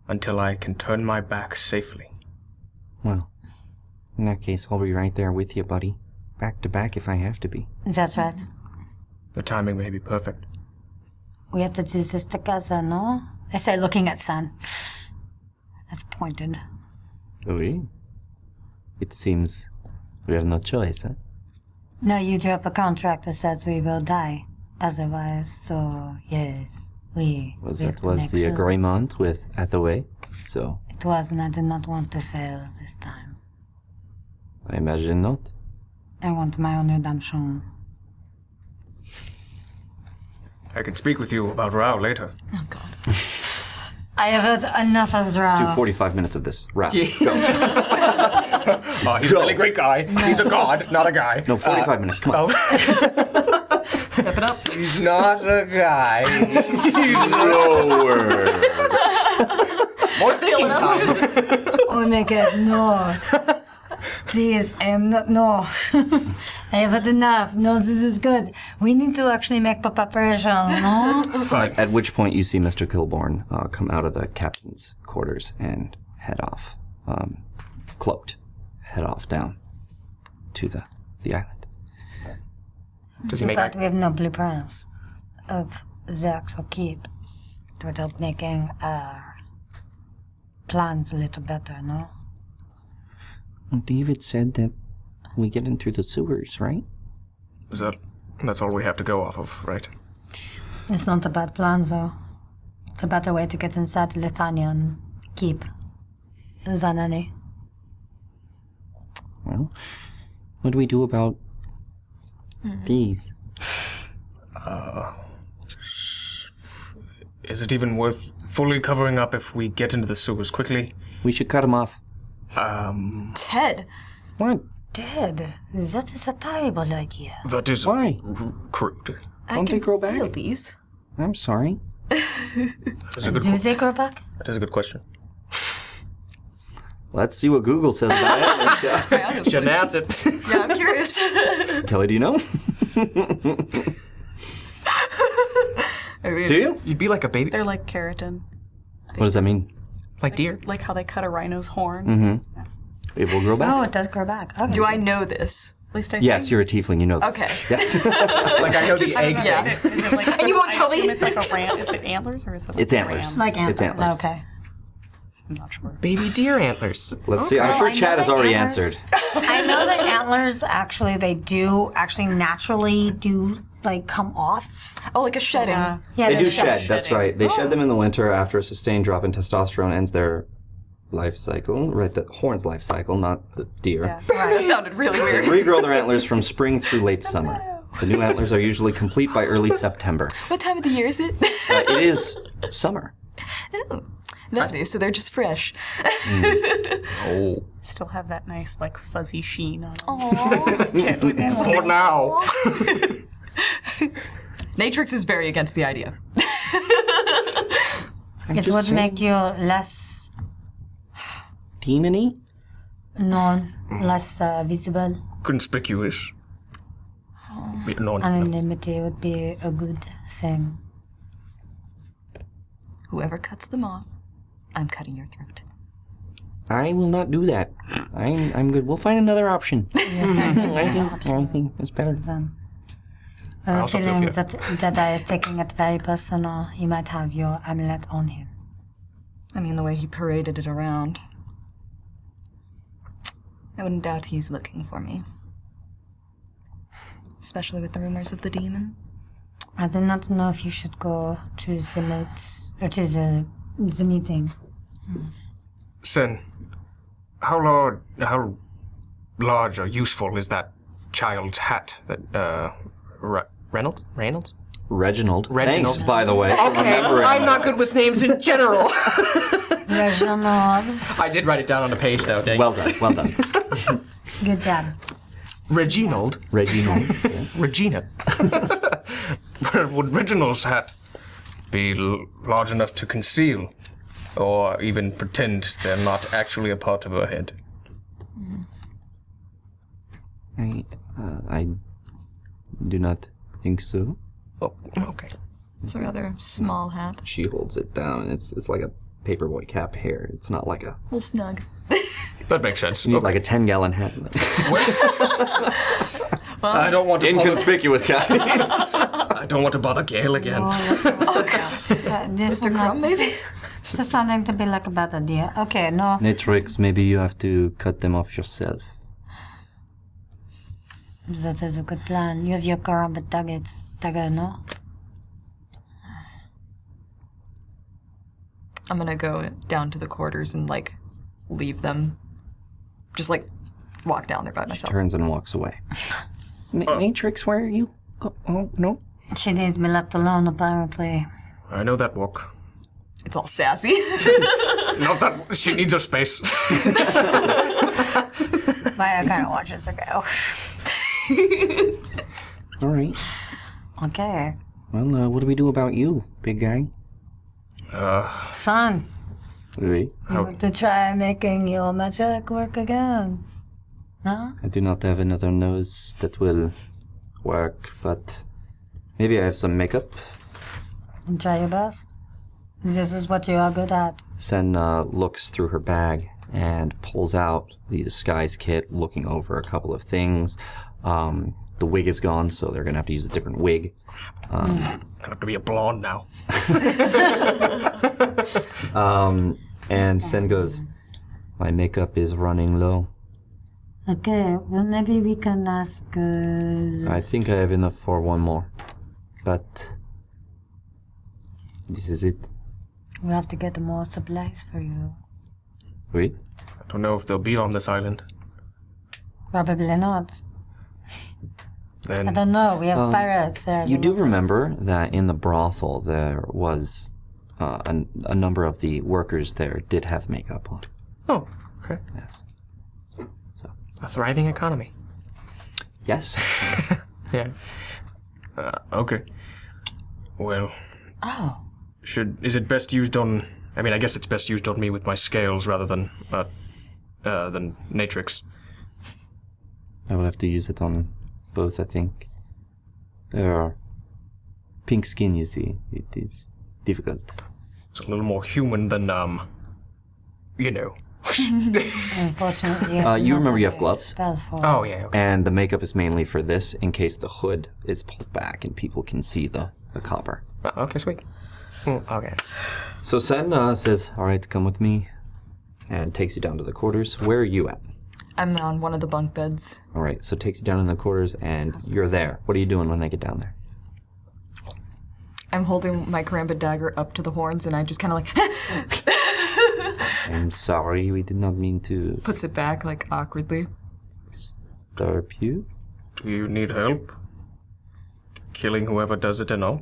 G: until I can turn my back safely.
B: Well, in that case, I'll be right there with you, buddy. Back to back if I have to be.
C: That's right.
G: The timing may be perfect.
C: We have to do this together, no? I say, looking at Sun. That's pointed.
K: Oui. It seems we have no choice, huh?
C: No, you drew up a contract that says we will die. Otherwise, so yes, we.
K: Was
C: we have
K: that
C: to
K: was
C: make
K: the
C: sure.
K: agreement with Hathaway? So
C: It was, and I did not want to fail this time.
K: I imagine not.
C: I want my own redemption.
G: I can speak with you about Rao later.
C: I have had enough of
B: Do
C: Zra.
B: 45 minutes of this. Wrap.
G: Oh, he's a really great guy. He's a god, not a guy.
B: No, 45 minutes. Come on.
G: Oh.
F: Step it up.
G: He's not a guy.
D: More thinking time.
C: Oh my god, no. Please, I am not. No. I have had enough. No, this is good. We need to actually make preparation, no?
B: At which point you see Mr. Kilborn uh, come out of the captain's quarters and head off, um, cloaked, head off down to the, the island.
D: Does he make?
C: But we have no blueprints of the actual keep. It would help making our plans a little better, no?
N: David said that we get in through the sewers, right?
G: Is that? That's all we have to go off of, right?
C: It's not a bad plan, though. It's a better way to get inside the Litanian keep than any.
N: Well, what do we do about these?
G: Uh, Is it even worth fully covering up if we get into the sewers quickly? Um,
N: We should cut them off.
F: Ted.
N: What?
C: Dead? That is a terrible idea.
G: That is
N: Why?
G: crude.
F: I
N: Don't
F: can
N: they grow back?
F: feel these.
N: I'm sorry.
G: That's a good.
C: Do they grow back?
G: That is a good question.
B: Let's see what Google says about
D: Shouldn't asked it.
F: Yeah, I'm curious.
B: it. Kelly, do you know? do you?
D: You'd be like a baby,
E: They're like keratin,
B: What does that mean? Mm-hmm.
D: like deer.
E: like how they cut a rhino's horn.
B: It will Mm, grow back.
C: Oh, it does grow back. Okay.
F: Do I know this?
E: At least I
B: Yes,
E: think.
B: you're a tiefling. You know this.
F: Okay.
G: Like I know the
E: I don't
G: egg.
E: know,
F: Yeah.
E: Is it, is it like,
F: And you won't
E: I
F: tell me?
E: assume It's like a ram. Is it antlers or is it? Like
B: It's
E: a
B: antlers.
E: ram?
C: like antlers?
B: It's antlers.
C: Okay.
E: I'm not sure.
D: Baby deer antlers.
B: Let's see. I'm
C: Well,
B: sure
C: I know
B: Chad has
C: that
B: already
C: antlers-
B: answered.
C: I know that antlers actually they do actually naturally do like come off.
F: Oh, like a shedding.
C: Yeah,
B: They do
C: shed.
B: shed. That's right. They shed them in the winter after a sustained drop in testosterone ends their life cycle. Right, the horn's life cycle, not the deer.
F: that sounded really weird.
B: Regrow their antlers from spring through late summer. The new antlers are usually complete by early September.
F: What time of the year is it?
B: Uh, it is summer.
F: Lovely. So they're just fresh.
B: Mm.
D: Oh.
E: Still have that nice like fuzzy sheen on.
C: Oh,
E: them.
G: For now.
F: Natrix is very against the idea.
C: It would make you less
N: Demony?
C: known, less uh, visible.
G: Conspicuous.
F: Mm-hmm.
G: Yeah, no, no.
C: Anonymity would be a good thing.
F: Whoever cuts them off, I'm cutting your throat.
N: I will not do that. I'm, I'm good. We'll find another option. I think I think that's better.
C: I have a
G: also feel
C: feeling
G: fear.
C: that that I is taking it very personal. He might have your amulet on him.
F: I mean, the way he paraded it around. I wouldn't doubt he's looking for me. Especially with the rumors of the demon.
C: I do not know if you should go to the meet or to the the meeting.
G: Sen, how large, how large or useful is that child's hat that uh, Re- Reynolds? Reynolds?
B: Reginald.
D: Reginald.
B: Thanks, by the way. for remembering
D: I'm
B: us.
D: not good with names in general.
C: Reginald,
D: I did write it down on a page though. Dang.
B: Well done. Well done.
C: good job.
D: Reginald,
B: Reginald.
D: Regina.
G: Would Reginald's hat be l- large enough to conceal or even pretend they're not actually a part of her head?
K: I uh, I do not think so.
D: Oh, okay.
F: It's a rather small hat.
B: She holds it down. It's it's like a paperboy cap hair. It's not like a
F: A little snug.
G: That makes sense.
B: you need like a ten gallon hat.
G: I don't want to bother,
O: Inconspicuous guy.
G: I don't want to bother Gail again.
C: Uh, this Mr. Crumb, maybe? This is sounding to be like a bad idea. Okay, no.
B: Natrix, maybe you have to cut them off yourself.
C: That is a good plan. You have your car, but tag it. Dagger, no?
F: I'm gonna go down to the quarters and like leave them. Just like walk down there by myself.
B: Turns and walks away.
I: Ma- Matrix, where are you? Oh, oh no.
C: She needs me left alone, apparently.
G: I know that walk.
F: It's all sassy.
G: Not that she needs her space.
C: But I kind of watch this go.
I: All right.
C: Okay.
I: Well, uh, what do we do about you, big guy?
C: Son,
B: Oui.
I: Oh.
C: you have to try making your magic work again. No?
B: I do not have another nose that will work, but maybe I have some makeup.
C: And try your best. This is what you are good at.
B: Senna uh, looks through her bag and pulls out the disguise kit, looking over a couple of things. Um, the wig is gone, so they're gonna have to use a different wig. Um,
G: I have to be a blonde now.
B: um, And Sen goes, My makeup is running low.
C: Okay, well, maybe we can ask. Uh,
B: I think I have enough for one more. But this is it.
C: we have to get more supplies for you.
B: Oui?
G: I don't know if they'll be on this island.
C: Probably not. I
G: Then
C: don't know. We have pirates there.
B: Um, You do remember that in the brothel there was uh, a, a number of the workers there did have makeup on.
G: oh, okay,
B: Yes. So
D: A thriving economy.
B: yes.
D: Yeah.
G: Uh, okay. Well,
C: Oh,
G: should is it best used on? I mean, I guess it's best used on me with my scales rather than uh, uh than Natrix.
B: I will have to use it on both. I think. There are pink skin. You see, it is difficult.
G: It's a little more human than um, you know.
C: unfortunately.
B: Uh, you
C: not
B: remember you have
C: a
B: gloves?
C: Spell for.
D: Oh yeah. Okay.
B: And the makeup is mainly for this, in case the hood is pulled back and people can see the the copper.
D: Oh, okay. Sweet. Mm, okay.
B: So Sen uh, says, "All right, come with me," and takes you down to the quarters. Where are you at?
F: I'm on one of the bunk beds.
B: All right, so takes you down in the quarters, and you're there. What are you doing when they get down there?
F: I'm holding my karamba dagger up to the horns and I just kind of like
B: I'm sorry, we did not mean to
F: puts it back like awkwardly.
B: disturb you.
G: Do you need help? Killing whoever does it and all.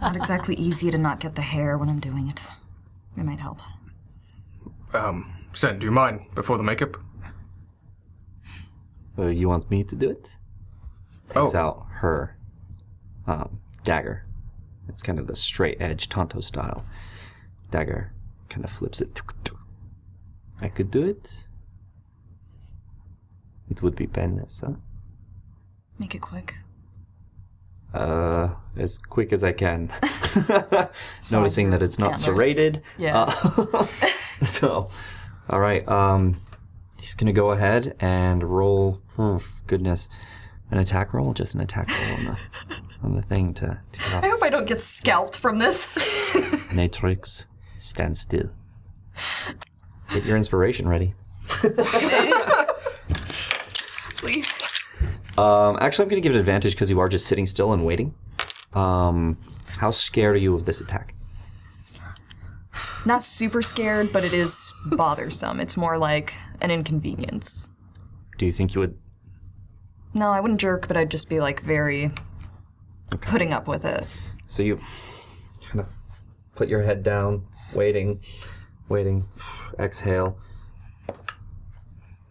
F: Not exactly easy to not get the hair when I'm doing it. It might help.
G: Um, Sen, do you mind before the makeup?
B: Uh, you want me to do it? Takes out her um, dagger. It's kind of the straight edge Tonto style dagger. Kind of flips it. I could do it. It would be painless, huh?
F: Make it quick.
B: Uh, as quick as I can. Noticing that it's not
F: Yeah, there's-
B: serrated. Uh,
F: Yeah.
B: So, all right. Um, he's gonna go ahead and roll. Oh, goodness, an attack roll, just an attack roll on the on the thing to, to get off.
F: I hope I don't get scalped from this.
B: Matrix, stand still. Get your inspiration ready.
F: Please.
B: Um, actually, I'm gonna give it advantage because you are just sitting still and waiting. Um, how scared are you of this attack?
F: Not super scared, but it is bothersome. It's more like an inconvenience.
B: Do you think you would?
F: No, I wouldn't jerk, but I'd just be like very putting up with it.
B: So you kind of put your head down, waiting, waiting, exhale.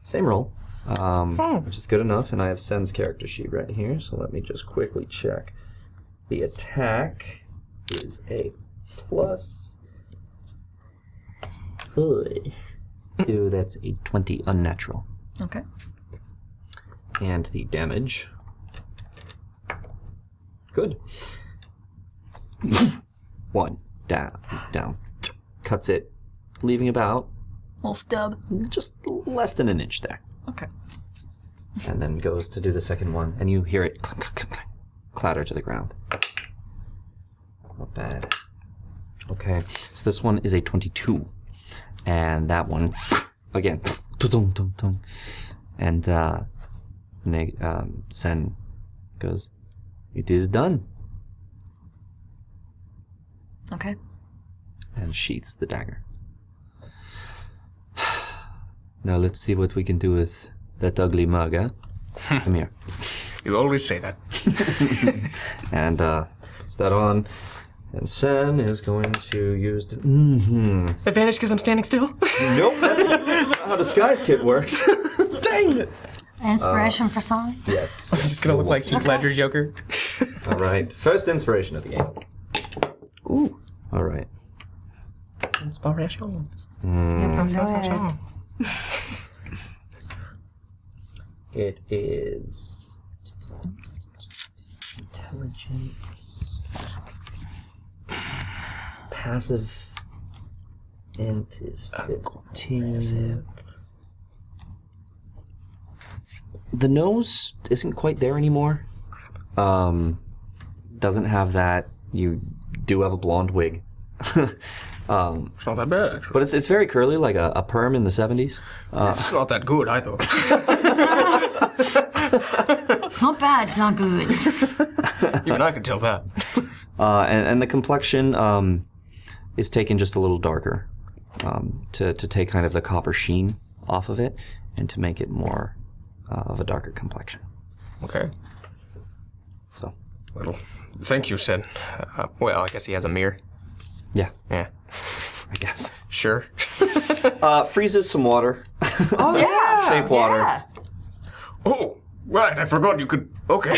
B: Same roll, um, which is good enough. And I have Sen's character sheet right here, so let me just quickly check. The attack is a plus. three. So that's a 20 unnatural.
F: Okay.
B: And the damage. Good. One down, down. Cuts it, leaving about
F: Little stub.
B: just less than an inch there.
F: Okay.
B: and then goes to do the second one, and you hear it clunk, clunk, clunk, clunk, clatter to the ground. Not bad. Okay, so this one is a 22, and that one again, tung, tung, tung. and uh, ne- um, Sen goes, "It is done,"
F: Okay.
B: and sheaths the dagger. Now let's see what we can do with that ugly mug, huh? Come here.
G: You always say that.
B: and uh, puts that on. And Sen is going to use the. Mm-hmm.
D: Advantage because I'm standing still.
B: Nope, that's not how disguise kit works.
D: Dang it!
C: Inspiration for song?
B: Yes.
D: I'm just gonna look like Heath Ledger Joker.
B: All right. First inspiration of the game.
D: Ooh,
B: All right.
D: inspiration.
B: Mm.
C: You can do it.
B: It is intelligence, passive, int is
G: Ah,
B: fifteen. The nose isn't quite there anymore. Um, doesn't have that. You do have a blonde wig, um,
G: It's not that bad, actually.
B: but it's it's very curly, like a, a perm in the seventies. Uh,
G: It's not that good either.
C: Not bad, not good.
G: Even I could tell that.
B: Uh, and, and the complexion um, is taken just a little darker um, to, to take kind of the copper sheen off of it and to make it more uh, of a darker complexion.
D: Okay.
B: So,
G: Well, thank you, Sen.
D: Uh, well, I guess he has a mirror.
B: yeah,
D: Yeah.
B: I guess.
D: Sure.
B: Uh, freezes some water.
F: Oh yeah.
B: Shape water.
F: Yeah.
G: Oh, right. I forgot you could. Okay.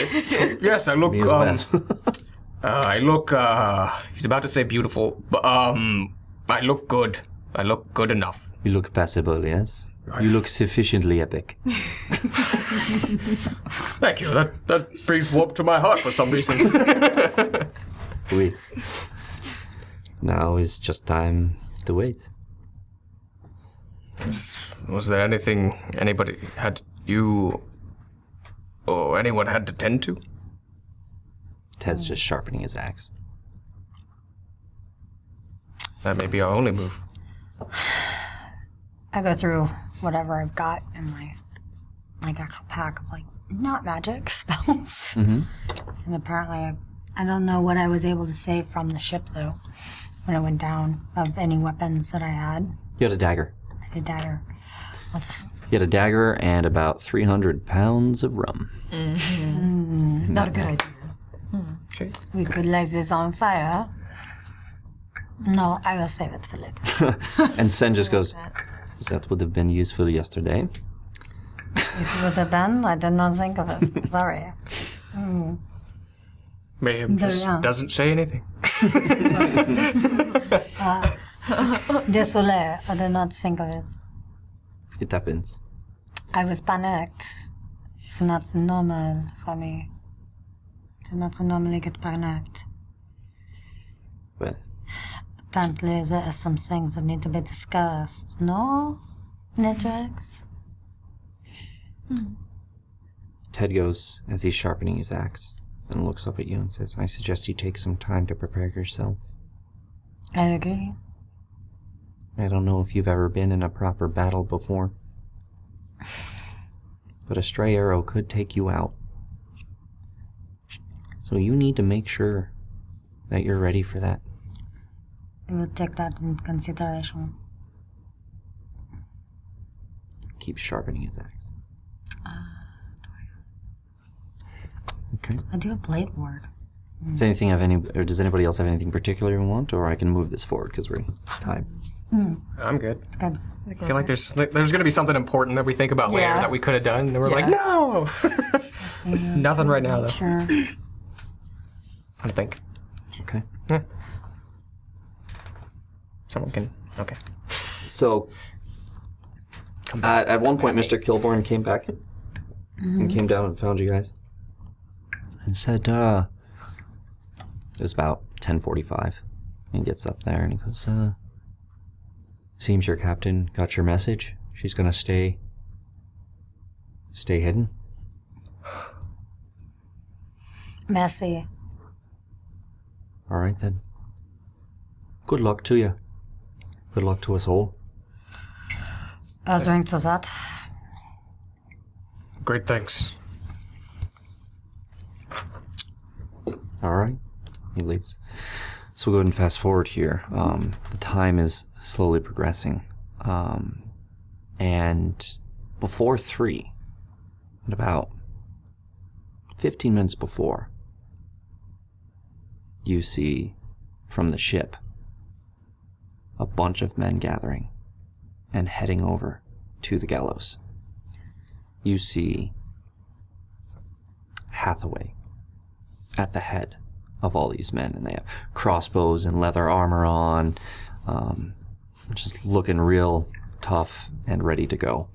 G: yes, I look.
B: Use
G: Um,
B: that.
G: uh, I look. Uh, he's about to say beautiful, but um, I look good. I look good enough.
B: you look passable, yes? You look sufficiently epic.
G: Thank you. That that brings warmth to my heart for some reason.
B: Oui. Now is just time to wait.
G: Was there anything anybody had you or anyone had to tend to?
B: Ted's just sharpening his axe.
G: That may be our only move.
C: I go through whatever I've got in my like actual pack of like not magic spells.
K: Mm-hmm.
C: And apparently, I, I don't know what I was able to save from the ship though when I went down of any weapons that I had.
B: You had a dagger.
C: I did that or I'll just
B: You had a dagger and about 300 pounds of rum.
F: Not a good idea.
C: we could light this on fire. No, I will save it for later.
B: And Sen just goes, that would have been useful yesterday.
C: It would have been. I did not think of it. Sorry. Hmm.
G: Mayhem
C: There
G: just
C: you are.
G: doesn't say anything.
C: Ah. Désolé, I did not think of it.
B: It happens.
C: I was panicked. It's not normal for me. Do not normally get panicked.
B: Well,
C: Apparently, there are some things that need to be discussed. No? Netrax? Mm.
B: Ted goes as he's sharpening his axe and looks up at you and says, I suggest you take some time to prepare yourself.
C: I agree.
B: I don't know if you've ever been in a proper battle before, but a stray arrow could take you out. So you need to make sure that you're ready for that.
C: We will take that into consideration.
B: Keep sharpening his axe. Okay.
C: I do a blade ward.
B: Does anything have any, or does anybody else have anything particular you want, or I can move this forward because we're in time.
D: I'm good.
C: Good.
D: I feel like there's there's gonna be something important that we think about later
F: Yeah.
D: that we could have done, and then we're like,
F: Yeah.
D: no, nothing right now though.
C: Sure.
D: I don't think
B: Okay.
D: someone can. Okay.
B: So, at, at one point, Mr. Kilborn came back and came down and found you guys Mm-hmm. and said, uh, it was about 1045. He gets up there and he goes, uh, seems your captain got your message. She's gonna stay, stay hidden.
I: Messy.
K: All right then. Good luck to you. Good luck to us all.
I: I'll drink to that.
G: Great, thanks.
B: All right. He leaves. So we'll go ahead and fast forward here. Um, the time is slowly progressing. Um, and before three, at about 15 minutes before, you see from the ship a bunch of men gathering and heading over to the gallows. You see Hathaway at the head of all these men, and they have crossbows and leather armor on, um, just looking real tough and ready to go.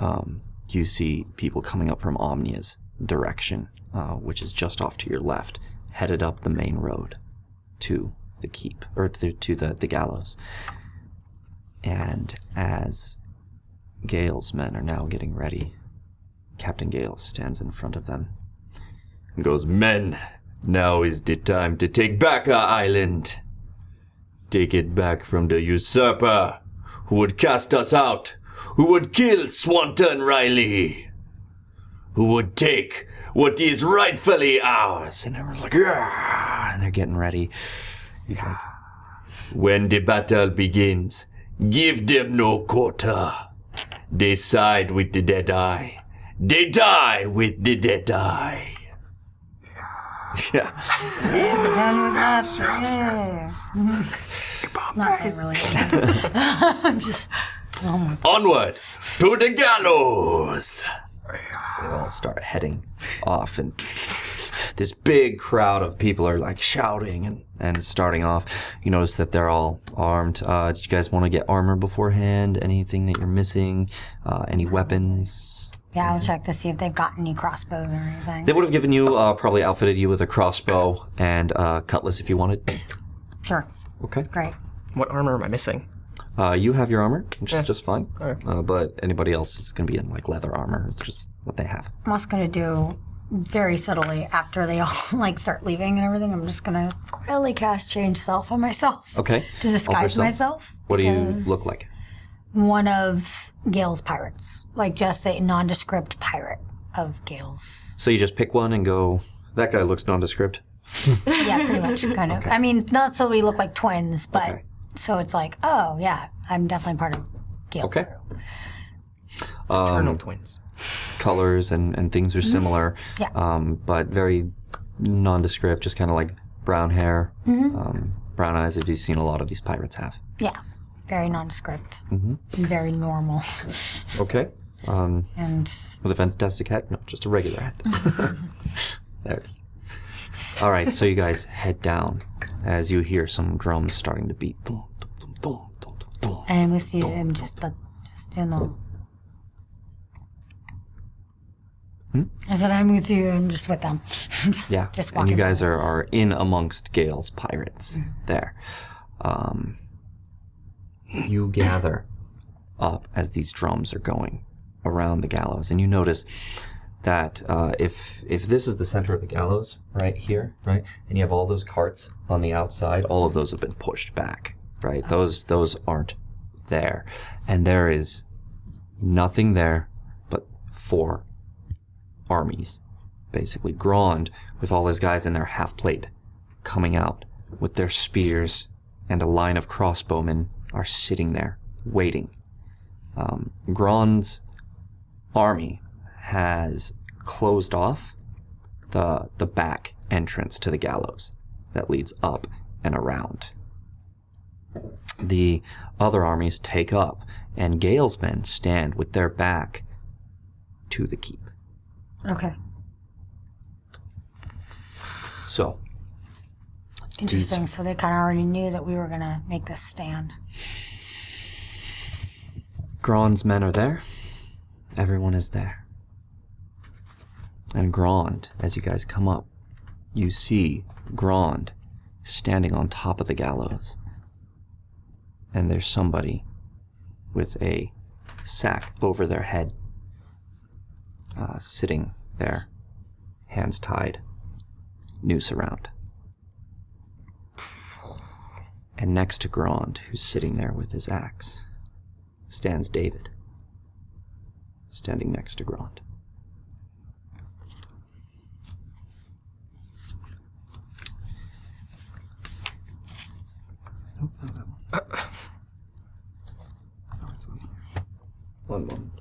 B: Um, you see people coming up from Omnia's direction, uh, which is just off to your left, headed up the main road to the keep or to, to the, the gallows. And as Gale's men are now getting ready, Captain Gale stands in front of them and goes, Men, now is the time to take back our island. Take it back from the usurper who would cast us out, who would kill Swanton Riley, who would take what is rightfully ours. And everyone's like, "Ah, "Yeah," and they're getting ready. He's like, When the battle begins, give them no quarter. They side with the dead eye. They die with the dead eye. Yeah.
I: Yeah, done with that. Yeah. Nothing really. I'm just. Oh my
B: Onward to the gallows. They all start heading off, and this big crowd of people are like shouting and, and starting off. You notice that they're all armed. Uh, did you guys want to get armor beforehand? Anything that you're missing? Uh, any weapons?
I: Yeah, I'll check to see if they've got any crossbows or anything.
B: They would have given you, uh, probably outfitted you with a crossbow and uh, cutlass if you wanted.
I: Sure.
B: Okay.
I: Great.
D: What armor am I missing?
B: Uh, you have your armor, which is just fine. Uh, but anybody else is going to be in like leather armor. It's just what they have.
I: I'm also gonna do very subtly after they all like start leaving and everything. I'm just gonna quietly cast change self on myself
B: Okay.
I: to disguise
B: yourself.
I: myself.
B: What do you
I: because
B: look like?
I: One of Gale's pirates, like just a nondescript pirate of Gale's.
B: So you just pick one and go. That guy looks nondescript.
I: Yeah, pretty much, kind of. I mean, not so we look like twins, but so it's like, oh yeah, I'm definitely part of Gale's
B: Okay. Um,
I: crew.
D: Eternal twins.
B: Colors and, and things are similar,
I: Yeah.
B: um, but very nondescript. Just kind of like brown hair,
I: Mm-hmm.
B: um, brown eyes. If you've seen a lot of these pirates have. Mm-hmm.
I: Yeah, very nondescript,
B: Mm.
I: and very normal,
B: Okay. um,
I: and
B: With a fantastic hat? No, just a regular hat. there it is. All right, so you guys head down as you hear some drums starting to beat. Dum, dum, dum, dum, dum, dum, dum.
I: and we see him just, but just you know. I said I'm with you. I'm just with them. I'm just,
B: Hmm? Yeah,
I: just
B: and
I: walking. Mm-hmm.
B: you guys are, are in amongst Gale's pirates there. Um, you gather up as these drums are going around the gallows, and you notice that uh, if if this is the center of the gallows right here, right, and you have all those carts on the outside, all of those have been pushed back, right? Those those aren't there, and there is nothing there but four armies basically Grond with all his guys in their half plate coming out with their spears and a line of crossbowmen are sitting there waiting. Um, Grond's army has closed off the the back entrance to the gallows that leads up and around. The other armies take up, and Gale's men stand with their back to the keep.
I: Okay.
B: So
I: Interesting. So they kind of already knew that we were gonna make this stand.
B: Grond's men are there. Everyone is there. And Grond, as you guys come up, you see Grond standing on top of the gallows. And there's somebody with a sack over their head uh, sitting There. Hands tied. Noose around. And next to Grand, who's sitting there with his axe, stands David. Standing next to Grand. One moment,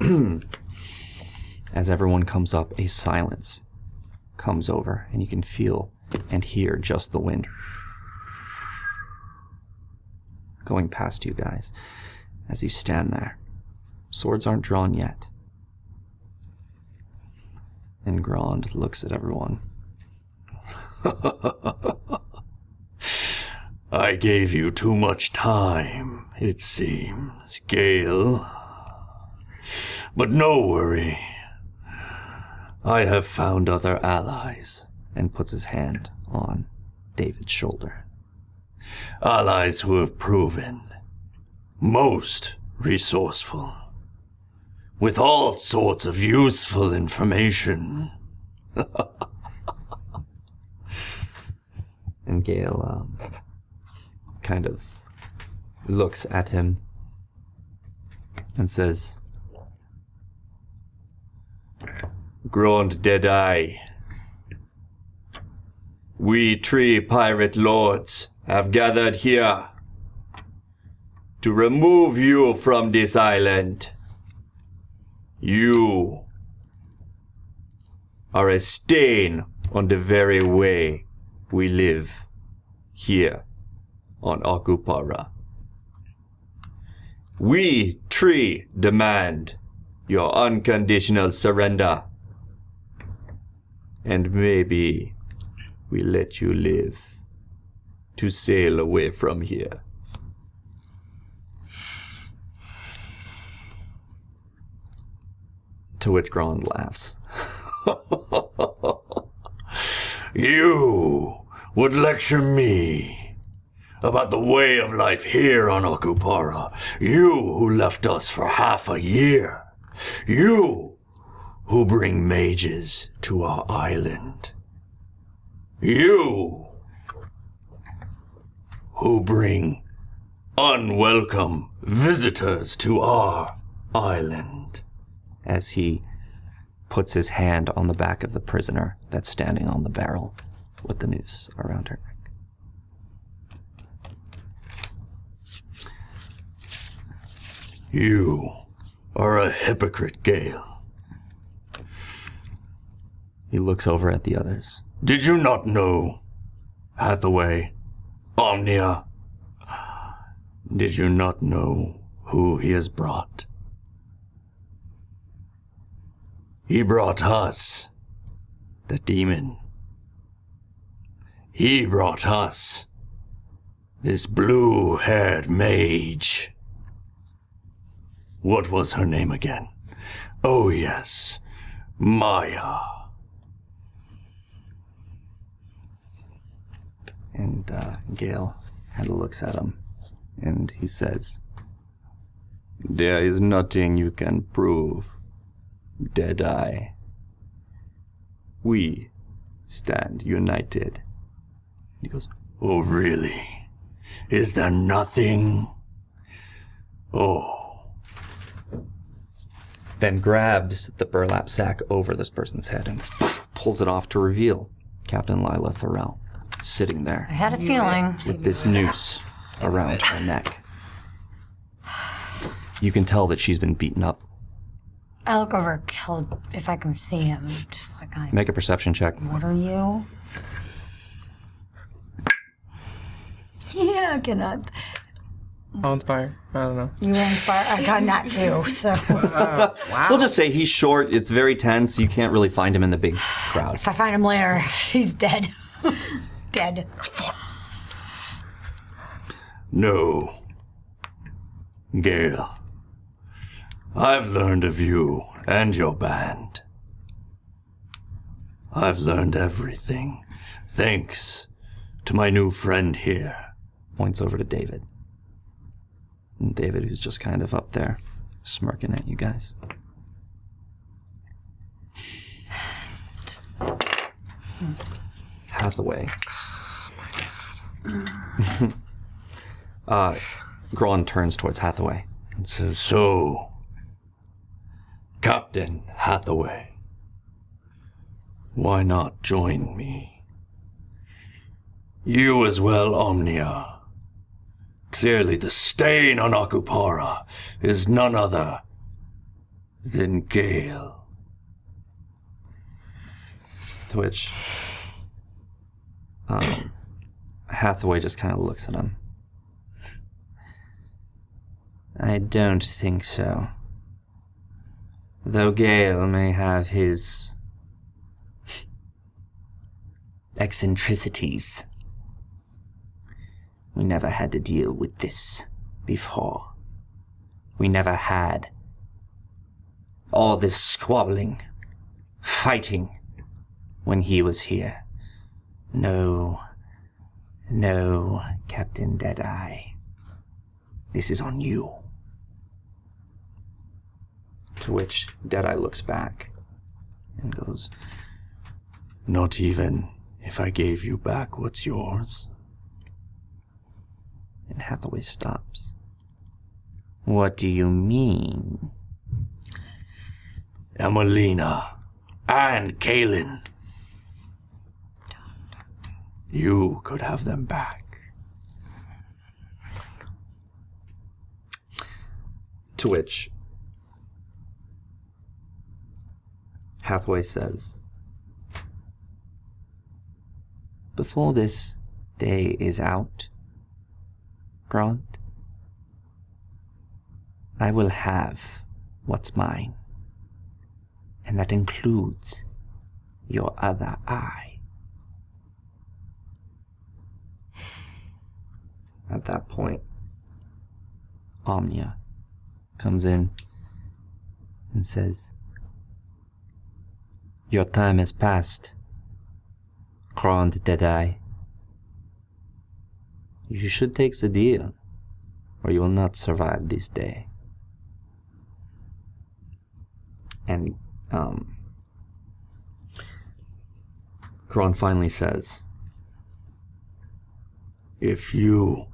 B: please. As everyone comes up, a silence comes over, and you can feel and hear just the wind going past you guys as you stand there. Swords aren't drawn yet. And Grand looks at everyone.
J: I gave you too much time, it seems, Gale. But no worry. I have found other allies.
B: and puts his hand on David's shoulder.
J: Allies who have proven most resourceful. With all sorts of useful information.
B: And Gale um, kind of looks at him and says,
J: Grand Deadeye. We three pirate lords have gathered here to remove you from this island. You are a stain on the very way we live here on Akupara. We three demand your unconditional surrender. And maybe we let you live to sail away from here.
B: to which Grand laughs.
J: You would lecture me about the way of life here on Okupara. You who left us for half a year. You who bring mages to our island. You who bring unwelcome visitors to our island.
B: as he puts his hand on the back of the prisoner that's standing on the barrel with the noose around her neck.
J: You are a hypocrite, Gale.
B: He looks over at the others.
J: Did you not know Hathaway, Omnia? Did you not know who he has brought? He brought us, the demon. He brought us, this blue haired mage. What was her name again? Oh, yes, Maya.
B: And uh, Gale kind of looks at him and he says,
J: There is nothing you can prove, Deadeye.
B: We stand united. He goes,
J: Oh, really? Is there nothing? Oh,
B: then grabs the burlap sack over this person's head and pulls it off to reveal Captain Lila Thorell sitting there
C: I had a feeling.
B: with this noose around her neck. You can tell that she's been beaten up.
C: Elgover killed, if I can see him. Just like, I,
B: Make a perception check.
C: what are you? Yeah, I cannot.
D: I'll inspire. I don't know.
C: You were inspired. I got not to, so if
B: Oh,
I: We'll just say he's short. It's very tense. You can't really find him in the big crowd.
C: I find him later, he's dead. dead.
J: no. Gale, I've learned of you and your band. I've learned everything thanks to my new friend here.
B: Points over to David. And David, who's just kind of up there, smirking at you guys.
K: Hathaway.
B: Oh
K: uh, Grolin turns towards Hathaway.
J: and says, So, Captain Hathaway, why not join me? You as well, Omnia. Clearly, the stain on Akupara is none other than Gale.
K: To which
B: Um, Hathaway just kind of looks at him. I don't think so. Though Gale may have his eccentricities, we never had to deal with this before. We never had all this squabbling, fighting, when he was here. No. No, Captain Deadeye. This is on you.
K: to which Deadeye looks back and goes,
J: Not even if I gave you back what's yours.
B: And Hathaway stops. What do you mean?
J: Emelina and Kalin. You could have them back.
K: to which
B: Hathaway says. Before this day is out, Grant, I will have what's mine. And that includes your other eye.
K: at that point,
B: Omnia comes in and says, Your time has passed, Grand Deadeye. You should take the deal, or you will not survive this day.
K: and um, Kron finally says,
J: If you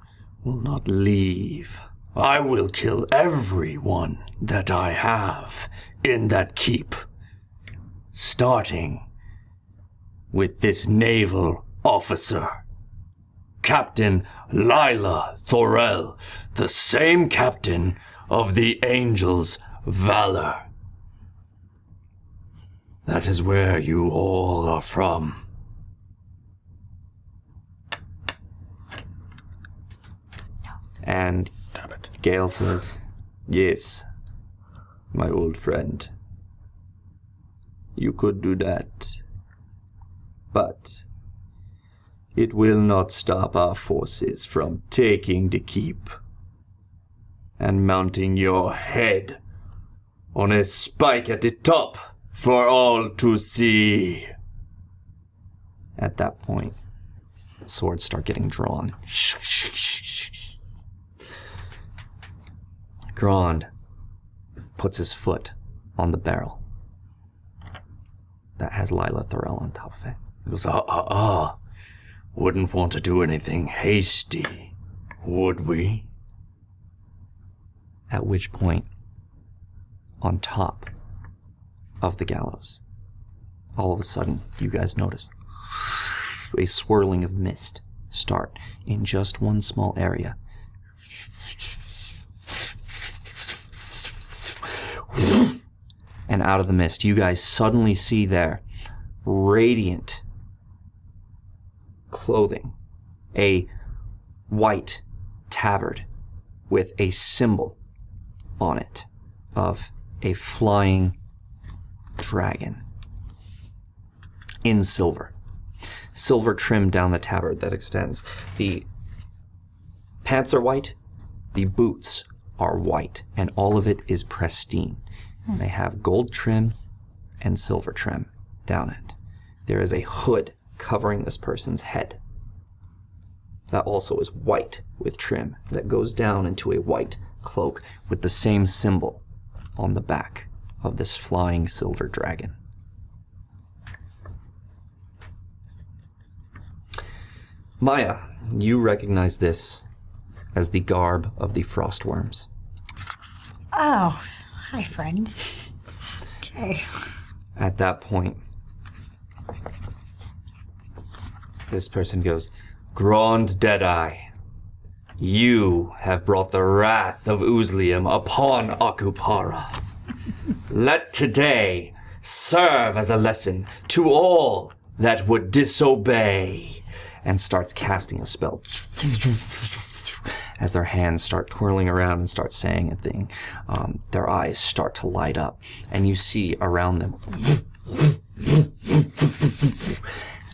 J: will not leave, I will kill everyone that I have in that keep. Starting with this naval officer, Captain Lila Thorell, the same captain of the Angel's Valor. That is where you all are from.
B: And Gale says,
K: Yes, my old friend. You could do that. But
B: It will not stop our forces from taking the keep.
J: and mounting your head on a spike at the top for all to see.
K: at that point, swords start getting drawn.
B: Grand puts his foot on the barrel that has Lila Thorell on top of it.
J: He goes, ah, ah, ah. Wouldn't want to do anything hasty, would we?
B: At which point, on top of the gallows, all of a sudden, you guys notice a swirling of mist start in just one small area. And out of the mist, you guys suddenly see there radiant clothing, a white tabard with a symbol on it of a flying dragon in silver. Silver trim down the tabard that extends. The pants are white, the boots are white, and all of it is pristine.
P: Hmm.
B: They have gold trim and silver trim down it. There is a hood covering this person's head that also is white with trim that goes down into a white cloak with the same symbol on the back of this flying silver dragon. Maya, you recognize this as the garb of the frostworms.
I: Oh, hi, friend. Okay.
B: At that point, this person goes, Grand Deadeye, you have brought the wrath of Uzlium upon Akupara. Let today serve as a lesson to all that would disobey. And starts casting a spell as their hands start twirling around and start saying a thing. Um, their eyes start to light up, and you see around them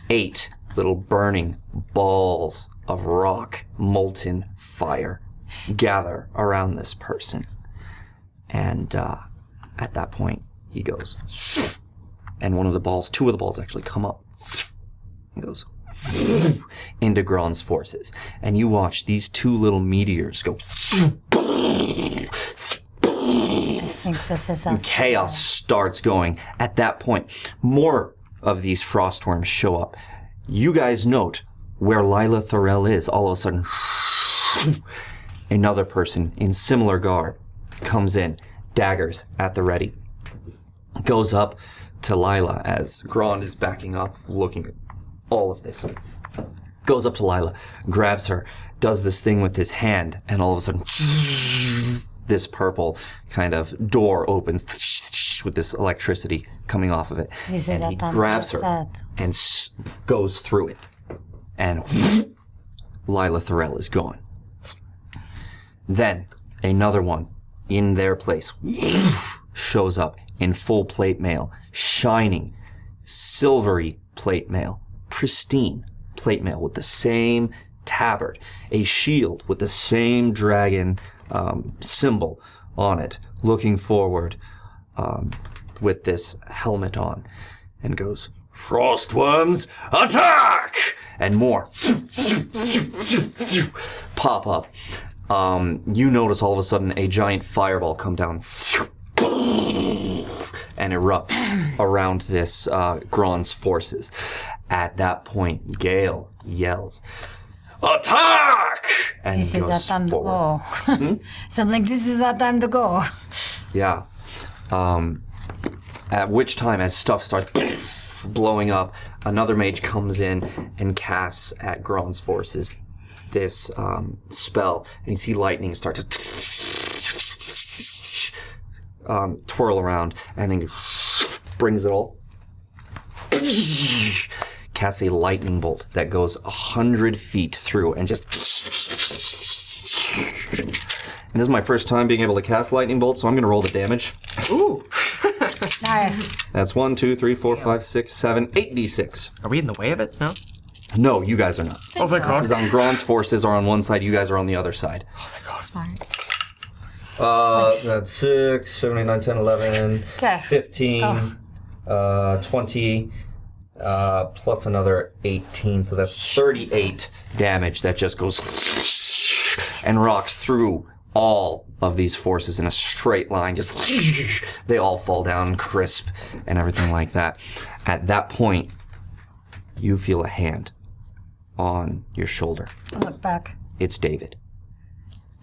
B: eight little burning balls of rock, molten fire gather around this person. And uh, at that point, he goes, and one of the balls, two of the balls actually come up and goes into Gron's forces. And you watch these two little meteors go
I: I think this is
B: and
I: us.
B: chaos starts going. At that point, more of these frostworms show up. You guys note where Lila Thorell is. All of a sudden, another person in similar garb comes in, daggers at the ready. Goes up to Lila as Grand is backing up, looking at all of this. Goes up to Lila, grabs her, does this thing with his hand, and all of a sudden, this purple kind of door opens with this electricity coming off of it.
I: This is
B: and he
I: Atam
B: grabs her
I: Tazat.
B: and s- goes through it. And Lila Thorell is gone. Then another one in their place shows up in full plate mail, shining, silvery plate mail, pristine plate mail with the same tabard, a shield with the same dragon um, symbol on it, looking forward um, with this helmet on, and goes, Frostworms, attack! And more pop up. Um, you notice all of a sudden a giant fireball come down and erupts around this uh, Gron's forces. At that point, Gale yells, "Attack!" and
I: This is oh. our
B: goes
I: time to
B: forward.
I: go. so I'm like, this is our time to go.
B: Yeah. Um, at which time, as stuff starts blowing up, another mage comes in and casts at Gron's forces this um, spell, and you see lightning start to um, twirl around, and then brings it all. Casts a lightning bolt that goes a hundred feet through and just and this is my first time being able to cast lightning bolt, so I'm going to roll the damage. Ooh.
I: nice.
B: That's one, two, three, four, five, six, seven, eight d6.
D: Are we in the way of it? No.
B: No, you guys are not.
D: Oh, thank God.
B: This is on Gron's forces are on one side. You guys are on the other side. Uh, that's 6, 7, 8, 9, 10, 11, 15, uh, 20, uh, plus another 18. So that's 38 damage that just goes and rocks through all of these forces in a straight line. Just they all fall down crisp and everything like that. At that point, you feel a hand on your shoulder.
I: I look back.
B: It's David.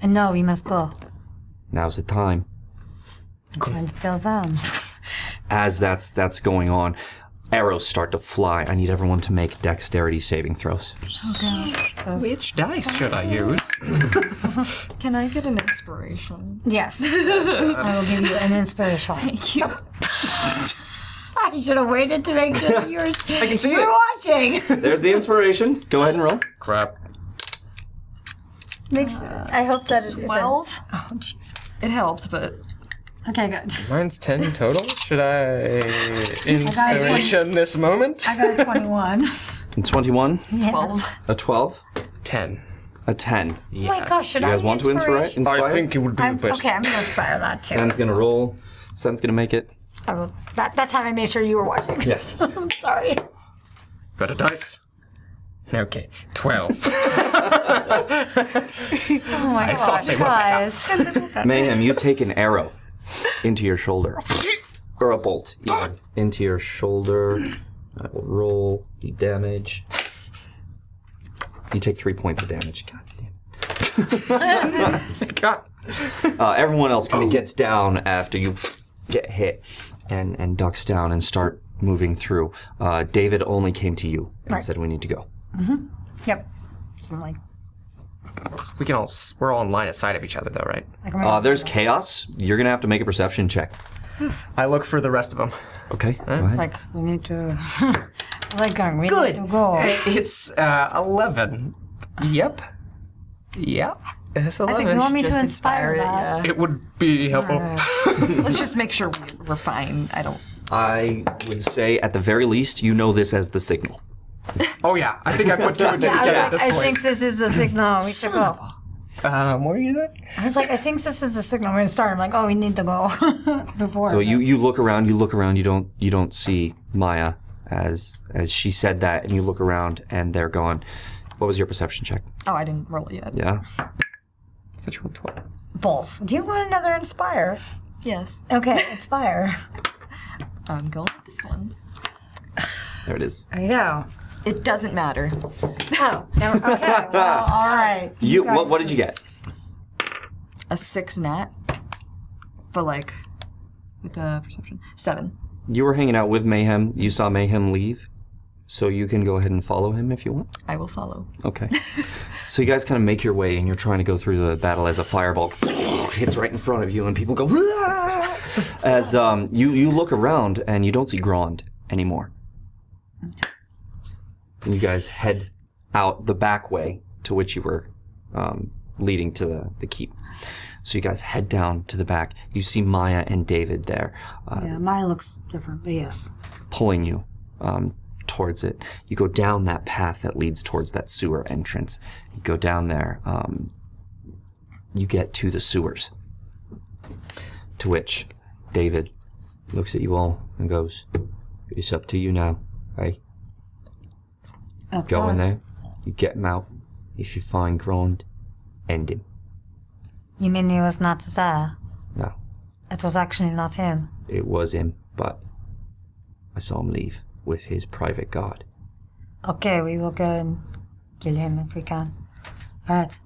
I: And no, we must go.
B: Now's the time.
I: And tell them.
B: as that's that's going on, arrows start to fly. I need everyone to make dexterity saving throws.
F: Oh,
I: Okay. So
D: Which dice should I use?
F: Can I get an inspiration? Um,
I: Yes. I will give you an inspiration.
F: Thank you.
I: I should have waited to make sure that you were, I
D: can see
I: you were watching.
B: There's the inspiration. Go ahead and roll.
D: Crap.
I: Make sure, I hope that it is.
F: Twelve.
I: Oh, Jesus.
F: It helped, but
I: Okay, good.
D: Mine's ten total. Should I inspiration
I: inspiration
D: this moment?
I: I got a 21.
B: And 21,
I: Yeah.
B: a 12,
D: Ten.
B: a 10.
I: Oh my gosh, should
B: You
I: I
B: guys want to inspire?
I: inspiration?
B: inspire?
C: I think it would be
I: I'm,
C: best.
I: okay, I'm gonna inspire that too.
B: Sen's gonna roll. Sen's gonna make it.
I: I will, that, that's how I made sure you were watching.
B: Yes.
I: I'm sorry.
D: Better dice. Okay, twelve.
I: Oh my gosh, Oh
D: they were better.
I: guys.
B: Mayhem, you take an arrow into your shoulder, or a bolt even, into your shoulder. I will roll the damage. You take three points of damage. God damn it! uh, everyone else kind of gets down after you get hit, and and ducks down and start moving through. Uh, David only came to you and
C: Right.
B: said, "We need to go."
C: Mm-hmm. Yep. So like,
D: We can all. s- We're all in line of sight of each other, though, right?
C: like
B: Uh, there's chaos. You're gonna have to make a perception check.
D: I look for the rest of them.
B: Okay.
C: it's like we need to. like going, we
D: Good.
C: need to go.
D: It's uh, eleven. Yep. Yeah. It's
C: I think you want me to inspire,
F: inspire it,
C: that.
D: It would be helpful.
F: Let's just make sure we- we're fine. I don't.
B: I would say, at the very least, you know this as the signal.
D: Oh yeah, I think I put two and two
C: Yeah,
D: together
C: I,
D: at this
C: was like, I
D: point.
C: think this is the signal. We should go.
D: Um, where are you at?
C: I was like, I think this is the signal. We're gonna start. I'm like, oh, we need to go before.
B: So you, you look around, you look around, you don't you don't see Maya as as she said that, and you look around and they're gone. What was your perception check?
F: Oh, I didn't roll it yet.
B: Yeah.
D: Such a twelve.
C: Bulls. Do you want another inspire?
F: Yes.
C: Okay, inspire.
F: I'm going with this one.
B: There it is.
C: There you go.
F: It doesn't matter.
C: Oh, no, okay. well, all right.
B: You what what did you get?
F: A six nat, but like with the perception seven.
B: You were hanging out with Mayhem. You saw Mayhem leave, so you can go ahead and follow him if you want.
F: I will follow.
B: Okay. so you guys kind of make your way, and you're trying to go through the battle as a fireball hits right in front of you, and people go. "Ah!" as um, you you look around, and you don't see Grand anymore. And you guys head out the back way to which you were um, leading to the, the keep. So you guys head down to the back. You see Maya and David there. Uh,
C: Yeah, mine looks different, but yes.
B: pulling you um, towards it. You go down that path that leads towards that sewer entrance. You go down there. Um, you get to the sewers. To which David looks at you all and goes, It's up to you now. Hey,
C: Of
B: go in
C: course.
B: there. You get him out. If you find Grand, end him.
C: You mean he was not there?
B: No,
C: It was actually not him.
B: it was him, but I saw him leave with his private guard.
C: Okay, we will go and kill him if we can. Alright.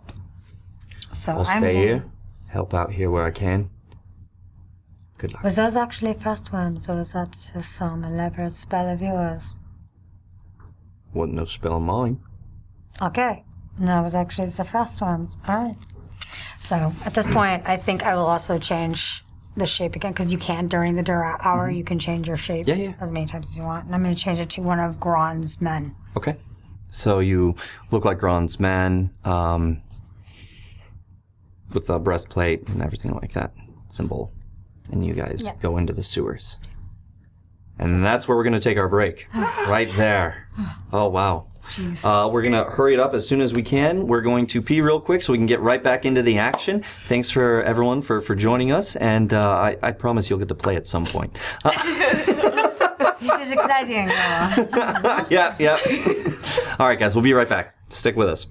C: So
B: I'll
C: I'm
B: stay here, help out here where I can. Good luck.
C: Was that actually first one, or was that just some elaborate spell of yours?
B: Wasn't no spell of mine.
C: Okay. No, it was actually the first ones. Alright. So at this point I think I will also change the shape again because you can during the dura- hour you can change your shape
B: Yeah, yeah.
C: as many times as you want. And I'm gonna change it to one of Gron's men.
B: Okay. So you look like Gron's man, um, with a breastplate and everything like that, symbol, and you guys
C: Yeah.
B: go into the sewers. And that's where we're gonna take our break, right there. Oh wow. Uh, we're gonna hurry it up as soon as we can. We're going to pee real quick so we can get right back into the action. Thanks for everyone for for joining us, and uh, I, I promise you'll get to play at some point.
C: this is exciting now.
B: yeah, yeah. All right, guys, we'll be right back. Stick with us.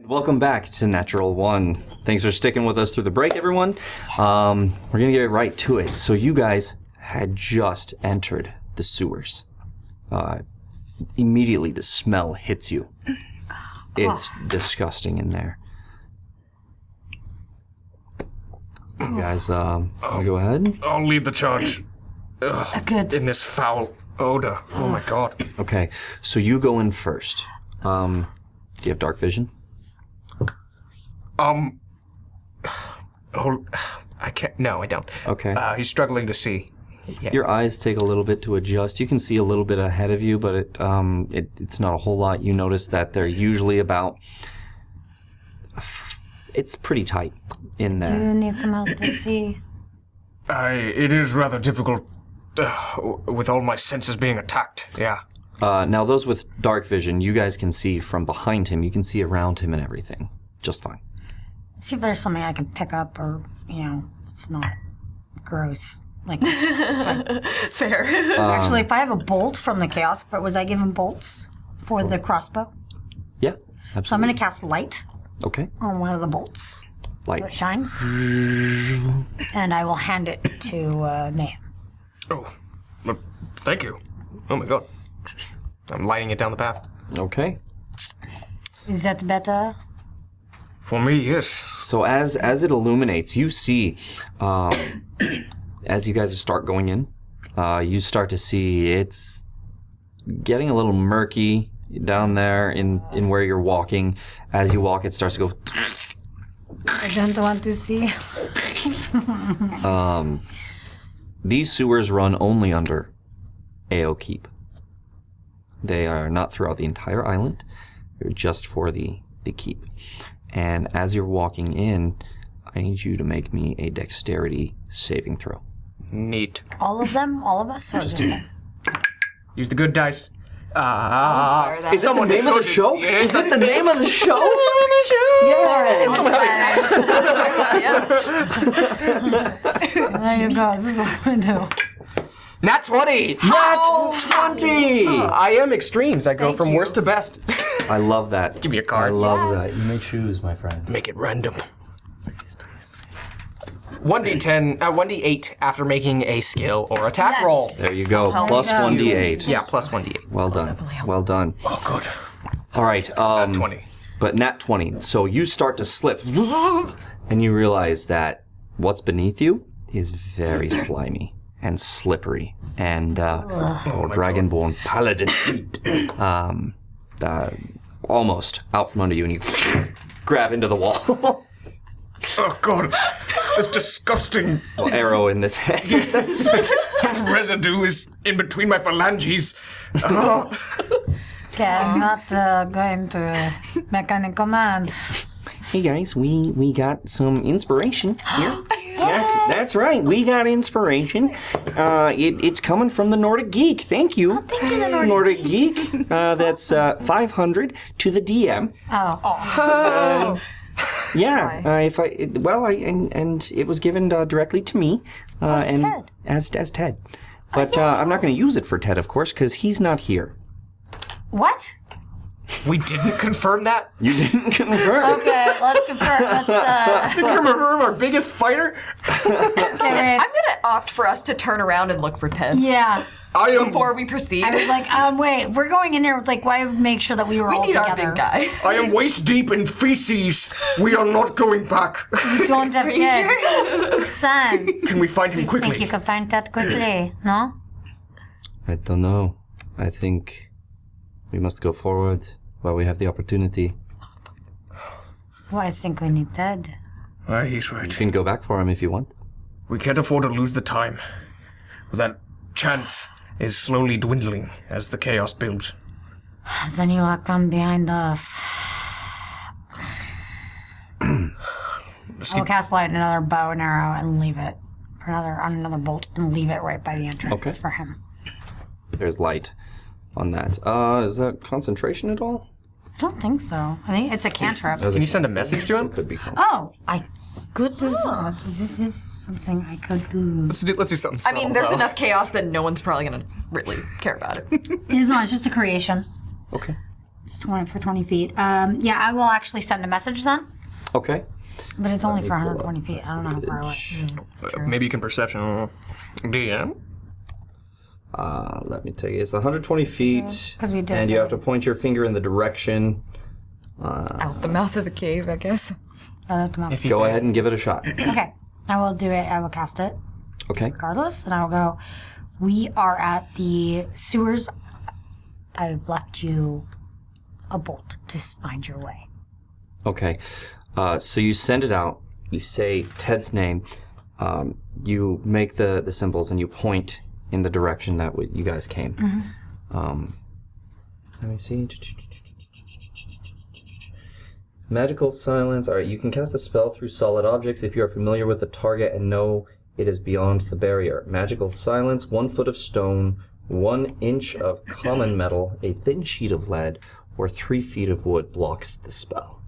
B: welcome back to Natural One. Thanks for sticking with us through the break, everyone. Um, we're gonna get right to it. So you guys had just entered the sewers. Uh, immediately, the smell hits you. It's disgusting in there. You guys, um, wanna go ahead.
G: I'll lead the charge. Ugh,
C: Uh, Good.
G: In this foul odor. Oh my god.
B: Okay, so you go in first. Um, do you have dark vision?
D: Um. Oh, I can't. No, I don't.
B: Okay.
D: Uh, he's struggling to see. Yeah.
B: Your eyes take a little bit to adjust. You can see a little bit ahead of you, but it, um, it it's not a whole lot. You notice that they're usually about. It's pretty tight in
C: Do
B: there.
C: you need some help to see?
G: I. It is rather difficult uh, w- with all my senses being attacked. Yeah.
B: Uh, now, those with dark vision, you guys can see from behind him. You can see around him and everything, just fine.
C: See if there's something I can pick up, or you know, it's not gross. Like,
F: fair.
B: Um,
C: Actually, if I have a bolt from the chaos, but was I given bolts for the crossbow?
B: Yeah,
C: So I'm gonna cast light
B: Okay,
C: on one of the bolts.
B: light.
C: So it shines, and I will hand it to uh, May.
D: Oh, well, thank you. Oh my god. I'm lighting it down the path.
B: Okay.
C: Is that better?
B: For me, yes. So as as it illuminates, you see, um, as you guys start going in, uh, you start to see it's getting a little murky down there in in where you're walking. As you walk, it starts to
C: I don't want to see.
B: go. Um, these sewers run only under AO Keep. They are not throughout the entire island. They're just for the the keep. And as you're walking in, I need you to make me a dexterity saving throw.
D: Neat.
C: all of them, all of us, or just them?
D: Use the good dice.
C: I'll
D: Ah.
C: inspire that. Is that the
D: someone
C: name of the
D: sorted-
B: show?
D: Yeah.
B: Is that the name of the show?
C: Yeah.
B: Someone
C: There you go. This is what we do.
D: Nat 20! Nat
B: 20!
D: I am extremes. I go from worst to best.
B: I love that.
D: Give me a
B: I
D: card.
B: love that. Uh, You may choose, my friend.
D: Make it random. 1d10, uh, 1d8 after making a skill or attack
B: Yes.
D: roll.
B: There you go. Hell Plus yeah. 1d8.
D: Yeah, plus 1d8.
B: Well done. Well done. Oh, good. All right. Um, nat 20. But nat 20. So you start to slip, and you realize that what's beneath you is very slimy and slippery. And uh,
K: Ugh.
B: oh, Dragonborn Paladin. um, uh, almost out from under you, and you grab into the wall.
G: Oh god. This disgusting
B: Well, arrow in this head.
G: residue is in between my phalanges. Ah.
C: Okay, I'm not uh, going to make any command.
N: Hey guys, we we got some inspiration here. that's, that's right, we got inspiration. Uh, it, it's coming from the Nordic Geek. Thank you. Oh, thank you, the Nordic, Geek. Uh, that's uh, 500 to the DM.
C: Oh.
N: Um, yeah, uh, if I it- well, I and, and it was given uh, directly to me, uh,
B: As
N: and
B: Ted.
N: as as Ted, Oh,
B: But uh, I'm not going to use it for Ted, of course, because he's not here.
C: What?
D: We didn't confirm that?
B: You didn't confirm.
C: Okay, let's confirm. Let's. Uh...
D: our biggest fighter.
F: I'm gonna opt for us to turn around and look for Ted.
C: Yeah.
F: I am, before we proceed.
C: I was like, um, wait, we're going in there with like, why make sure that we were all
F: need our
C: together?
F: big guy.
G: I am waist deep in feces. We are not going back.
C: You don't have Ted. Son,
G: Can we find him
C: you think you
G: quickly?
C: can find that quickly? No?
K: I don't know. I think we must go forward while we have the opportunity.
C: Well, I think we need Ted.
G: Ah, he's right. You
B: can go back for him if you want.
G: We can't afford to lose the time. That chance is slowly dwindling as the chaos builds.
C: Then you will come behind us.
G: Let's
C: I'll cast light and another bow and arrow and leave it. For another on another bolt and leave it right by the entrance
B: Okay.
C: for him.
B: There's light on that. Uh, is that concentration at all?
C: I don't think so. I think it's a cantrip.
B: you send a message to him? Could be. con-
C: Oh, I could do some- This is something I could do.
D: Let's do, let's do something.
F: I mean, there's enough chaos that no one's probably gonna really care about it.
C: It is not. It's just a creation.
B: Okay.
C: It's 20 for 20 feet. Um, yeah, I will actually send a message then,
B: Okay.
C: but it's only for 120 feet. I don't know how far away.
D: Uh, maybe you can perception. I don't know. DM?
B: Uh, let me take it. It's 120 feet.
C: 'cause we did
B: And you
C: that.
B: have to point your finger in the direction. Uh,
F: Out the mouth of the cave, I guess.
C: I'll let them out.
B: Go ahead and give it a shot.
C: Okay, I will do it. I will cast it
B: Okay.
C: regardless, and I will go. We are at the sewers. I've left you a bolt to s- find your way.
B: Okay. Uh, so you send it out. You say Ted's name. Um, you make the, the symbols and you point in the direction that w- you guys came.
C: Mm-hmm.
B: Um, let me see. Magical silence. All right. You can cast a spell through solid objects if you are familiar with the target and know it is beyond the barrier. Magical silence. One foot of stone. One inch of common metal. A thin sheet of lead. Or three feet of wood blocks the spell.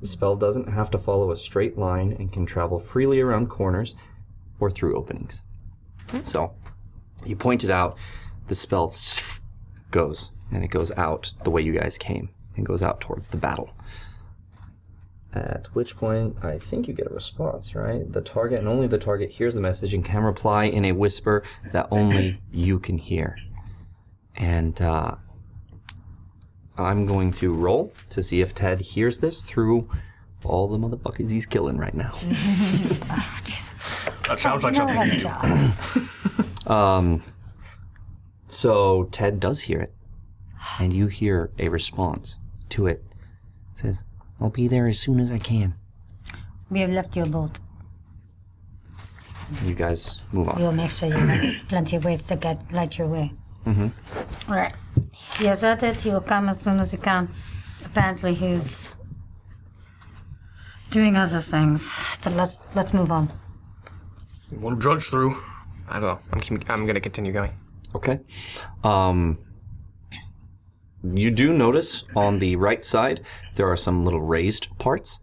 B: The spell doesn't have to follow a straight line and can travel freely around corners or through openings. So, you pointed out the spell goes and it goes out the way you guys came and goes out towards the battle. At which point, I think you get a response, right? The target and only the target hears the message and can reply in a whisper that only you can hear. And uh, I'm going to roll to see if Ted hears this through all the motherfuckers he's killing right now.
G: That sounds like
C: You know
G: something
C: what
G: you
C: a
G: do.
C: job.
B: Um, so Ted does hear it, and you hear a response to it. It says, "I'll be there as soon as I can."
C: We have left you a bolt.
B: And you guys move
C: We
B: on.
C: will make sure you have plenty of ways to get light your way. Mm-hmm. All right. He has said it. He will come as soon as he can. Apparently, he's doing other things. But let's let's move on.
G: We'll drudge through.
D: I don't know. I'm, keep- I'm going to continue going.
B: Okay. Um, you do notice on the right side there are some little raised parts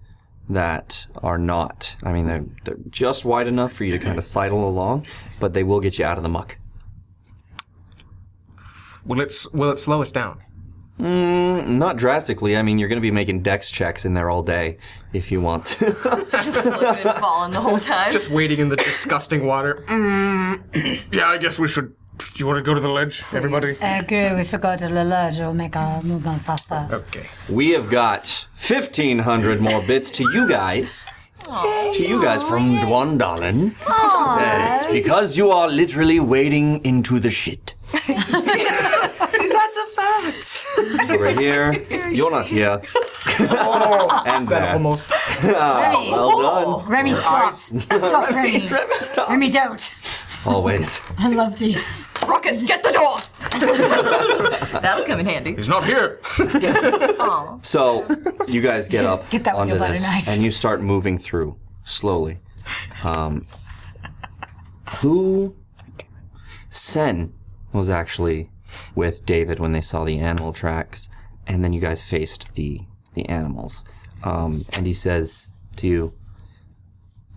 B: that are not. I mean, they're they're just wide enough for you to kind of sidle along, but they will get you out of the muck.
D: Will it, s- will it slow us down?
B: Mm, Not drastically. I mean, you're going to be making dex checks in there all day if you want to.
F: Just slipping and falling the whole time.
D: Just waiting in the disgusting water.
F: Mm.
G: Yeah, I guess we should. Do you want to go to the ledge, everybody?
C: I agree. Uh, We should go to the lodge. It will make our movement faster.
D: Okay.
B: We have got 1,500 more bits to you guys.
J: to you guys from Dwandalen. That is because you are literally wading into the shit.
F: That's a fact.
B: Over here. You're not here. and there. Ah,
D: Almost.
C: Remy,
B: Well done.
C: Remy, stop! Stop, Remy! Remy, stop! Remy, don't!
B: Always.
C: I love these.
F: Ruckus, get the door. That'll come in handy.
G: He's not here.
B: So you guys get up
C: Get that with
B: onto
C: your butter
B: this
C: knife.
B: and you start moving through slowly. Um, who Sen was actually with David when they saw the animal tracks, and then you guys faced the the animals. Um, and he says to you,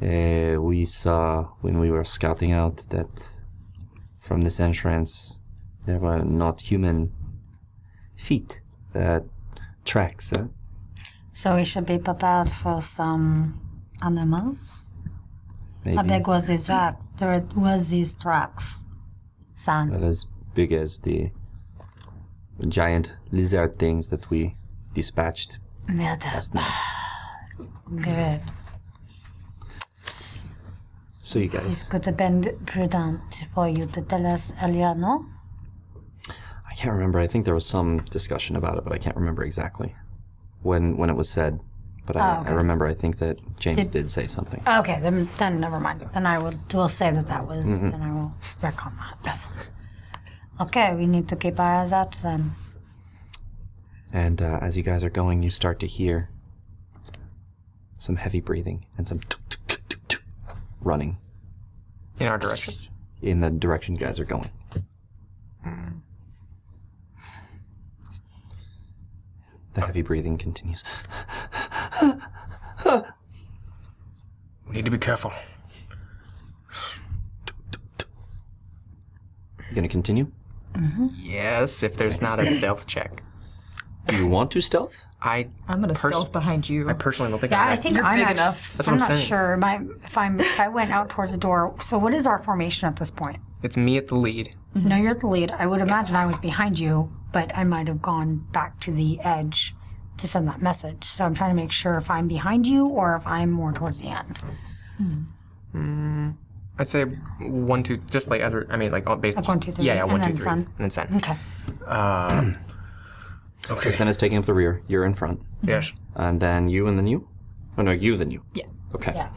B: eh, "We saw when we were scouting out that from this entrance there were not human feet, uh, tracks." Huh?
C: So we should be prepared for some animals. How
B: Maybe
C: big was these rocks? There was these tracks. Son.
B: not as big as the giant lizard things that we dispatched.
C: Murder. Good.
B: So you
C: This
B: guys,
C: could have been prudent for you to tell us earlier, no?
B: I can't remember. I think there was some discussion about it, but I can't remember exactly when when it was said. But I,
C: Oh, okay.
B: I remember. I think that James
C: Did- Uh,
B: did, say something.
C: Okay, then, then never mind. Then I will will say that that was,
B: Mm-hmm.
C: then I will work on that. Okay, we need to keep our eyes out then.
B: And uh, as you guys are going, you start to hear some heavy breathing and some tuk, tuk, tuk, tuk, tuk, running
D: In our direction.
B: in the direction you guys are going. The heavy breathing continues.
G: We need to be careful.
B: You gonna continue?
C: Mm-hmm.
D: Yes, if there's not a stealth check.
B: Do you want to stealth?
D: I.
F: I'm gonna stealth behind you.
D: I personally don't think
C: Yeah,
D: I'm
C: I
D: that-
C: think
F: You're
C: I'm
F: big
C: act-
F: enough.
D: That's
C: I'm
D: what I'm
C: not
D: saying.
C: sure. My, if I'm if I went out towards the door. So what is our formation at this point?
D: It's me at the lead.
C: No, Mm-hmm. you're at the lead. I would imagine I was behind you, but I might have gone back to the edge to send that message. So I'm trying to make sure if I'm behind you or if I'm more towards the end.
D: I'd say one, two, just like as we're, I mean, like all based
C: Like one, two, three,
D: Yeah, yeah,
C: and
D: one,
C: then
D: two, three,
C: sun.
D: and then sun. Uh,
C: Okay.
B: So Sen is taking up the rear. You're in front.
G: Yes.
B: And then you and then you? Oh, no, you then you.
C: Yeah.
B: Okay.
C: Yeah.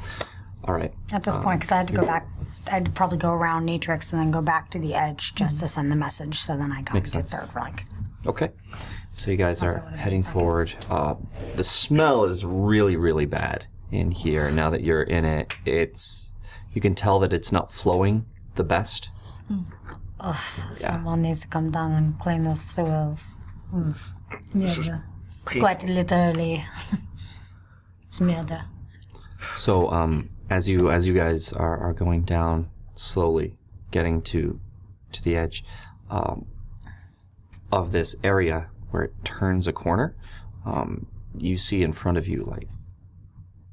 B: All right. Um,
C: At this point, because I had to go back, I'd probably go around Natrix and then go back to the edge just
D: Mm-hmm.
C: to send the message. So then I got into third rank.
B: Okay. So you guys are heading forward. Uh, the smell is really, really bad in here. Now that you're in it, it's you can tell that it's not flowing the best.
E: Mm.
C: Oh, Someone needs to come down and clean the sewers. Oof. Murder. Quite literally. it's murder.
B: So um, as you as you guys are, are going down slowly, getting to to the edge um, of this area where it turns a corner, um, you see in front of you like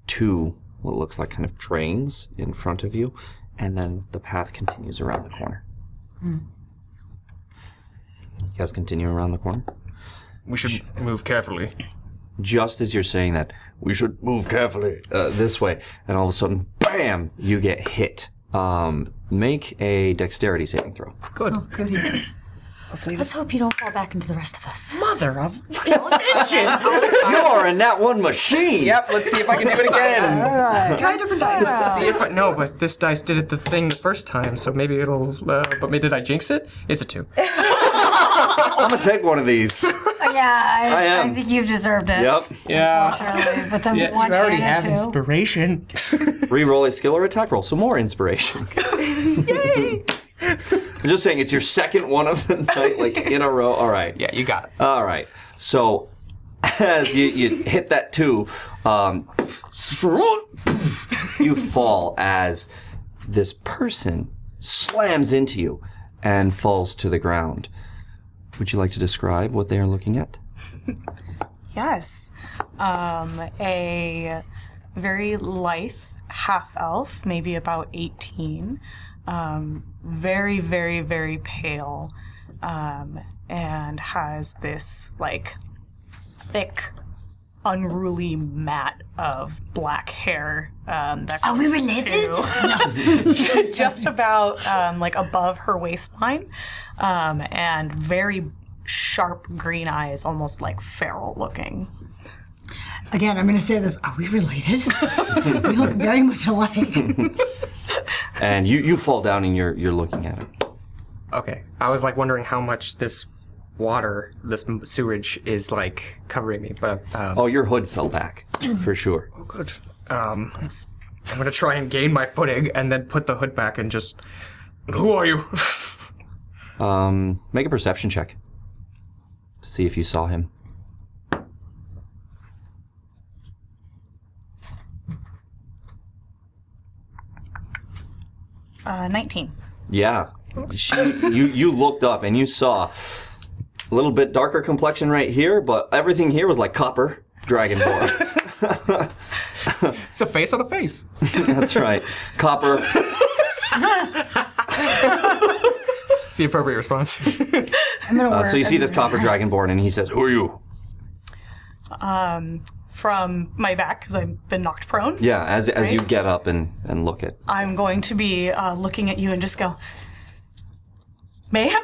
B: two what looks like kind of drains in front of you, and then the path continues around the corner. You guys continue around the corner.
G: We should move carefully.
B: Just as you're saying that,
J: We should move carefully.
B: uh, this way, and all of a sudden, bam! You get hit. Um, make a dexterity saving throw.
F: Goody.
C: Let's hope you don't fall back into the rest of us.
D: Mother of.
B: You are a nat one machine.
D: Yep, let's see if I can do it again.
F: Try different dice.
D: see if I, no, but this dice did it the thing the first time, so maybe it'll. Uh, but maybe did I jinx it? It's a two.
B: I'm gonna take one of these.
C: yeah,
B: I
C: I,
B: am.
C: I think you've deserved it.
B: yep.
D: Yeah.
C: Surely, But then one and a two.
D: inspiration.
B: Reroll a skill or attack roll. Some more inspiration. I'm just saying, it's your second one of the night, like in a row. All right.
D: Yeah, you got it.
B: All right. So as you, you hit that two, um, you fall as this person slams into you and falls to the ground. Would you like to describe what they are looking at?
E: Yes. Um, a very lithe half elf, maybe about 18. Um, very, very, very pale. Um, and has this like thick, unruly mat of black hair um, that
C: Are we
E: goes
C: related?
E: to- just about um, like above her waistline, um, and very sharp green eyes, almost like feral looking.
C: Again, I'm going to say this. Are we related? we look very much alike.
B: And you, you fall down and you're you're looking at it.
D: Okay. I was like wondering how much this water, this m- sewage, is like covering me, but uh,
B: Oh, your hood fell back for sure.
D: Oh, good. Um, I'm gonna try and gain my footing and then put the hood back and just. Who are you?
B: Um, make a perception check to see if you saw him.
E: Uh, 19.
B: Yeah. She, you, you looked up and you saw a little bit darker complexion right here, but everything here was like copper dragonborn.
D: it's a face on a face.
B: That's right. Copper.
D: It's the appropriate response.
C: I'm going to
B: Uh, so you see this copper dragonborn and he says,
J: Who are you?
E: Um, From my back, because I've been knocked prone,
B: Yeah, as, as you get up and, and look at.
E: I'm going to be uh, looking at you and just go, Mayhem?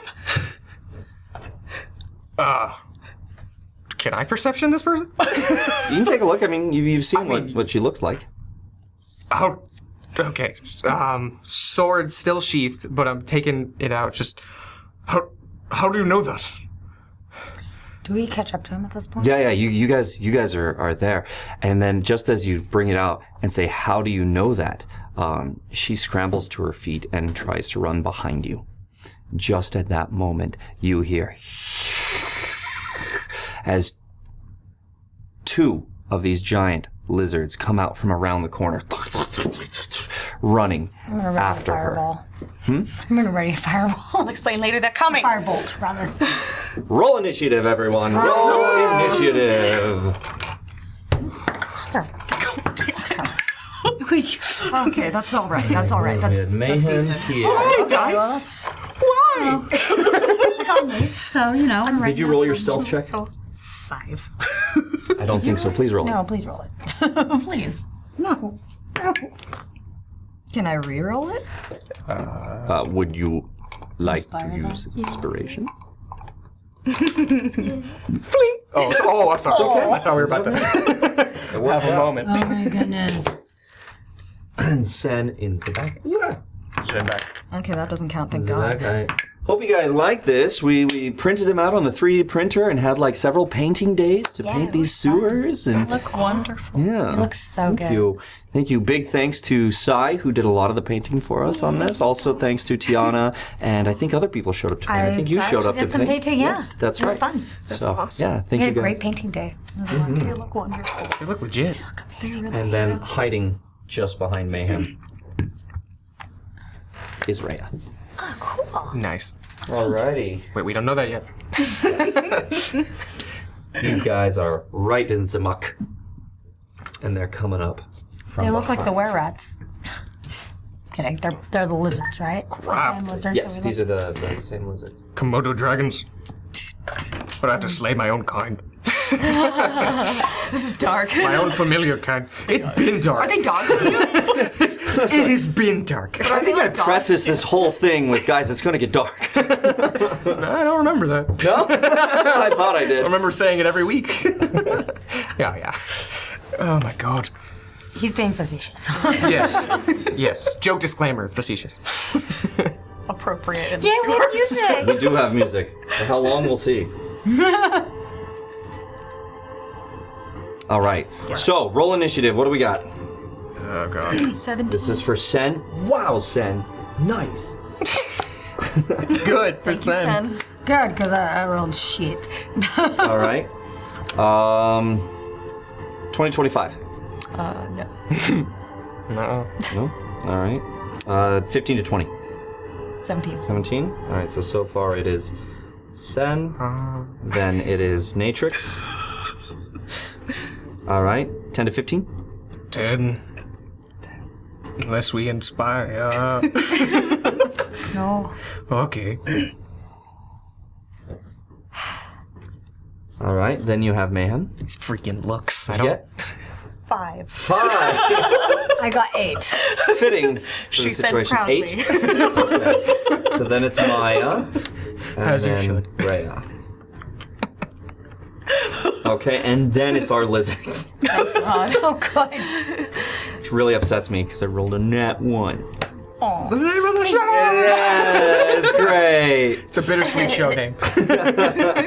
D: Uh, Can I perception this person?
B: You can take a look. I mean, you've, you've seen what, what she looks like.
D: Oh, okay. Um, sword still sheathed, but I'm taking it out. Just how? How do you know that?
C: Do we catch up to him at this point?
B: Yeah, yeah, you, you guys you guys are, are there. And then just as you bring it out and say, How do you know that? Um, she scrambles to her feet and tries to run behind you. Just at that moment, you hear as two of these giant lizards come out from around the corner, running after her. Hmm?
C: Fireball. I'm going to ready a fireball.
E: I'll explain later. They're coming.
C: Firebolt, rather.
B: Roll initiative, everyone. Roll initiative.
F: okay, that's all right. That's all right. That's, that's
Q: Mayhem
F: decent.
Q: here.
D: dice.
C: I got moved, so you know. I'm
B: Did you roll your stealth check?
E: Five.
B: I don't think so. Please roll it.
C: No, please roll it. please. No. No.
F: Can I re-roll it?
K: Uh, would you like
C: Inspire
K: to
C: that?
K: use inspiration?
D: Oh, so- oh, I'm sorry. I thought we were about to have a moment.
C: Oh my goodness.
K: Oh.
Q: And Sen in the back.
G: Send back.
F: Okay, that doesn't count. Thank God.
Q: Okay.
B: Hope you guys like
K: This we, we printed them out on the 3D printer and had like several painting days to paint these sewers and
E: Look wonderful.
K: yeah.
C: Looks so good.
K: Thank you. Thank you. Big thanks to Sai, who did a lot of the painting for us on this. Also, thanks to Tiana, and I think other people showed up today. I, think you
C: I
K: showed up.
C: did
K: didn't
C: some
K: they?
C: painting, yeah.
K: Yes, that's
C: It was
K: right.
C: fun.
K: That's so, awesome. Mm-hmm. Yeah, thank
C: We
K: you
C: had a
K: guys.
C: great painting day.
E: They look wonderful.
D: They look legit.
Q: And then hiding just behind Mayhem.
K: Is Rhea.
C: Ah,
D: Nice.
Q: Alrighty.
D: Wait, we don't know that yet.
Q: These guys are right in the muck. And they're coming up. From
C: They look like the
Q: behind.
C: were rats. Kidding. They're they're the lizards, right? The same lizards.
Q: Yes,
C: that we
Q: these are the, the same lizards.
D: Komodo dragons. But I have to slay my own kind.
F: This is dark.
D: My own familiar kind. It's been dark.
F: Are they dogs? to you?
D: it has been dark.
F: Are they like dogs?
K: Preface this whole thing with guys, it's gonna get dark.
D: I don't remember that.
K: I thought I
D: I
K: did.
D: remember saying it every week. yeah, yeah. Oh my god.
C: look- He's being facetious.
D: Yes. yes. Joke disclaimer, facetious.
E: Appropriate. In
C: yeah,
E: this
C: we have music.
K: We do have music. For how long we'll see.
B: All right. So roll initiative. What do we got?
D: Oh god.
F: Seventeen.
K: This is for Sen.
Q: Wow, Sen. Nice.
D: Good for
F: Thank you, Sen.
C: Good, because I, I rolled shit.
K: All right.
B: Um, 2025.
F: Uh, no.
D: No.
B: No. All right. Uh, 15 to 20.
F: Seventeen.
B: 17. All right. So so far it is Sen.
D: Uh.
B: Then it is Natrix. All right. 10 to 15.
D: Ten. Unless we inspire. Uh,
C: No.
D: okay.
B: All right. Then you have Mayhem.
D: These freaking looks. I don't.
B: Yeah.
E: Five.
B: Five.
C: I got eight.
B: Fitting. for
E: She
B: the
E: said
B: situation.
E: proudly.
B: Eight. So then it's Maya. And
D: As you
B: then
D: should.
B: Rhea. Okay, and then it's our lizards.
C: Oh, good.
B: Which really upsets me because I rolled a nat one.
D: The name of the show.
B: That's great.
D: It's a bittersweet show name.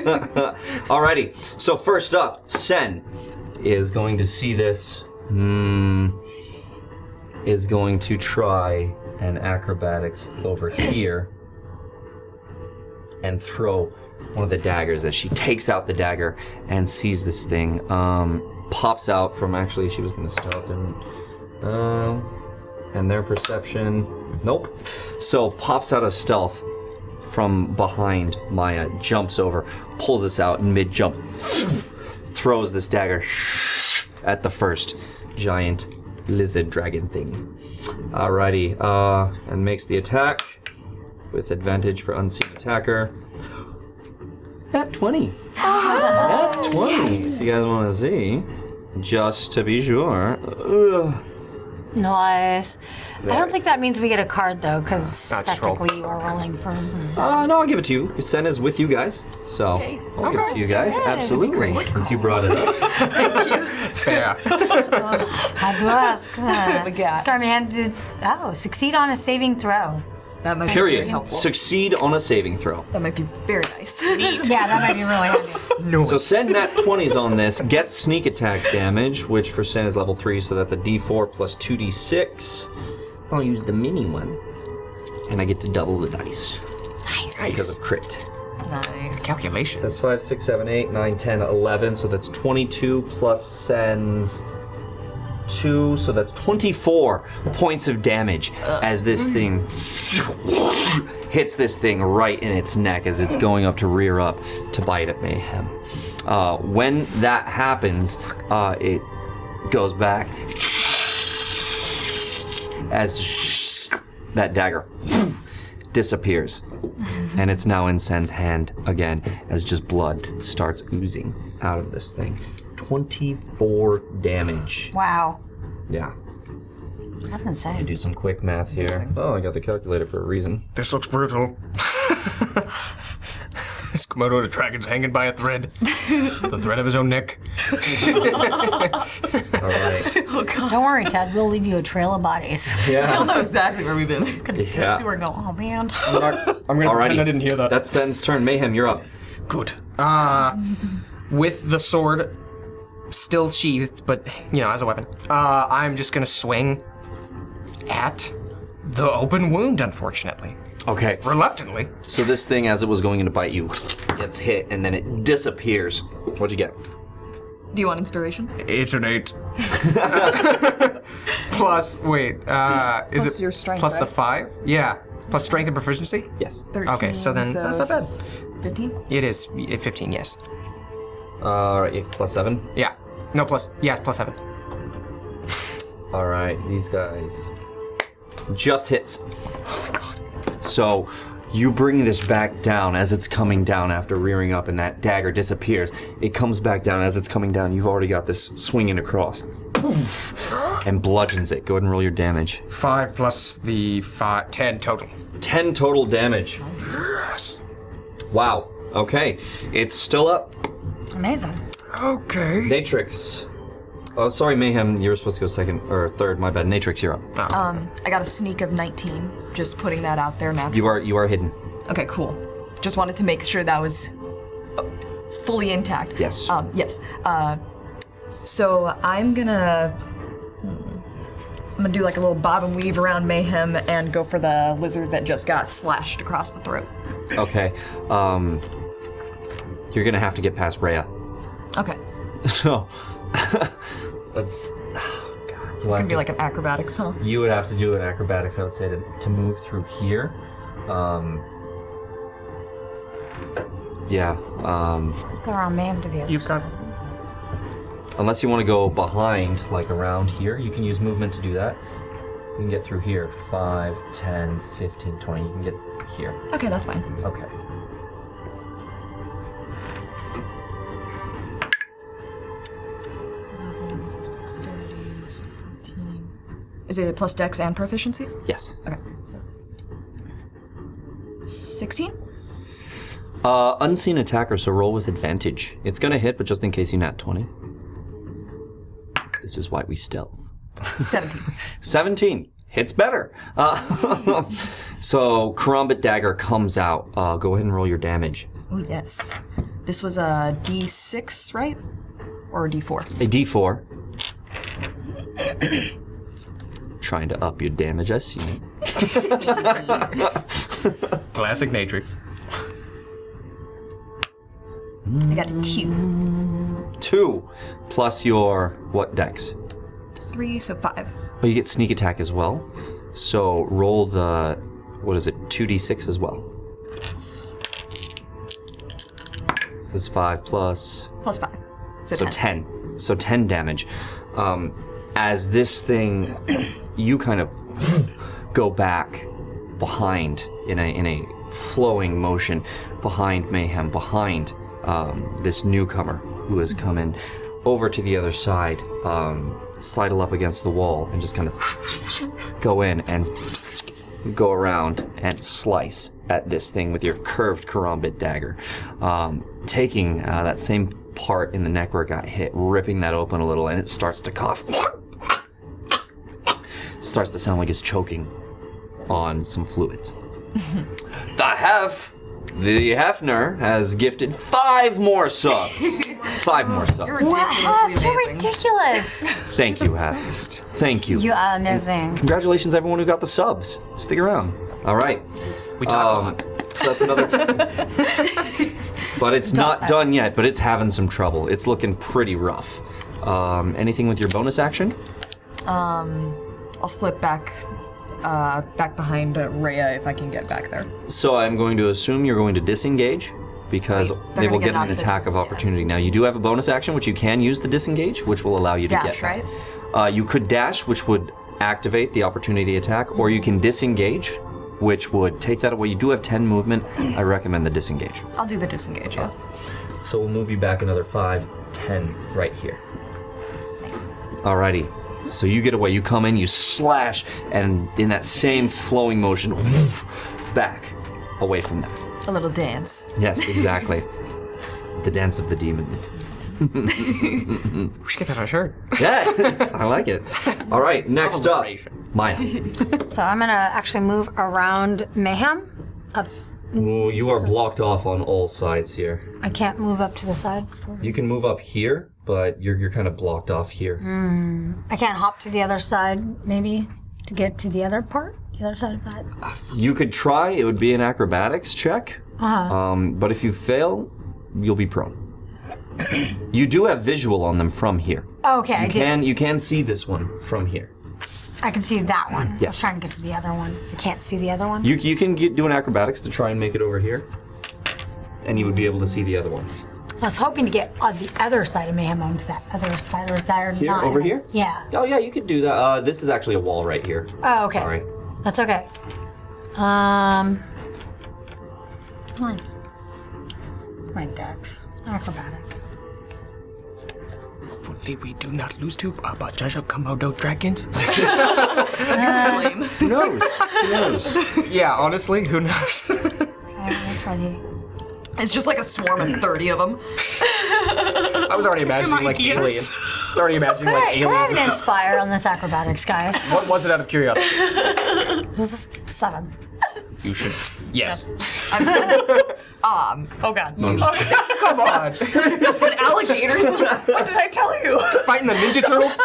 B: Alrighty. So first up, Sen is going to see this. Hmm. Is going to try an acrobatics over here and throw one of the daggers as she takes out the dagger and sees this thing. Um, pops out from actually she was gonna stop and um, and their perception. Nope. So pops out of stealth from behind Maya, jumps over, pulls this out in mid jump, throws this dagger at the first giant lizard dragon thing. Alrighty, uh, and makes the attack with advantage for unseen attacker. Nat 20. Nat 20. If you guys want to see, just to be sure. Ugh.
C: Nice. I don't think that means we get a card though, because
D: I just rolled.
C: technically you are rolling for.
B: Uh, no, I'll give it to you. 'cause Sen is with you guys, so I'll give it to you guys. Absolutely, since you brought it up.
D: Fair.
C: How do I ask? Uh,
F: We got.
C: Stormy had to oh succeed on a saving throw.
F: That might be very
B: Period.
F: helpful.
B: Succeed on a saving throw.
F: That might be very nice.
C: Yeah, that might be really handy.
B: So Sen nat 20s on this. Get sneak attack damage, which for Sen is level three, so that's a D4 plus 2D6. I'll use the mini one, and I get to double the dice because of crit.
F: nice.
D: Calculations.
B: That's 5, 6, 7, 8, 9, 10, 11. So that's 22 plus Sen's two, so that's 24 points of damage as this thing hits this thing right in its neck as it's going up to rear up to bite at Mayhem. Uh, when that happens, uh, it goes back as that dagger disappears. And it's now in Sen's hand again as just blood starts oozing out of this thing. 24 damage.
C: Wow.
B: Yeah.
C: That's
B: Let me
C: insane.
B: do some quick math here. Oh, I got the calculator for a reason.
D: This looks brutal. this Komodo the dragon's hanging by a thread. the thread of his own neck.
B: All right.
C: Don't worry, Ted. We'll leave you a trail of bodies.
B: Oh, Yeah. He'll know
F: exactly where we've been. It's
E: gonna
B: Yeah.
E: go. Oh man.
B: I'm
D: gonna pretend I didn't hear that.
B: That's Sen's turn. Mayhem, you're up.
D: Good. Uh, with the sword still sheathed, but you know, as a weapon, uh, I'm just gonna swing at the open wound. Unfortunately,
B: Okay.
D: reluctantly.
B: So this thing, as it was going in to bite you, gets hit and then it disappears. What'd you get?
F: Do you want inspiration?
D: It's an eight. plus, wait, uh, is
F: Plus
D: it
F: your strength,
D: plus the
F: right?
D: five? Yeah, plus strength and proficiency.
B: Yes.
D: Okay, so then that's not bad.
F: bad. 15?
D: It is y- 15, yes.
B: All Uh, right, plus seven.
D: Yeah. No, plus, yeah, plus seven.
B: All right, these guys just hits. Oh So you bring this back down as it's coming down after rearing up, and that dagger disappears. It comes back down as it's coming down. You've already got this swinging across. Poof! And bludgeons it. Go ahead and roll your damage.
D: Five plus the five, ten total.
B: 10 total damage.
D: Yes.
B: Wow. Okay. It's still up.
C: Amazing.
D: Okay.
B: Natrix. Oh, sorry, Mayhem. You were supposed to go second or third. My bad. Natrix, you're
D: Oh.
B: up.
F: Um, I got a sneak of 19. Just putting that out there now.
B: You are you are hidden.
F: Okay, cool. Just wanted to make sure that was uh, fully intact.
B: Yes.
F: Um, yes. Uh, so I'm gonna. hmm, I'm gonna do like a little bob and weave around Mayhem and go for the lizard that just got slashed across the throat.
B: Okay. Um, you're gonna have to get past Rhea.
F: Okay.
B: So that's
F: It's gonna be like an acrobatics, huh?
B: you would have to do an acrobatics, I would say, to, to move through here. Um, yeah. Um,
C: Go around me. I'm to the other
G: You've got
B: unless you want to go behind, like around here, you can use movement to do that. You can get through here. 5, 10, 15, 20. You can get here.
F: Okay, that's fine.
B: Okay.
F: Is it plus dex and proficiency?
B: Yes.
F: Okay. So 16?
B: Uh, unseen attacker, so roll with advantage. It's gonna hit, but just in case you nat 20. This is why we stealth.
F: 17.
B: 17. Hits better. Uh, so, Karambit Dagger comes out. Uh, go ahead and roll your damage.
F: Oh, yes. This was a d6, right? Or a d4?
B: A d4. Trying to up your damage, I see.
D: Classic Matrix.
F: I got a 2.
B: Two plus your what dex?
F: 3, so 5.
B: Oh, you get sneak attack as well. So, roll the, what is it, 2d6 as well. So this is 5 plus
F: Plus 5. So,
B: so
F: 10.
B: 10. So 10 damage. Um, as this thing, you kind of go back behind in a, in a flowing motion, behind Mayhem, behind um, this newcomer who has come in, over to the other side, um, sidle up against the wall, and just kind of go in and go around and slice at this thing with your curved karambit dagger, um, taking uh, that same part in the neck where it got hit, ripping that open a little, and it starts to cough. starts to sound like it's choking on some fluids. the Hef, the Hefner has gifted five more subs. five more subs.
C: Wow, you're ridiculous.
B: Thank you, Hef. Thank you.
C: you are amazing.
B: Congratulations, everyone who got the subs. Stick around. All right.
D: We talk
B: Um,
D: a lot.
B: So that's another. but it's not done yet. But it's having some trouble. It's looking pretty rough. Um, anything with your bonus action?
F: Um, I'll slip back, uh, back behind uh, Rhea if I can get back there.
B: So I'm going to assume you're going to disengage because they
F: gonna
B: will
F: get
B: get an
F: knocked
B: attack of opportunity. Now you do have a bonus action which you can use to disengage, which will allow you to get
F: Dash,
B: back.
F: right?
B: Uh, you could dash, which would activate the opportunity attack, or you can disengage, which would take that away. You do have 10 movement. I recommend the disengage.
F: I'll do the disengage. Yeah.
R: So we'll move you back another five, ten right here.
B: Alrighty. So you get away. You come in, you slash, and in that same flowing motion, back away from them.
F: A little dance.
B: Yes, exactly. the dance of the demon.
D: We should get that on a shirt.
B: Yes, I like it. All right, next up, Maya.
I: So I'm gonna actually move around Mayhem. Up.
R: Ooh, you are blocked off on all sides here.
I: I can't move up to the side.
R: You can move up here, but you're you're kind of blocked off here.
I: Hmm. I can't hop to the other side, maybe, to get to the other part, the other side of that.
B: You could try. It would be an acrobatics check,
I: Uh-huh.
B: um, but if you fail, you'll be prone. you do have visual on them from here.
I: Okay, I
B: You
I: did.
B: can you can see this one from here.
I: I can see that one. I
B: Yes.
I: was trying to get to the other one. I can't see the other one.
B: You you can get, do an acrobatics to try and make it over here, and you would be able to see the other one.
I: I was hoping to get on the other side of Mayhem onto that other side, or is that
B: Here,
I: not?
B: over here?
I: Yeah.
B: Oh yeah, you could do that. Uh, this is actually a wall right here.
I: Oh, okay.
B: Sorry.
I: That's okay. Um. come on. It's my dex. Acrobatics.
D: If only we do not lose to a bunch of Komodo dragons.
B: Who knows? Who knows?
D: yeah, honestly, who knows?
I: I'm gonna try the.
F: It's just like a swarm of thirty of them.
D: I was already imagining like
E: Ideas.
D: alien. I was already imagining
I: Could
D: like
I: I, could I have
D: alien.
I: an inspire on this acrobatics, guys?
D: What was it out of curiosity?
I: It was a seven.
D: You should. Yes.
E: Oh god.
D: Come on.
F: But alligators. what did I tell you?
D: Fighting the Ninja Turtles?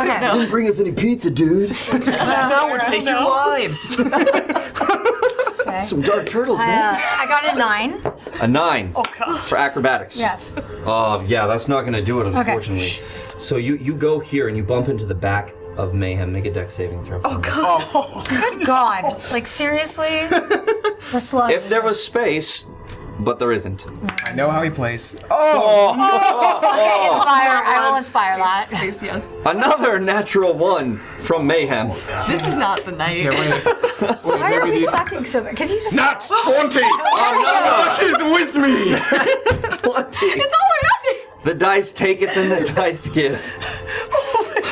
I: Okay.
J: Bring us any pizza, dude.
D: now we'll take your lives.
I: okay.
J: Some dark turtles,
I: I,
J: man.
I: uh, I got a nine.
B: A nine
F: Oh,
B: for acrobatics.
I: Oh. Yes.
B: Uh, yeah, that's not going to do it, unfortunately.
I: Okay.
B: So you, you go here and you bump into the back of Mayhem. Make a deck saving throw. Oh, God.
I: Good God. Like, seriously? The slug.
B: If there was space, but there isn't.
D: I know how he plays. Oh.
I: okay, inspire. I will inspire that.
F: Oh. Yes, yes.
B: Another natural one from Mayhem.
F: This is not the night.
I: Why are we sucking so bad? Can you just.
S: Not 20!
B: Oh, with me? 20.
F: It's all or nothing.
B: The dice take it, then the dice give.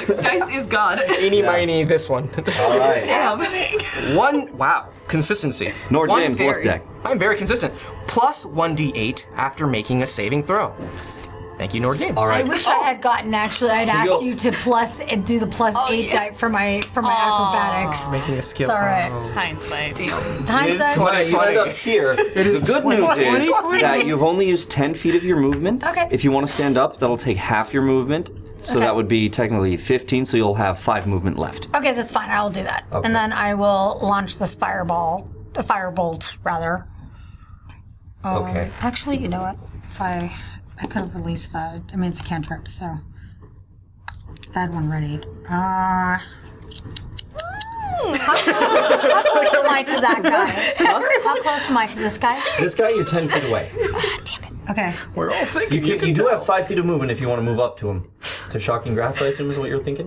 F: This dice is God.
D: Eeny, miny, this one.
B: All right.
F: Damn.
D: one, wow. Consistency.
B: Nord
D: One
B: James,
F: very-
B: luck deck.
D: I'm very consistent. Plus 1d8 after making a saving throw. Thank you, Nord Games.
B: All
I: I
B: right.
I: wish I had gotten actually. I'd asked
B: you'll-
I: you to plus and do the plus
F: Oh,
I: eight
F: yeah.
I: die for my for my acrobatics.
D: Ah, Making a skill.
I: It's all right.
E: Oh. Hindsight.
I: Time's up.
B: But you end up here. the good news is that you've only used 10 feet of your movement.
I: Okay.
B: If you want to stand up, that'll take half your movement. So
I: Okay.
B: that would be technically 15, so you'll have five movement left.
I: Okay, that's fine. I will do that, and then I will launch this fireball, a firebolt rather. Um,
B: Okay.
I: Actually, you know what? If I I could have released that. I mean, it's a cantrip, so if I had one ready. Uh, how close am I to that guy? How close am I to this guy?
B: This guy, you're 10 feet away.
I: Damn it. Okay.
B: We're all thinking. You, can, you do have five feet of movement if you want to move up to him. To shocking grasp, I assume, is what you're thinking?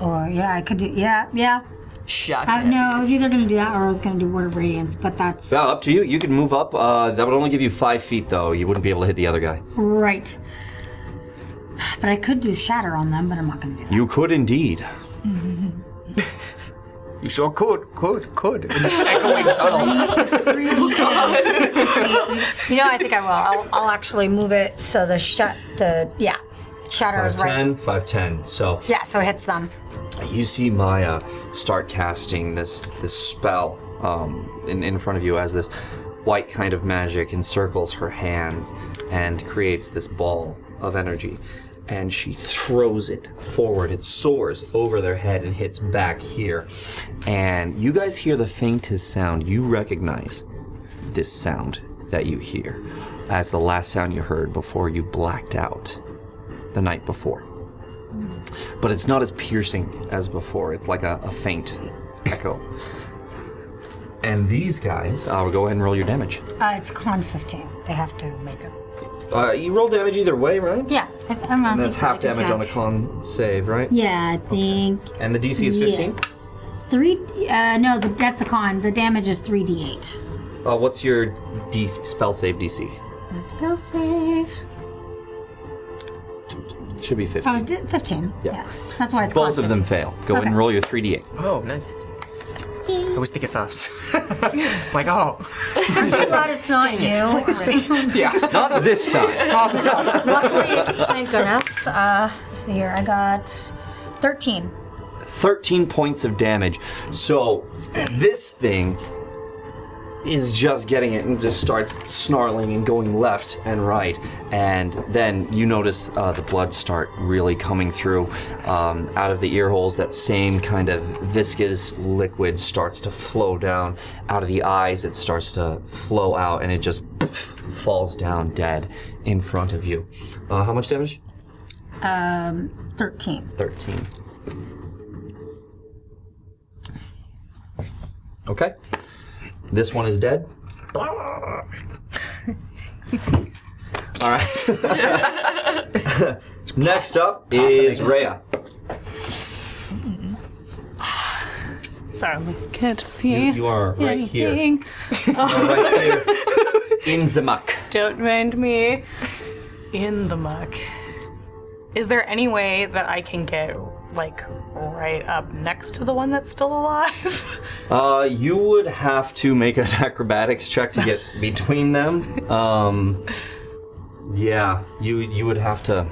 I: Or Oh, yeah, I could do. Yeah, yeah.
F: Shut
I: I, no, I was either gonna do that or I was gonna do word of radiance, but that's
B: No, up to you. You can move up. Uh, that would only give you five feet, though. You wouldn't be able to hit the other guy.
I: right. But I could do shatter on them, but I'm not gonna do that.
B: You could indeed.
D: You sure could, could, could. In this echoing tunnel.
I: You know, I think I will. I'll, I'll actually move it so the shut the yeah, shatter is right.
B: 5'10, 5'10. So
I: Yeah, so it hits them.
B: You see Maya start casting this this spell um, in in front of you as this white kind of magic encircles her hands and creates this ball of energy. And she throws it forward. It soars over their head and hits back here. And you guys hear the faintest sound. You recognize this sound that you hear as the last sound you heard before you blacked out the night before. But it's not as piercing as before. It's like a, a faint echo.
Q: And these guys.
B: I'll go ahead and roll your damage.
C: Uh, it's con 15. They have to make it.
Q: Uh, you roll damage either way, right?
C: Yeah, it's, I'm on
Q: And that's
C: 15,
Q: half
C: I can
Q: damage on a
C: check.
Q: con save, right?
I: Yeah, I think.
Q: And the DC is 15?
I: Yes. It's three. Uh, no, the, that's a con. The damage is three d eight.
Q: Uh, what's your DC, spell save DC?
I: Spell save.
B: Should be 50.
C: Oh, d- 15.
B: Yeah.
C: That's why it's
B: Both
C: con
B: of them
C: 15.
B: fail. Go ahead and
C: Okay.
B: roll your 3d8.
D: Oh, nice. I always think it's us. like, oh,
C: I'm glad it's not you.
B: Yeah, not this time.
C: Luckily, thank goodness. Uh, let's see here. I got 13.
B: 13 points of damage. So this thing is just getting it and just starts snarling and going left and right. And then you notice uh, the blood start really coming through um, out of the ear holes. That same kind of viscous liquid starts to flow down out of the eyes. It starts to flow out and it just poof, falls down dead in front of you. Uh, how much damage?
C: Um, 13.
B: 13. Okay. This one is dead. All right. Next up is Rhea.
E: Sorry, I can't
Q: You,
E: see
Q: you are right here.
E: anything.
Q: right here. In the muck.
E: Don't mind me. In the muck. Is there any way that I can get like right up next to the one that's still alive?
B: Uh, you would have to make an acrobatics check to get between them. Um, yeah, you you would have to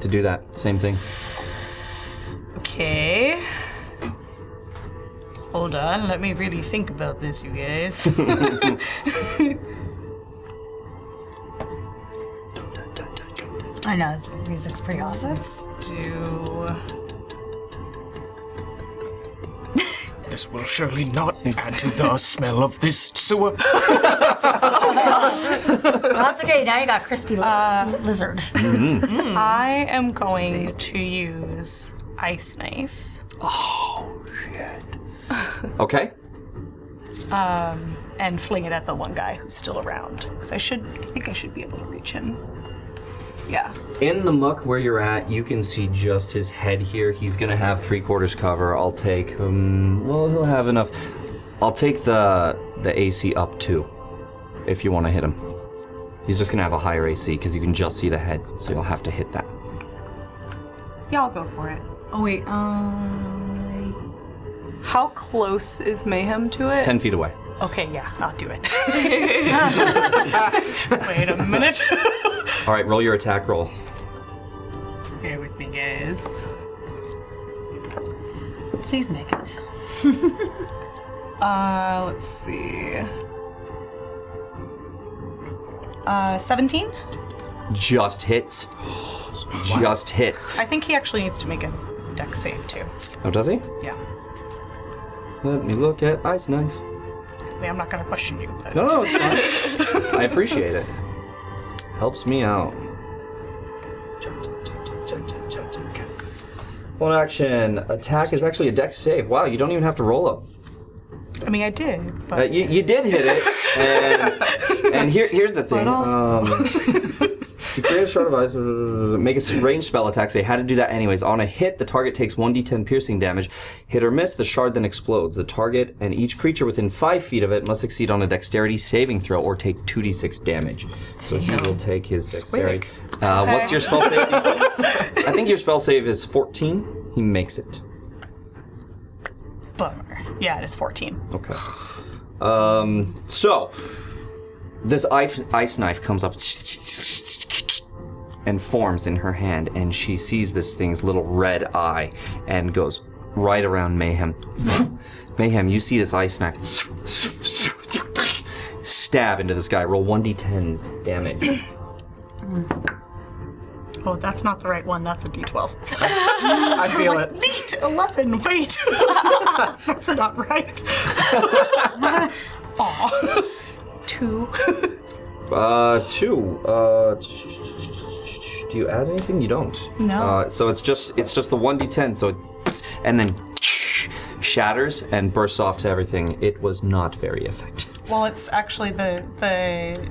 B: to do that same thing.
E: Okay. Hold on, let me really think about this, you guys.
C: I know, this music's pretty awesome.
E: Let's do.
G: This will surely not add to the smell of this sewer.
C: That's okay. Now you got crispy li- lizard.
E: Uh, mm-hmm. I am going to use Ice Knife.
B: Okay.
E: um, and fling it at the one guy who's still around. Because I should, I think I should be able to reach him. Yeah.
Q: In the muck where you're at, you can see just his head here. He's gonna have three quarters cover. I'll take. Um, well, he'll have enough.
B: I'll take the the AC up two, if you want to hit him. He's just gonna have a higher AC because you can just see the head, so you'll have to hit that.
E: Yeah, I'll go for it.
F: Oh wait, um,
E: uh, How close is Mayhem to it?
B: Ten feet away.
E: Okay, yeah, I'll do it. Wait a minute.
B: All right, roll your attack roll.
E: Bear with me, guys.
C: Please make it.
E: Uh, let's see. Uh, 17?
B: Just hits. Just hits.
E: I think he actually needs to make a deck save too.
B: Oh, does he?
E: Yeah.
B: Let me look at ice knife.
E: I mean, I'm not gonna question you, but
B: No, no, it's fine. I appreciate it. Helps me out. One action attack is actually a deck save. Wow, you don't even have to roll up.
E: I mean, I did.
B: Uh,
E: But
B: you, you did hit it, and, and here, here's the thing. Um, you create a shard of ice, make a range spell attack. Say how to do that, anyways. On a hit, the target takes 1d10 piercing damage. Hit or miss, the shard then explodes. The target and each creature within five feet of it must succeed on a dexterity saving throw or take 2d6 damage. So he will take his dexterity. Uh, What's your spell save? I think your spell save is 14. He makes it.
E: bummer. Yeah, it is 14.
B: Okay. Um, so, this ice, ice knife comes up and forms in her hand, and she sees this thing's little red eye and goes right around Mayhem. Mayhem, you see this ice knife stab into this guy. Roll 1d10 damage.
E: Oh, that's not the right one. That's a D12.
D: I feel it.
E: Neat! 11, wait! that's not right. Aw. Two.
B: Uh, two. Uh, Do you add anything? You don't.
F: No.
T: Uh, so it's just it's just the one d10. So it, and then
B: Shatters and bursts off to everything. It was not very effective.
E: Well, it's actually the the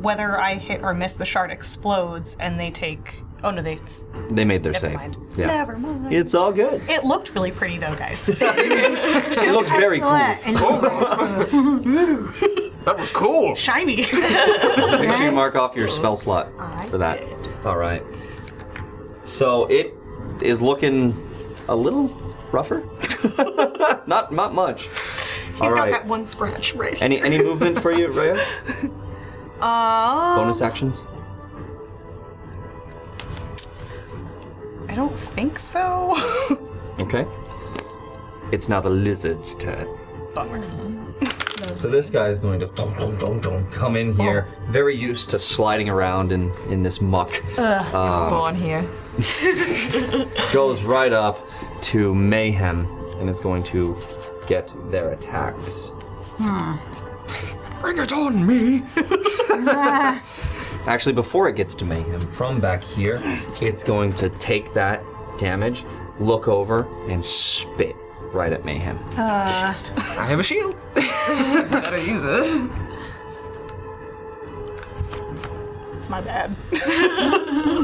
E: whether I hit or miss, the shard explodes, and they take. Oh no, they.
T: they made their
E: Never
T: save.
E: mind.
T: Yeah.
E: Never mind.
T: It's all good.
E: It looked really pretty though, guys.
T: It looked very cool.
D: That was cool.
E: Shiny.
B: Make sure you mark off your spell slot for that. All right.
T: So it is looking a little rougher. not not much.
E: He's
T: all
E: got
T: right.
E: that one scratch right.
T: Any any movement for you, Raya?
E: Uh,
T: Bonus actions.
E: I don't think so.
T: Okay.
B: It's now the lizard's turn.
E: Bummer.
B: So this guy is going to dong, dong, dong, dong, come in here, very used to sliding around in, in this muck.
F: Ugh, what's
B: Uh,
F: going on here?
B: goes right up to Mayhem and is going to get their attacks.
D: Bring it on me.
B: Actually, before it gets to Mayhem, from back here, it's going to take that damage, look over, and spit right at Mayhem.
E: Uh,
B: I have a shield.
F: Better use it.
E: My bad.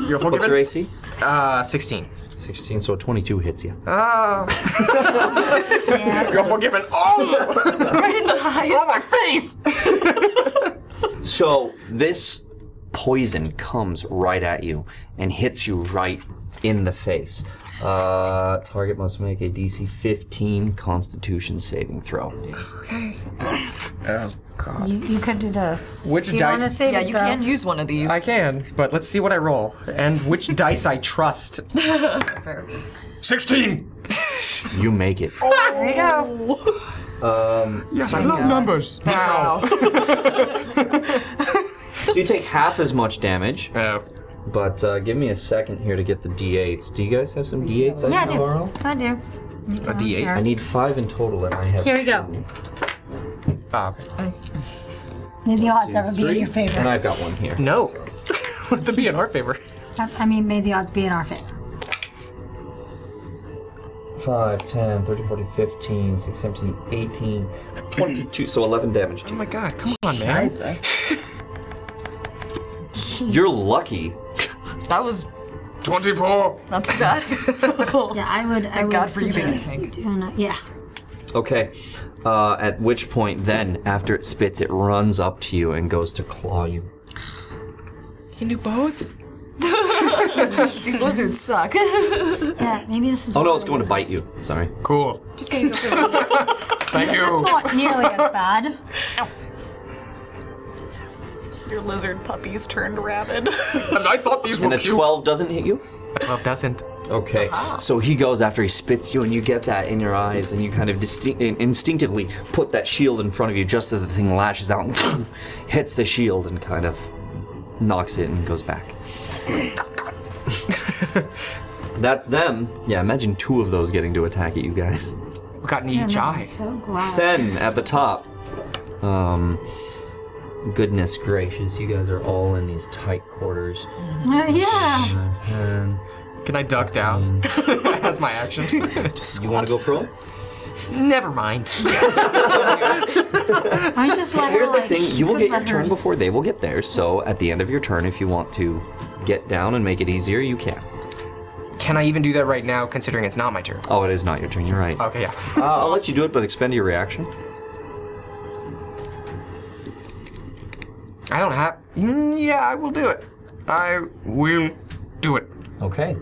B: You're What's your AC?
D: Uh, 16.
B: 16, so 22 hits you.
D: Ah. You're forgiven. Oh!
F: right in the eyes. Oh
D: my face!
B: So this poison comes right at you and hits you right in the face. Uh, target must make a DC 15 Constitution saving throw.
I: Okay.
B: Oh God!
I: You, you could do this.
D: Which
I: Do you
D: dice-
I: wanna save
F: Yeah,
I: it,
F: you
I: though?
F: can use one of these.
D: I can, but let's see what I roll and which dice I trust.
F: Fair.
D: 16!
B: You make it.
F: Oh.
I: There you go.
B: Um,
D: Yes, I love numbers. Wow.
B: so you take half as much damage.
D: Oh.
B: But uh, give me a second here to get the D8s. Do you guys have some D8s?
I: Yeah, I
B: I can borrow?
I: do. I do. You
B: A D8.
I: can have
B: I
I: it.
B: need five in total, and I have.
I: Here we go.
D: Ah.
I: May the odds ever be in your favor.
B: And I've got one here.
D: No. Let them be in our favor.
I: That- Uh, I mean, may the odds be in our favor.
B: 5, 10, 13, 14, 15, 16, 17, 18, 22. So 11 damage to you.
D: Oh my god, come on, man.
B: You're lucky.
F: That was
D: 24.
F: not too bad.
I: yeah, I would. I would
F: God for you,
I: suggest doing it. Yeah.
B: Okay. Uh, at which point, then, after it spits, it runs up to you and goes to claw you.
F: You can do both? These lizards suck.
I: Yeah. Maybe this is.
B: Oh no, it's going to bite you. Sorry.
D: Cool.
F: Just kidding. go for it.
D: Thank
I: It's not nearly as bad.
E: Your lizard puppies turned rabid.
I: Oh,
D: And I thought these
B: And a 12 doesn't hit you?
D: A 12 doesn't.
B: Okay. So he goes after he spits you, and you get that in your eyes, and you kind of distinct, instinctively put that shield in front of you just as the thing lashes out and hits the shield and kind of knocks it and goes back. That's them. Yeah, imagine two of those getting to attack at you guys.
D: We got an E
I: Yeah,
D: each
I: no,
D: eye.
I: I'm so glad.
B: Sen at the top. Um, goodness gracious, you guys are all in these tight quarters.
I: Uh, yeah.
B: And
D: Can I duck
B: Um,
D: down? That's my action.
B: you want to go pro?
D: Never mind.
I: I was just like,
B: Here's the
C: oh,
I: like,
B: thing: you will get your
I: couldn't let her-
B: turn before they will get theirs. So at the end of your turn, if you want to get down and make it easier, you can.
D: Can I even do that right now, considering it's not my turn?
B: Oh, it is not your turn. You're right.
D: Okay, yeah.
B: Uh, I'll let you do it, but expend your reaction.
D: I don't have. Mm, Yeah, I will do it. I will do it.
B: Okay.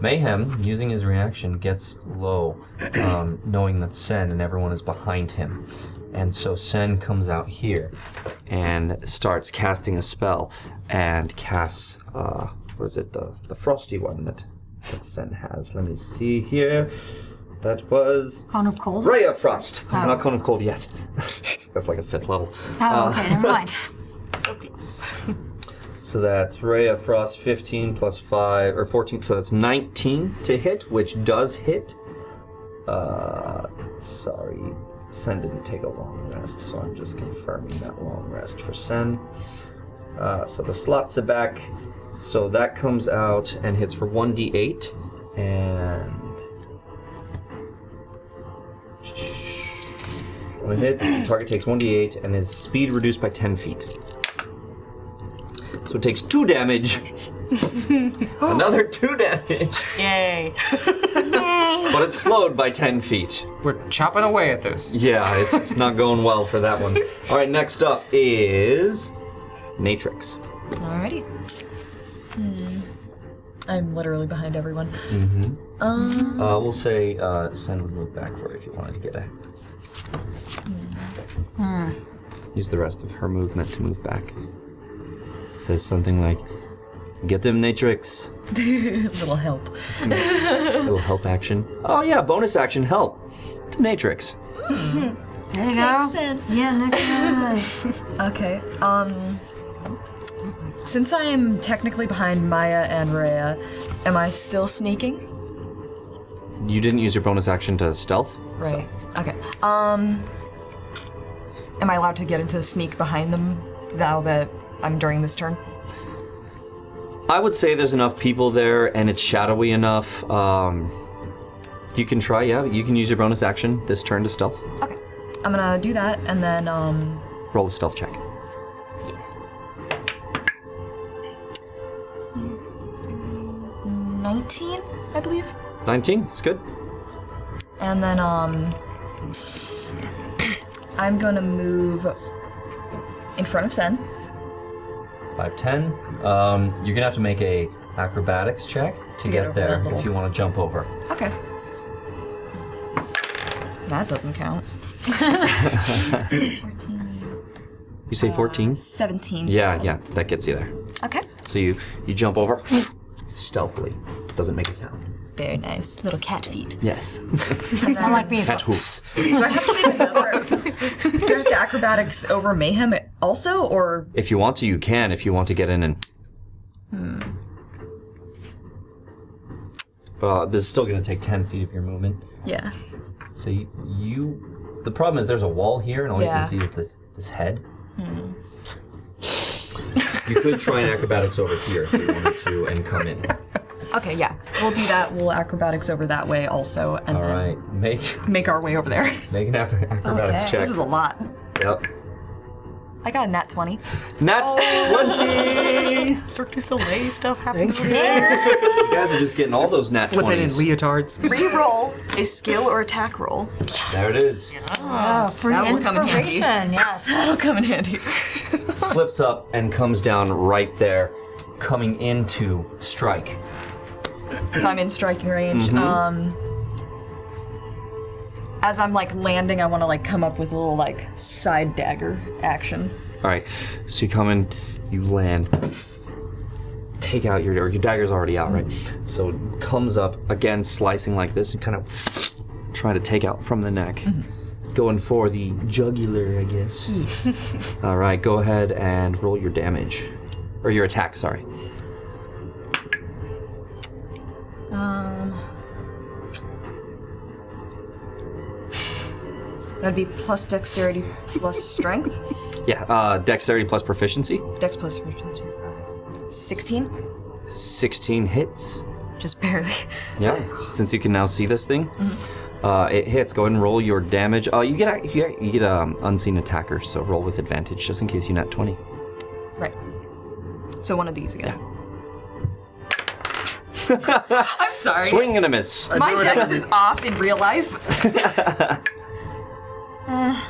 B: Mayhem, using his reaction, gets low, um, knowing that Sen and everyone is behind him. And so Sen comes out here and starts casting a spell and casts, uh, what is it, the, the frosty one that, that Sen has. Let me see here. That was
I: Cone of cold.
B: Ray of Frost.
I: Oh.
B: Not Cone of Cold yet. That's like a fifth level. Uh,
I: Oh, okay. Never mind.
E: so close.
B: So that's Ray of Frost 15 plus 5, or 14, so that's 19 to hit, which does hit. Uh, sorry, Sen didn't take a long rest, so I'm just confirming that long rest for Sen. Uh, so the slots are back. So that comes out and hits for 1d8 and. When hit, the target takes 1d8 and is speed reduced by 10 feet. So it takes 2 damage. Another 2 damage.
E: Yay.
B: But it's slowed by 10 feet.
D: We're chopping away at this.
B: Yeah, it's, it's not going well for that one. All right, next up is Natrix.
F: Alrighty. Hmm. I'm literally behind everyone.
B: Mm-hmm.
F: Um,
B: Uh, we'll say uh, Sen would move back for if you wanted to get a.
F: hmm.
B: Use the rest of her movement to move back.
U: Says something like,
B: Get him, Natrix.
F: little help.
B: Little help action. Oh, yeah, bonus action help to Natrix.
C: There you
F: Makes
C: go.
F: sense.
C: Yeah, next one.
F: Okay. Um. Since I am technically behind Maya and Rhea, am I still sneaking?
U: You didn't use your bonus action to stealth?
F: Right. Okay. Um. Am I allowed to get into sneak behind them now that I'm during this turn?
B: I would say there's enough people there and it's shadowy enough. Um, you can try, yeah. You can use your bonus action this turn to stealth.
F: I'm gonna do that and then um.
B: Roll a stealth check.
F: Nineteen, I believe.
B: 19, it's good.
F: And then um I'm gonna move in front of Sen.
B: 5, 10. Um, you're going to have to make a acrobatics check to
F: To get
B: get
F: over
B: there
F: that little-
B: if you want to jump over.
F: Okay. That doesn't count.
B: You say 14?
F: 17.
B: Yeah, yeah, that gets you there.
F: Uh, Okay.
B: So you you jump over stealthily. Doesn't make a sound.
F: Very nice. Little cat feet.
B: Yes.
F: Unlike
B: Cat hoofs.
F: Do I have to make another do I have to acrobatics over mayhem also or
U: If you want to, you can. If you want to get in and.
F: hmm.
B: Uh, this is still going to take 10 feet of your movement.
F: Yeah.
B: So you, you the problem is there's a wall here and all
F: Yeah.
B: you can see is this this head.
F: Hmm.
B: You could try an acrobatics over here if you wanted to and come in.
F: Okay, yeah. We'll do that. We'll acrobatics over that way also and
B: All right, make
F: then make our way over there.
B: make an acro- acrobatics check.
F: This is a lot.
B: Yep.
F: I got a nat Oh. 20.
B: Nat
F: 20!
E: Cirque du Soleil stuff happens over
B: You guys are just getting all those nat
D: Flip it in
B: 20s.
D: leotards.
F: Reroll a skill or attack roll.
B: There it is.
C: Oh, free
F: That will come in handy.
C: inspiration, yes.
F: That'll come in handy.
B: Flips up and comes down right there, coming into strike.
F: So I'm in striking range.
B: Mhm.
F: Um, as I'm like landing, I want to like come up with a little like side dagger action.
U: All right. So you come in, you land.
B: Take out your or your dagger's already out, right? So it comes up again, slicing like this, and kind of trying to take out from the neck, going for the jugular, I guess. All right, go ahead and roll your damage, or your attack. Sorry.
F: Um, that'd be plus dexterity plus strength.
U: Yeah. Uh, dexterity plus proficiency.
F: Dex plus proficiency. Sixteen,
U: 16 hits.
F: just barely.
U: Yeah. Since you can now see this thing, uh, it hits. Go ahead and roll your damage. Uh, you get a, you get, you get um, unseen attacker, so roll with advantage just in case you nat 20.
F: Right. So one of these again. I'm sorry.
U: Swing and a miss.
F: My dex is off in real life. uh,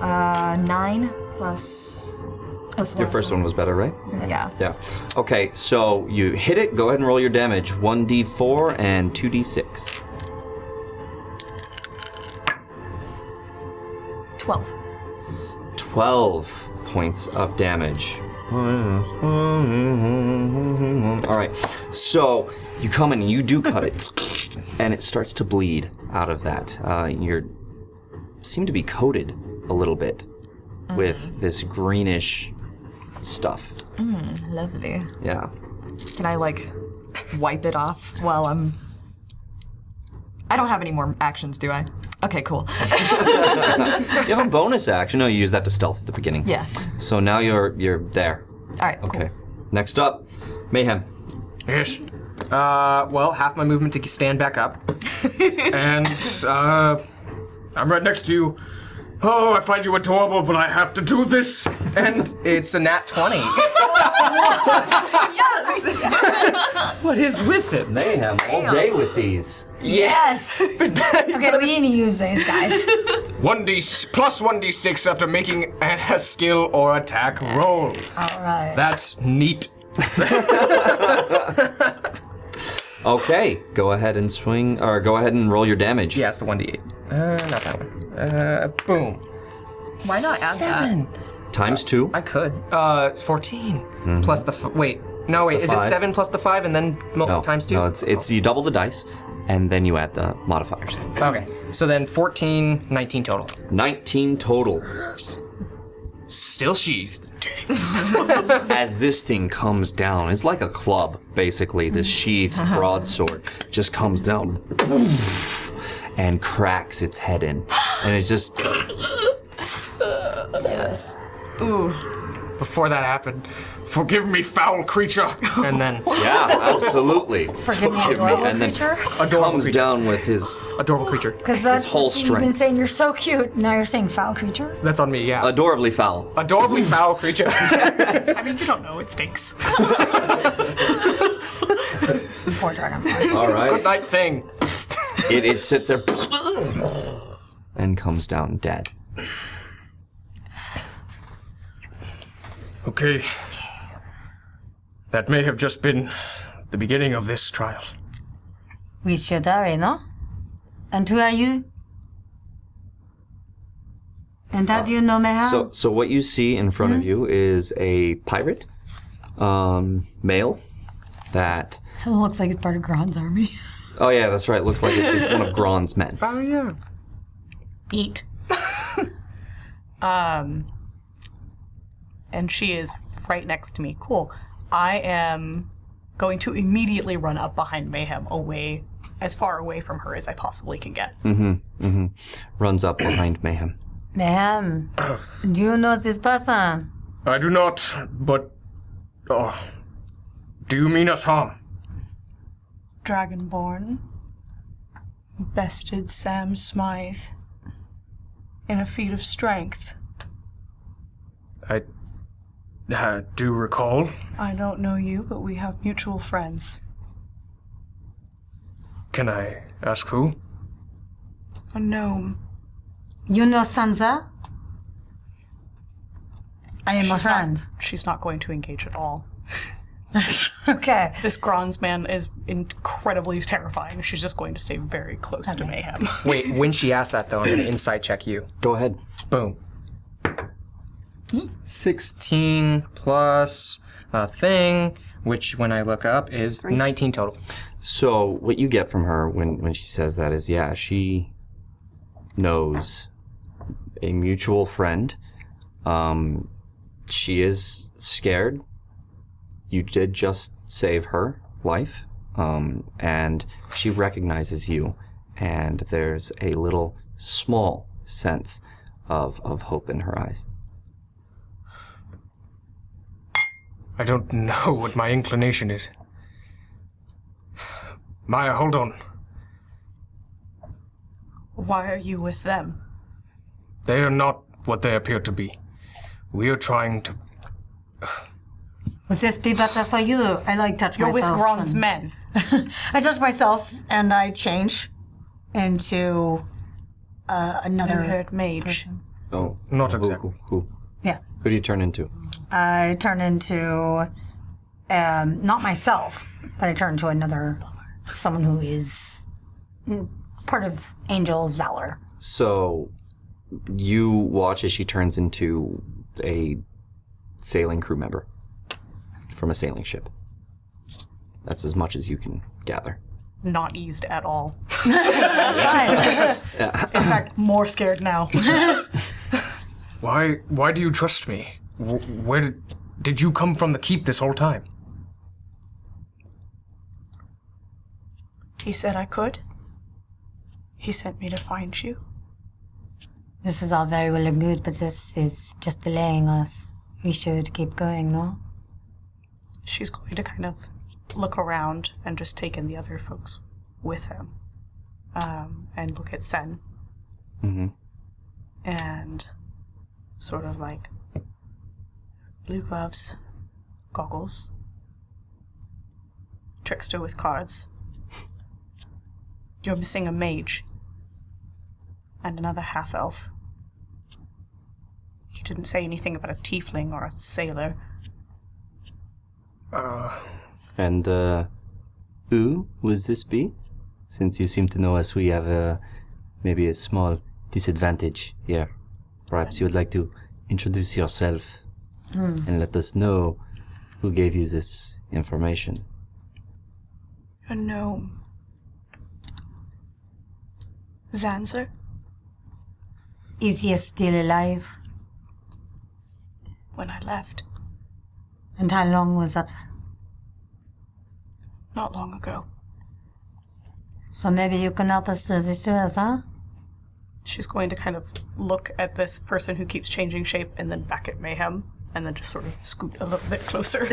F: uh, nine plus. plus
U: Your first one was better, right?
F: Yeah.
U: Yeah. Okay, so you hit it. Go ahead and roll your damage 1d4 and 2d6.
F: Twelve.
U: 12 points of damage.
B: Hmm.
U: All right, so you come in and you do cut it, and it starts to bleed out of that. Uh, you're seem to be coated a little bit with this greenish stuff.
F: Mm, lovely.
U: Yeah.
F: Can I like wipe it off while I'm? I don't have any more actions, do I? Okay, cool.
U: you have a bonus action. No, you use that to stealth at the beginning.
F: Yeah.
U: So now you're you're there.
F: All right.
U: Okay.
B: Next up, Mayhem.
D: Yes. Uh, well, half my movement to stand back up, and uh, I'm right next to you. Oh, I find you adorable, but I have to do this. And it's a nat twenty. what is with it?
Q: Mayhem all
D: Damn.
Q: day with these.
D: Yes.
C: okay, we need to use these guys.
D: One d plus one d six after making a skill or attack roll.
C: All right.
D: That's neat.
B: Okay, go ahead and swing, or go ahead and roll your damage.
D: Yeah, it's the 1d8. Uh, not that one. Uh, boom.
F: Why not add
D: Seven.
B: Times two.
D: I could. Uh, it's 14
Q: Hmm.
D: plus the f- wait. No, wait.
B: the
D: Is it
B: five.
D: seven plus the five and then mul-
B: No,
D: times two?
B: No, it's it's you double the dice, and then you add the modifiers.
D: Okay. So then 14, 19 total.
B: 19 total.
D: Still sheathed.
B: As this thing comes down, it's like a club, basically. This
F: Mm-hmm.
B: sheathed
F: Uh-huh.
B: broadsword just comes down and cracks its head in. And it just.
F: yes. Ooh.
D: Before that happened, forgive me, foul creature. And then
B: Yeah, absolutely.
C: Forgive me, adorable
B: And then
C: creature?
B: comes down with his.
D: Adorable creature.
C: Because that's
B: whole
C: you've been
B: strength.
C: saying you're so cute. Now you're saying foul creature.
D: That's on me, yeah.
B: Adorably foul.
D: Adorably foul creature.
E: I mean, you don't know. It stinks.
C: Poor dragon.
B: All right.
D: Good night thing.
B: It, it sits there and comes down dead.
G: Okay. That may have just been the beginning of this trial.
C: We should hurry, no? And who are you? And how do you know Meha?
B: So, so what you see in front of you is a pirate, um, male, that.
C: it looks like it's part of Grand's army.
B: Oh yeah, that's right. Looks like it's, it's one of Gron's men.
D: Oh yeah.
E: Eat. um, and she is right next to me. Cool. I am going to immediately run up behind Mayhem, away as far away from her as I possibly can get.
B: Mm-hmm. Mm-hmm. Runs up behind Mayhem.
C: Ma'am, do you know this person?
G: I do not, but. Oh. Do you mean us harm?
E: Dragonborn bested Sam Smythe in a feat of strength.
G: I. uh, do recall.
E: I don't know you, but we have mutual friends.
G: Can I ask who?
E: A gnome.
C: You know Sansa? I am a
E: She's
C: friend.
E: not- she's not going to engage at all.
C: Okay.
E: This Gronz man is incredibly terrifying. She's just going to stay very close to Mayhem.
D: Wait, when she asked that though, I'm gonna insight check you.
B: Go ahead.
D: Boom. 16 plus a thing, which when I look up is 19 total.
B: So what you get from her when when she says that is yeah, she knows a mutual friend. Um, she is scared. You did just save her life, um, and she recognizes you. And there's a little small sense of of hope in her eyes.
G: I don't know what my inclination is. Maya, hold on.
E: Why are you with them?
G: They are not what they appear to be. We are trying to.
C: Would this be better uh, for you? I like touch
E: You're with
C: myself.
E: Gron's
C: and-
E: men.
C: I touch myself and I change into uh, another.
E: Unhurt mage.
B: Oh,
G: not exactly.
B: Who, who,
C: Yeah.
B: who do you turn into?
C: I turn into um, not myself, but I turn into another someone who is mm, part of Angel's valor.
B: So you watch as she turns into a sailing crew member from a sailing ship. That's as much as you can gather.
E: Not eased at all.
B: Yeah.
E: In fact, more scared now.
G: Why? Why do you trust me? Wh- Where did, did you come from the keep this whole time?
E: he said I could. He sent me to find you.
C: This is all very well and good, but this is just delaying us. We should keep going, no?
E: she's going to kind of look around and just take in the other folks with them um, and look at Sen
B: Mm-hmm.
E: and sort of like blue gloves, goggles, trickster with cards. You're missing a mage and another half elf. You didn't say anything about a tiefling or a sailor.
G: Uh,
K: And uh, who would this be? Since you seem to know us, we have uh, maybe a small disadvantage here. Perhaps you would like to introduce yourself
C: Hmm.
K: and let us know who gave you this information.
E: A gnome. Zanzer?
C: Is he still alive?
E: When I left,
C: And how long was that?
E: not long ago.
C: So maybe you can help us with this, us, huh?
E: She's going to kind of look at this person who keeps changing shape and then back at Mayhem and then just sort of scoot a little bit closer.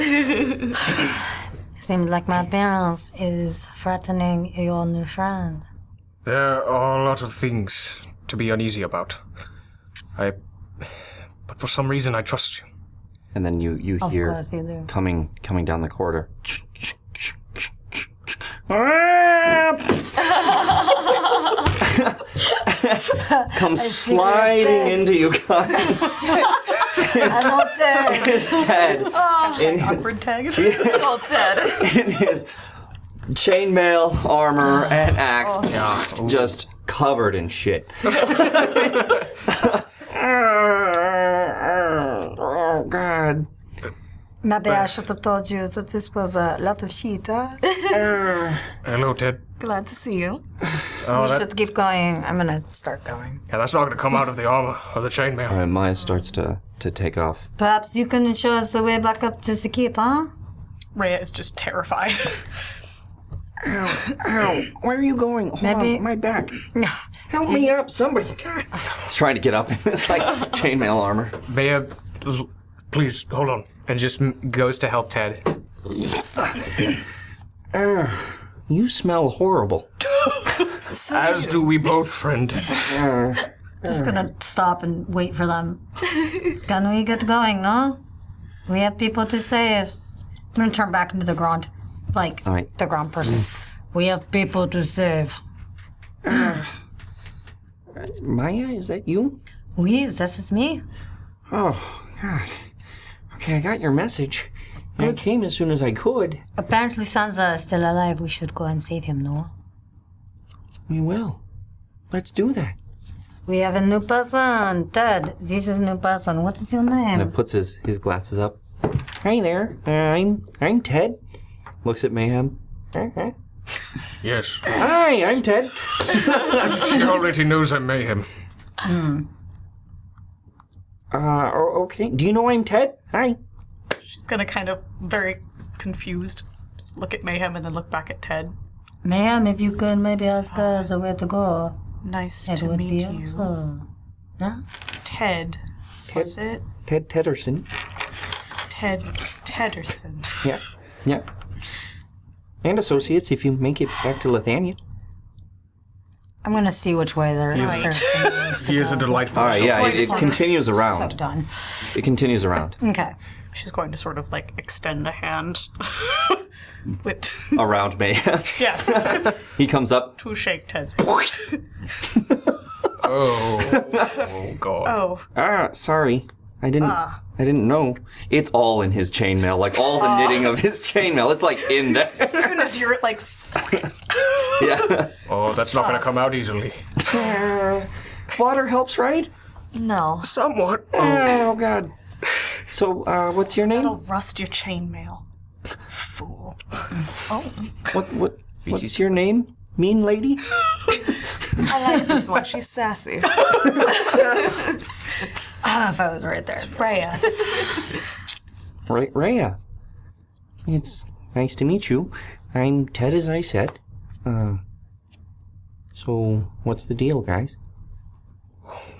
C: Seems like my appearance is frightening your new friend.
G: There are a lot of things to be uneasy about. I. But for some reason, I trust you.
K: And then you, you
C: Of
K: hear
C: course you do.
K: coming coming down the corridor.
B: Comes sliding into you guys. It's Ted. In-
E: awkward tag.
F: Well, Ted.
B: in his chainmail, armor, and axe,
C: Oh.
B: just covered in shit.
K: Oh God!
C: Maybe I should have told you that this was a lot of shit, huh?
G: Hello, Ted.
F: Glad to see you.
G: Oh,
C: we
G: that-
C: should keep going. I'm gonna start going.
G: yeah, that's not going to come out of the armor or the chainmail.
K: All right, Maya starts to to take off.
C: Perhaps you can show us the way back up to the keep, huh?
E: Rhea is just terrified.
N: Ow, where are you going? Hold
C: Maybe-
N: on, my back. Help me up, somebody. God.
B: He's trying to get up in this like chainmail armor.
D: Bea,
G: L- Please, hold on.
D: and just m- goes to help Ted.
N: You smell horrible.
F: So
G: As do we both, friend.
C: Just gonna stop and wait for them. can we get going, no? We have people to save. I'm gonna turn back into the ground, like
K: All right.
C: the ground person. we have people to save.
N: Maya, is that you?
C: We, this is me.
N: Oh, God. Okay, I got your message. I came as soon as I could.
C: Apparently Sansa is still alive. We should go and save him, no?
N: We will. Let's do that.
C: We have a new person, Ted. This is new person. What is your
K: And
C: name?
K: then puts his his glasses up,
N: Hi there. Uh, I'm I'm Ted.
K: looks at Mayhem.
N: Uh-huh.
G: Yes.
N: Hi, I'm Ted.
G: She already knows I'm Mayhem.
C: Hmm.
N: Uh, o- okay. Do you know I'm Ted? Hi.
E: She's gonna kind of very confused. Just look at Mayhem and then look back at Ted.
C: Ma'am, if you could maybe ask us where to go,
E: Nice
C: it
E: to
C: would be
E: meet you.
C: helpful.
E: Ted. Was it?
N: Ted Tedderson.
E: Ted Tedderson.
N: Yeah. Yeah. And associates, if you make it back to Lithania.
C: I'm gonna see which way they're. they're
G: He is a delightful.
B: All right, yeah, it, it
C: Like-
B: continues
C: so
B: around.
C: done.
B: It continues around.
C: Okay.
E: She's going to sort of like extend a hand. With
B: Around Mayhem.
E: yes,
B: he comes up.
E: to shake Ted's.
D: Oh, oh God.
E: Oh,
N: Ah, sorry. I didn't.
G: Ah.
N: I didn't know.
B: It's all in his chainmail, like all the knitting of his chainmail. It's like in there.
E: you're gonna hear it like s-
B: yeah.
G: Oh, that's not going to come out easily.
N: Water helps, right?
F: No.
G: Somewhat.
N: Oh God. So, uh, what's your
E: it'll
N: name?
E: rust your chainmail. Fool. Oh.
N: What? What? What's your name? Mean lady.
F: I like this one. She's sassy.
C: Ah, if I was right there.
E: Rhea.
N: Right, Raya. It's nice to meet you. I'm Ted, as I said. Uh, so, what's the deal, guys?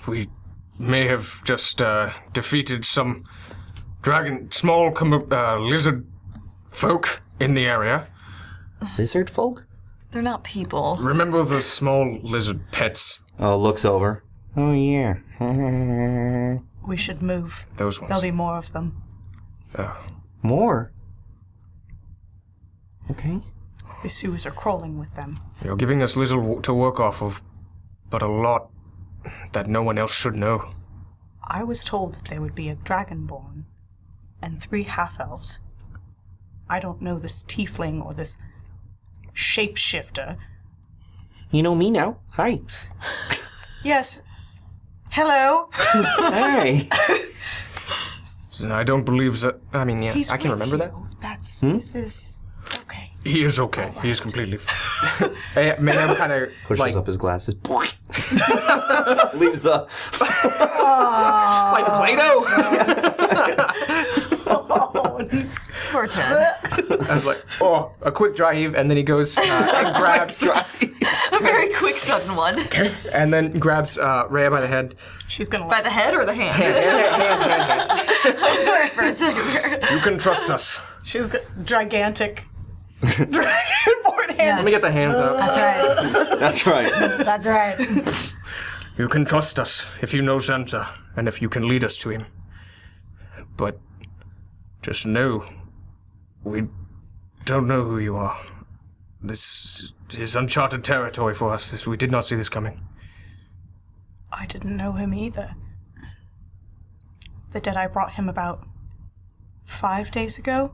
G: We may have just uh, defeated some dragon, small com- uh, lizard
D: folk in the area.
Q: Lizard folk?
F: They're not people.
D: Remember those small lizard pets?
Q: Oh, looks over.
D: Oh, yeah.
E: We should move.
D: Those ones.
E: There'll be more of them.
D: Oh.
Q: More? Okay.
E: The Sioux are crawling with them.
D: You're giving us little w- to work off of, but a lot that no one else should know.
E: I was told that there would be a dragonborn and three half elves. I don't know this tiefling or this shapeshifter.
N: You know me now. Hi.
E: Yes. Hello.
N: Hi.
D: So I don't believe that. I mean, yeah,
E: He's
D: I can
E: with
D: remember that.
E: you. That's
D: Hmm?
E: this is
D: He is okay. He is completely. F- Eh, Mayhem kind of pushes
Q: up his glasses.
B: Leaves up.
F: Ah.
D: like Play-Doh.
F: Poor Ted.
D: I was like, oh, a quick dry heave, and then he goes uh, and grabs,
F: a very quick, sudden one. Okay.
D: and then grabs uh, Rhea by the head.
E: She's gonna.
F: By the head or the hand? I'm sorry for a second there.
D: You can trust us.
E: She's got gigantic.
D: Let me get the hands up.
C: That's right.
D: That's right.
C: That's right.
G: You can trust us if you know Santa and if you can lead us to him. But just know we don't know who you are. This is uncharted territory for us. This, we did not see this coming.
E: I didn't know him either. The Deadeye brought him about five days ago.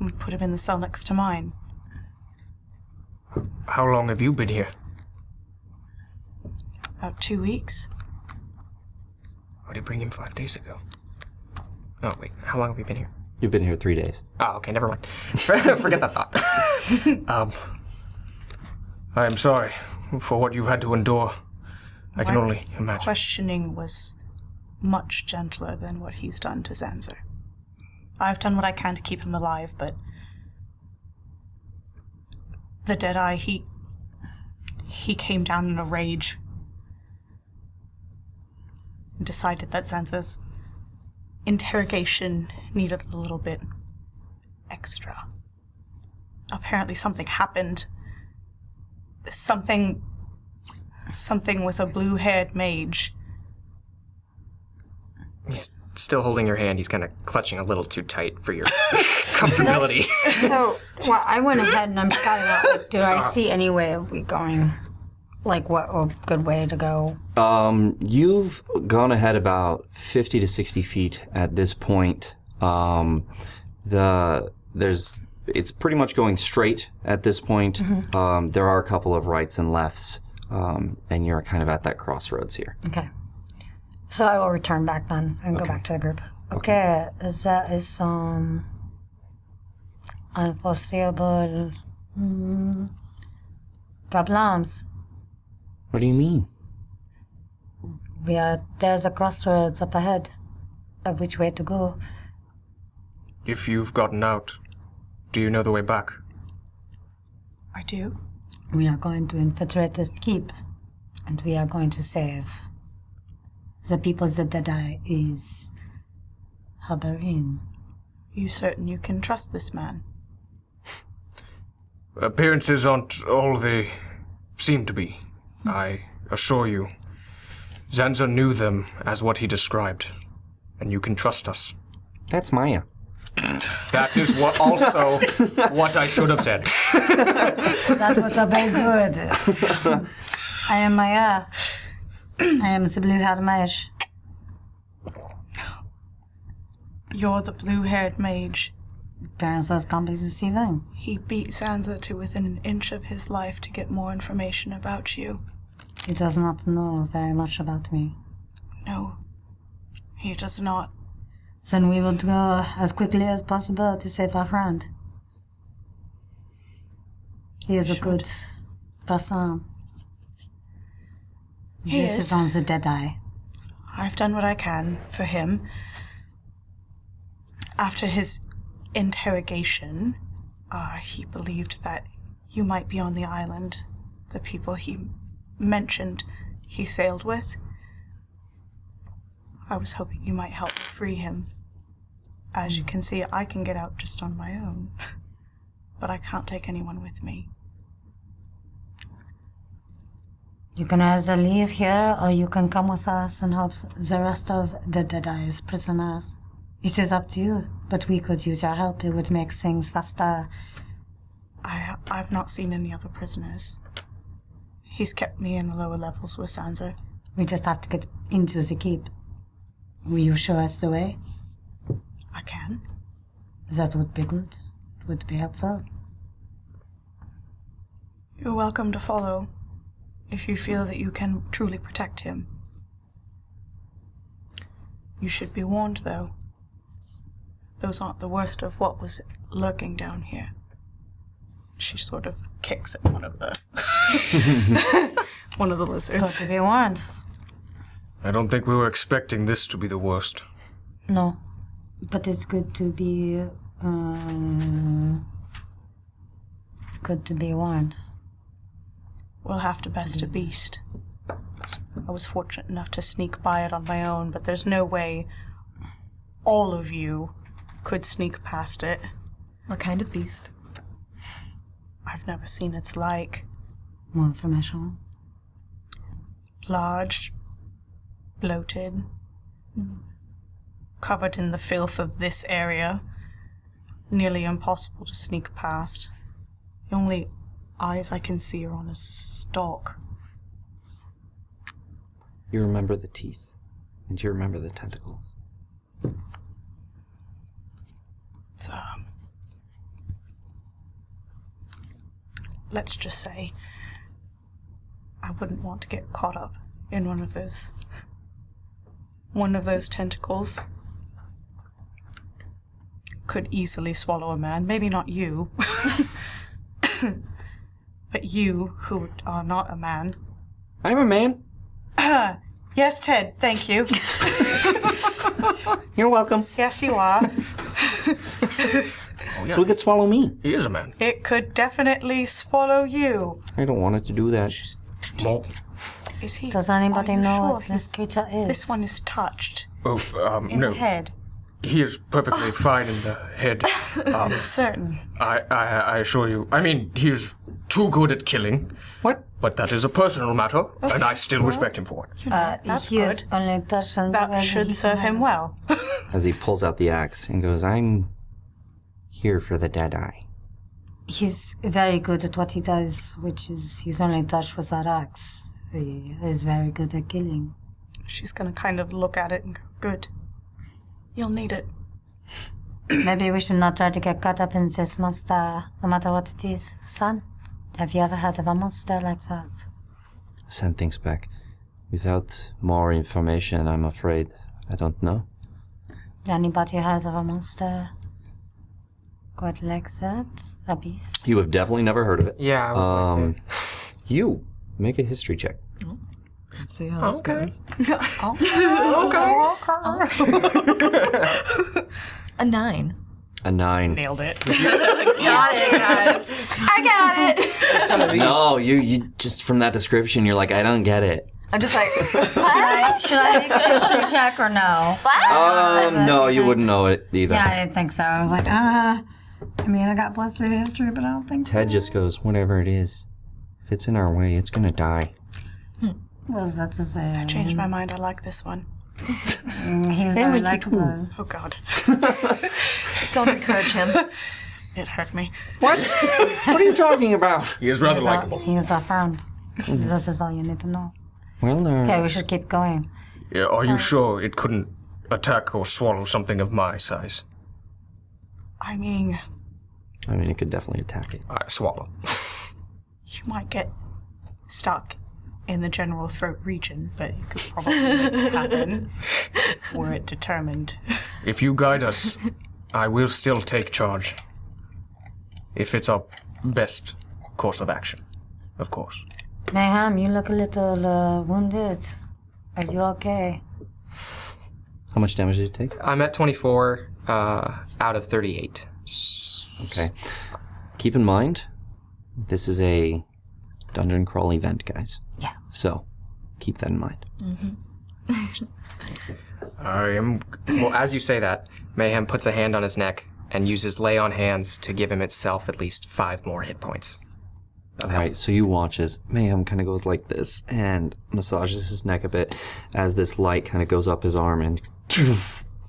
E: We put him in the cell next to mine.
G: How long have you been here?
E: About two weeks.
D: Why did you bring him five days ago? Oh wait, how long have we been here?
Q: You've been here three days.
D: Oh,
G: Eh,
D: okay, never mind. Forget that thought. um,
G: I am sorry for what you've had to endure. I can
E: My
G: only imagine.
E: Questioning was much gentler than what he's done to Zanzer. I've done what I can to keep him alive, but the Deadeye, he he came down in a rage and decided that Zanzer's interrogation needed a little bit extra. Apparently, something happened. Something something with a blue haired mage.
D: he's still holding your hand. He's kind of clutching a little too tight for your comfortability.
C: So, well, I went ahead and I'm scouting out. Like, do I see any way of we going? Like, what a good way to go?
B: Um, you've gone ahead about 50 to 60 feet at this point. Um, the there's it's pretty much going straight at this point.
C: Mhm.
B: Um, there are a couple of rights and lefts, um, and you're kind of at that crossroads here.
C: Okay. So I will return back then and go back to the group. Okay, is that is um, some unforeseeable mm, problems?
N: What do you mean?
C: We are there's a crossroads up ahead of which way to go.
G: If you've gotten out, do you know the way back?
E: I do.
C: We are going to infiltrate this keep, and we are going to save the people that Deadeye is harboring.
E: You certain you can trust this man?
G: Appearances aren't all they seem to be, I assure you. Zanza knew them as what he described, and you can trust us.
N: That's Maya.
D: that is what also what I should have said.
C: That was a very good. I am Maya. I am the blue haired mage.
E: You're the blue haired mage.
C: Parents says can't be deceiving.
E: He beat Sansa to within an inch of his life to get more information about you.
C: He does not know very much about me.
E: No, he does not.
C: Then we will go as quickly as possible to save our friend. He is a good person.
E: He
C: this
E: is.
C: is on the dead eye.
E: I've done what I can for him. After his interrogation, uh, he believed that you might be on the island. The people he mentioned he sailed with. I was hoping you might help free him. As you can see, I can get out just on my own, but I can't take anyone with me.
C: You can either leave here or you can come with us and help the rest of the Deadeye's prisoners. It is up to you, but we could use your help. It would make things faster.
E: I, I've not seen any other prisoners. He's kept me in the lower levels with Sansa.
C: We just have to get into the keep. Will you show us the way?
E: I can.
C: That would be good. Would be helpful.
E: You're welcome to follow if you feel that you can truly protect him. You should be warned, though. Those aren't the worst of what was lurking down here. She sort of kicks at one of the one of the
C: Got
E: lizards.
C: to be warned.
G: I don't think we were expecting this to be the worst.
C: No, but it's good to be. Um, it's good to be warned.
E: We'll have to best a beast. I was fortunate enough to sneak by it on my own, but there's no way all of you could sneak past it.
F: What kind of beast?
E: I've never seen its like.
C: More information.
E: Large, bloated, covered in the filth of this area, nearly impossible to sneak past. The only eyes I can see are on a stalk.
N: You remember the teeth, and you remember the tentacles.
E: It's, um, let's just say, I wouldn't want to get caught up in one of those, one of those tentacles. Could easily swallow a man. Maybe not you, but you who are not a man.
N: I'm a man.
E: yes, Ted. Thank you.
N: You're welcome.
E: Yes, you are.
N: So it could swallow me.
G: He is a man.
E: It could definitely swallow you.
N: I don't want it to do that.
G: Mo-
E: Is he?
C: Does anybody
E: are you
C: know
E: sure
C: what this
E: he's-
C: creature is?
E: This one is touched
G: Oh, um,
E: in
G: no.
E: the head.
G: He is perfectly fine in the head. Um,
E: Certain.
G: I, I, I assure you. I mean, he is too good at killing.
N: What?
G: But that is a personal matter, and I still respect him for it.
E: You know, that's
C: Uh, he
E: good.
C: is only touched on the
E: That
C: way
E: should
C: he
E: serve him
C: commands.
E: well.
Q: As he pulls out the axe and goes, I'm here for the dead eye.
C: He's very good at what he does, which is he's only touched with that axe. He is very good at killing.
E: She's gonna kind of look at it and go, "Good. You'll need it."
C: Maybe we should not try to get caught up in this monster, no matter what it is. Son, have you ever heard of a monster like that?
K: Send things back. Without more information, I'm afraid I don't know.
C: Anybody heard of a monster quite like that? A beast?
B: You have definitely never heard of it.
D: Yeah, I was like,
Q: Um, you make a history check.
F: Let's see how this goes. A nine.
N: A nine.
E: Nailed it.
F: Got it, guys. I got it.
N: No, you, you just from that description, you're like, I don't get it.
F: I'm just like,
C: should, I, should I make a history check or no? uh,
N: Um, no, you wouldn't know it either.
C: Yeah, I didn't think so. I was like, ah. I mean, I got blessed with history, but I don't think so.
Q: Ted just goes, whatever it is, if it's in our way, it's gonna die.
C: Hmm. Well, that's a Mm,
E: Changed my mind. I like this one.
C: He's very likable.
E: Oh God,
F: don't encourage him.
E: it hurt me.
Q: What are you talking about?
G: He is rather
C: He's
G: likable. Hmm.
C: our, he's our friend. this is all you need to know.
Q: Well, uh,
C: Okay, we should keep going.
G: Yeah, are you sure it couldn't attack or swallow something of my size?
E: I mean,
N: I mean, it could definitely attack it.
G: I swallow.
E: you might get stuck in the general throat region, but it could probably happen were it determined.
G: If you guide us, I will still take charge. If it's our best course of action, of course.
C: Mayhem, you look a little uh, wounded. Are you okay?
N: How much damage did it take?
D: I'm at 24 uh, out of 38.
N: Okay. Keep in mind, this is a dungeon crawl event, guys.
C: Yeah.
N: So, keep that in mind.
D: I am. Well, as you say that, Mayhem puts a hand on his neck and uses lay on hands to give him itself at least five more hit points.
B: All right, so you watch as Mayhem kind of goes like this and massages his neck a bit as this light kind of goes up his arm and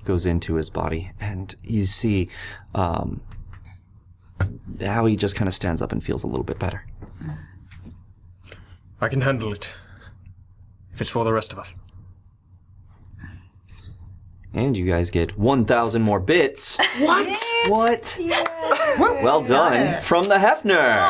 B: goes into his body. And you see um, how he just kind of stands up and feels a little bit better.
G: I can handle it. If it's for the rest of us.
B: And you guys get 1,000 more bits.
V: What?
B: What? well
V: Got
B: done
V: it.
B: from the Hefner,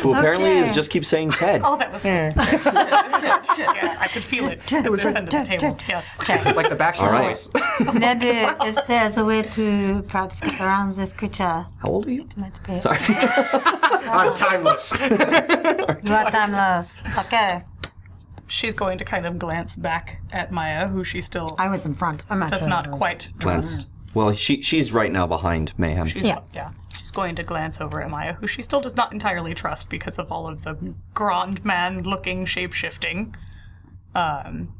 B: who apparently
V: Okay.
B: is just keeps saying Ted.
E: Oh, that was good. yes, I could feel it. It was right. the table. Yes.
D: It's like the Backstreet
B: All right.
D: Boys.
C: Maybe if there's a way to perhaps get around this creature,
B: How old are you?
C: it might be.
B: Sorry.
D: I'm timeless.
C: You are timeless. Okay.
E: She's going to kind of glance back at Maya, who she still
C: I was in front. I'm not
E: does
C: sure.
E: not quite trust.
B: Glance. Well, she she's right now behind Mayhem.
E: She's,
C: Yeah.
E: yeah. She's going to glance over at Maya, who she still does not entirely trust because of all of the grand man looking shape shifting. Um,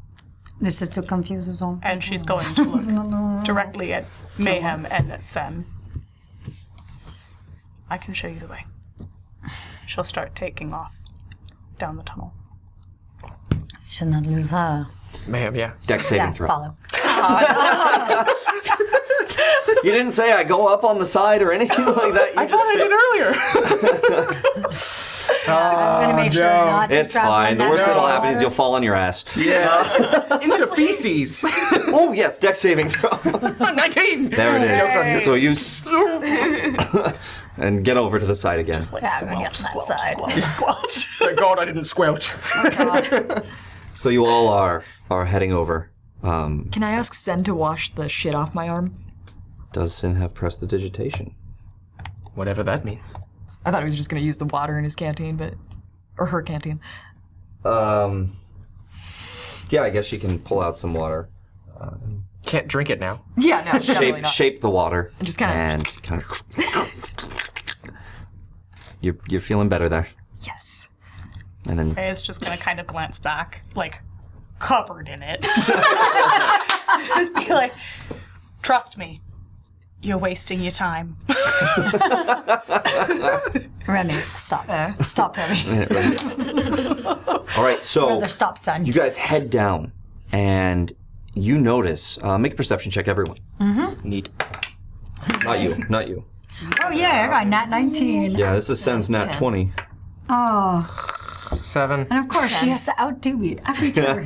C: This is too confusing. so-
E: and she's going to look directly at Mayhem and at Sen. I can show you the way. She'll start taking off down the tunnel.
C: Should not lose her.
D: Mayhem, yeah.
B: Dex saving
C: Yeah,
B: throw.
C: follow.
B: You didn't say I go up on the side or anything like that. You
D: I thought I did earlier.
C: I'm
D: Ah,
C: gonna make sure not to
B: It's
C: drop
B: fine.
C: on
B: The
C: that
B: worst that'll
C: wall.
B: happen is you'll fall on your ass.
D: Into feces.
B: oh yes, deck saving throw.
D: 19.
B: There it is.
D: Jokes on you.
B: So you s- and get over to the side again.
C: Yeah, I'm gonna get on that side.
G: Thank God I didn't squelch.
B: So you all are are heading over. Um,
F: Can I ask Sen to wash the shit off my arm?
B: does Sin have prestidigitation?
D: Whatever that means.
F: I thought he was just gonna use the water in his canteen, but or her canteen.
B: Um, yeah, I guess she can pull out some water,
D: Can't drink it now.
F: Yeah, no, definitely
B: shape
F: not.
B: shape the water,
F: And just kinda-
B: and kind of. You're, you're feeling better there,
F: Yes.
B: and then
E: Maya's just going to kind of glance back, like covered in it. just be like, trust me, you're wasting your time.
C: Remy, stop. Stop, Remy.
B: all right. So
C: Brother, stop, son.
B: You guys head down, and you notice. Uh, make a perception check, everyone. Mm-hmm. Neat. Not you. Not you.
C: Oh yeah, I got nat 19.
B: Yeah, this is Sen's nat twenty.
C: Oh,
D: Seven.
C: and of course she has to outdo me every turn.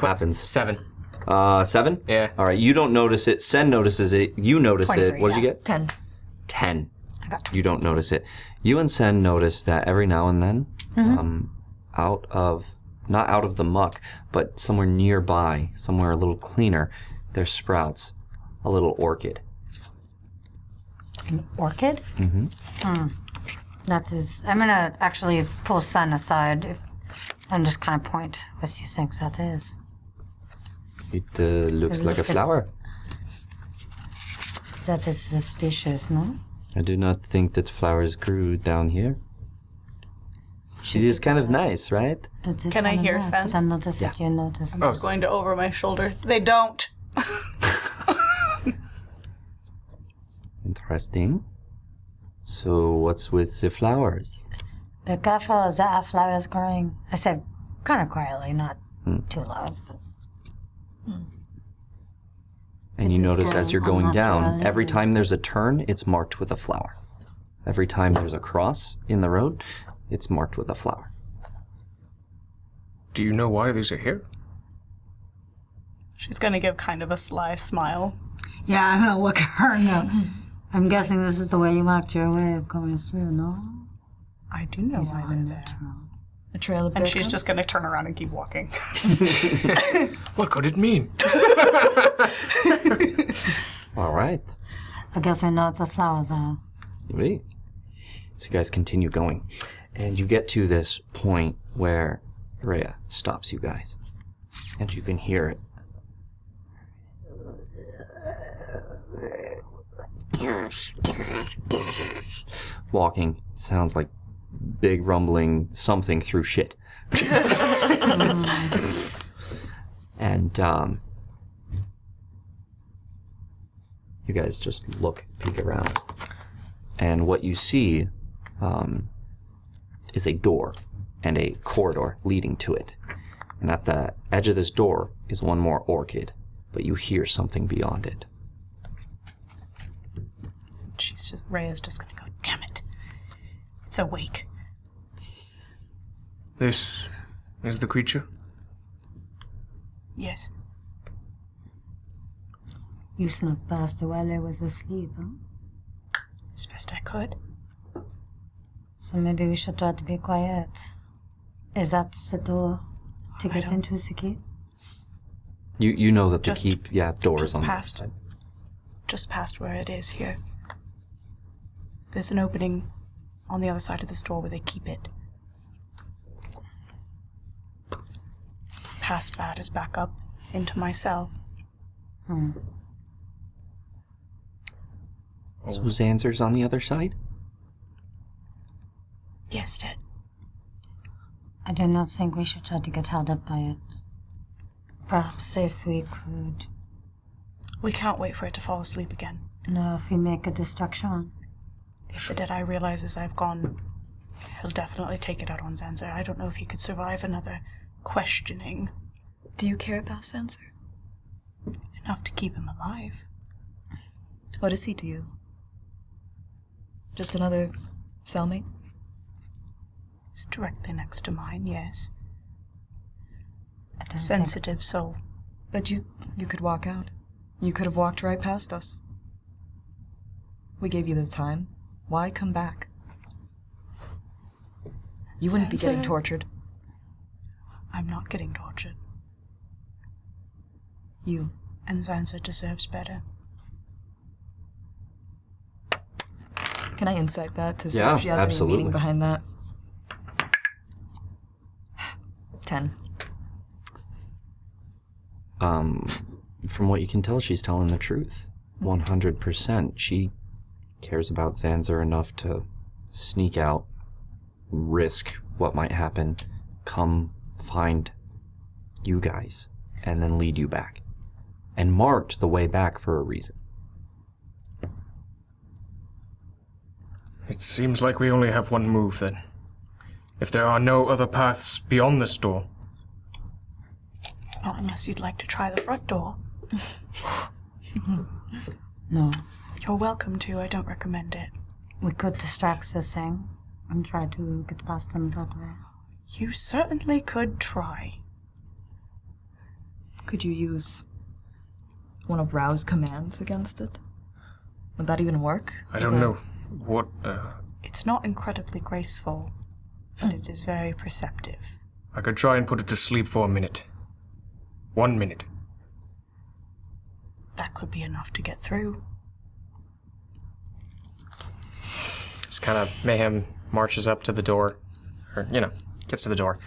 B: Happens.
D: Seven.
B: Uh, seven.
D: Yeah.
B: All right. You don't notice it. Sen notices it. You notice it.
C: 23,
B: What did you get?
F: Ten.
B: Ten. I got You don't notice it. You and Sen notice that every now and then, um, out of not out of the muck, but somewhere nearby, somewhere a little cleaner, there sprouts a little orchid.
C: Orchid? Mm-hmm. That is. I'm gonna actually pull Sun aside if, and just kind of point what you think that is.
B: It uh, looks like a
C: look at-
B: flower.
C: That is suspicious, no?
B: I do not think that flowers grew down here. It is kind of nice, right?
C: It is
E: Can I
C: kinda
E: hear
C: nice,
E: Sun?
C: But I noticed that you noticed.
E: Just going to over my shoulder. They don't.
B: Interesting. So, what's with the flowers?
C: Be careful, there are flowers growing. I said kind of quietly, not too loud. but-
B: And you
C: It's a
B: notice as
C: squirrel.
B: you're
C: I'm
B: going
C: not
B: down,
C: sure.
B: every time there's a turn, it's marked with a flower. Every time there's a cross in the road, it's marked with a flower.
G: Do you know why these are here?
E: She's going to give kind of a sly smile.
C: Yeah, I'm gonna look at her now. I'm guessing this is the way you marked your way of going through, no?
E: I do know why they're there.
F: The trail of
E: And
F: bear
E: she's
F: comes.
E: just going to turn around and keep walking.
G: What could it mean?
B: All right.
C: I guess we know what the flowers are.
B: Wait. So you guys continue going. And you get to this point where Rhea stops you guys. And you can hear it. Walking sounds like big rumbling something through shit. and um, you guys just look, peek around, and what you see um, is a door and a corridor leading to it. And at the edge of this door is one more orchid, but you hear something beyond it.
E: She's just, Ray is just gonna go, damn it. It's awake.
G: This is the creature.
E: Yes.
C: You snuck past while I was asleep, huh?
E: As best I could.
C: So maybe we should try to be quiet. Is that the door to get into the keep?
B: You you know that the keep yeah door is on the
E: past. Just past where it is here. There's an opening on the other side of this door where they keep it. Past that is back up into my cell.
C: Hmm.
B: So Zanzer's on the other side.
E: Yes, Dad.
C: I do not think we should try to get held up by it. Perhaps if we could.
E: We can't wait for it to fall asleep again.
C: No, if we make a distraction.
E: If the Deadeye realizes I've gone, he'll definitely take it out on Zanzer. I don't know if he could survive another questioning.
F: Do you care about Sensor?
E: Enough to keep him alive.
F: What is he to you? Just another cellmate?
E: It's directly next to mine, yes.
C: A
E: sensitive soul.
F: But you you could walk out. You could have walked right past us. We gave you the time. Why come back? You wouldn't be getting
E: Sensor.
F: tortured.
E: I'm not getting tortured.
F: You.
E: And Zanza deserves better.
F: Can I insight that to see
B: Yeah,
F: if she has any
B: absolutely.
F: meaning behind that? Ten.
B: Um, from what you can tell, she's telling the truth. One hundred percent. She cares about Zanzer enough to sneak out, risk what might happen, come find you guys, and then lead you back. And marked the way back for a reason.
G: It seems like we only have one move then. If there are no other paths beyond this door,
E: Not unless you'd like to try the front door.
C: No.
E: You're welcome to, I don't recommend it.
C: We could distract the thing and try to get past them that way.
E: You certainly could try.
F: Could you use one of Rao's commands against it? Would that even work?
G: I don't know what. Uh,
E: It's not incredibly graceful,
F: Hmm.
E: but it is very perceptive.
G: I could try and put it to sleep for a minute. One minute.
E: That could be enough to get through.
D: Just kind of mayhem marches up to the door, or you know, gets to the door.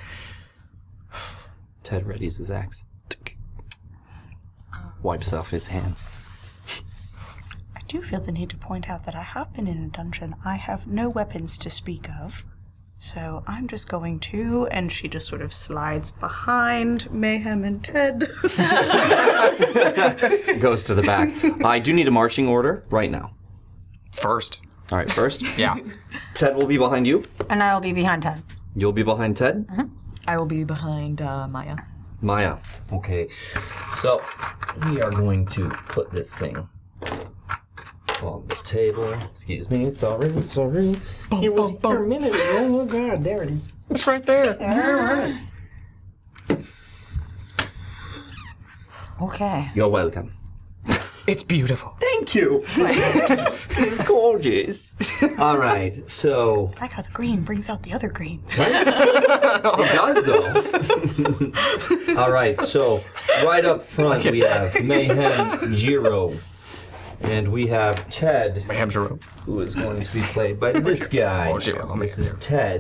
B: Ted readies his axe. Wipes off his hands.
E: I do feel the need to point out that I have been in a dungeon. I have no weapons to speak of. So I'm just going to, and she just sort of slides behind Mayhem and Ted.
B: Goes to the back. I do need a marching order right now.
D: First.
B: All right, first.
D: yeah.
B: Ted will be behind you.
C: And I will be behind Ted.
B: You'll be behind Ted.
F: I will be behind uh, Maya.
B: Maya. Okay. So we are going to put this thing on the table. Excuse me. Sorry. Sorry.
W: It was a minute ago. Oh god, there it is.
D: It's right there.
C: Okay.
B: You're welcome.
D: It's beautiful.
B: Thank you. It's gorgeous. All right. So
E: I like how the green brings out the other green.
B: it does though. All right. So right up front we have Mayhem Jiro, and we have Ted.
D: Mayhem Jiro.
B: Who is going to be played by this guy?
D: Oh, Jiro.
B: This is Ted.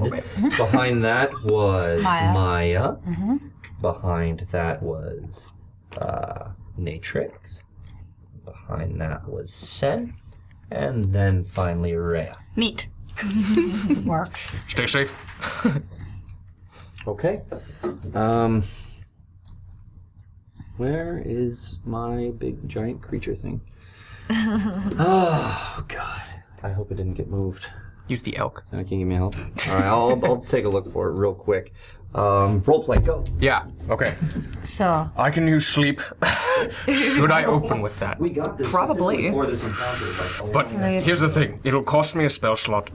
B: Behind that was
K: Maya.
B: Maya.
K: Mm-hmm.
B: Behind that was uh, Natrix. Behind that was Sen. And then finally Rhea.
E: Neat.
C: Works.
D: Stay safe.
B: Okay. Um, Where is my big giant creature thing?
F: oh,
B: God. I hope it didn't get moved. Uh,
G: Use the elk.
B: Can you give me help? All right, I'll, I'll take a look for it real quick. Um, role play, go.
G: Yeah. Okay.
C: So
G: I can use sleep. Should I open with that?
B: We got this
F: Probably.
B: before this encounter.
G: But here's the thing it'll cost me a spell slot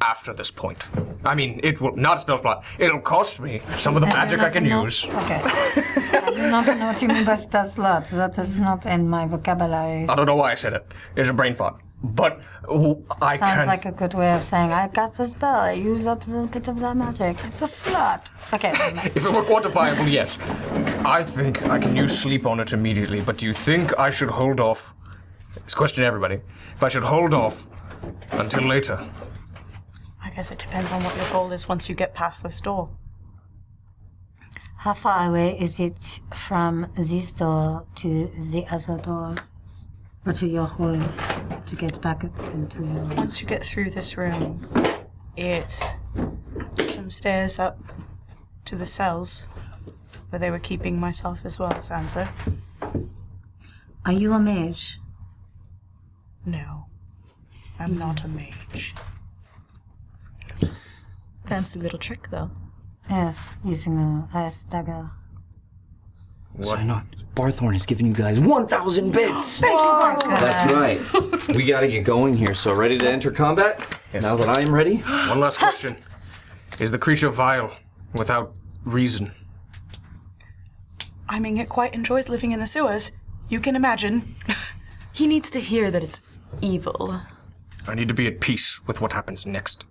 G: after this point. I mean, it will not a spell slot. It'll cost me some of the
C: I do
G: magic I
C: not
G: can
C: know-
G: use.
C: Okay. I do not know what you mean by spell slot. That is not in my vocabulary.
G: I don't know why I said it. It's a brain fart. But w- I
C: Sounds
G: can.
C: like a good way of saying I cast a spell. I use up a little bit of that magic. It's a slot. Okay. never mind.
G: If it were quantifiable, yes. I think I can use sleep on it immediately, but do you think I should hold off? It's a question to everybody. If I should hold off until later.
E: I guess it depends on what your goal is once you get past this door.
C: How far away is it from this door to the other door, or to your room, to get back up into your?
E: Once you get through this room, it's some stairs up to the cells where they were keeping myself as well as Sansa.
C: Are you a mage?
E: No, I'm
C: Mm.
E: not a mage.
F: Fancy little trick, though.
C: Yes, using a ice dagger.
A: Why not? Barthorn has given you guys 1,000 bits.
B: That's right. We got to get going here. So, ready to enter combat? Now that I am ready.
G: One last question. Is the creature vile without reason?
E: I mean, it quite enjoys living in the sewers. You can imagine.
F: He needs to hear that it's evil.
G: I need to be at peace with what happens next.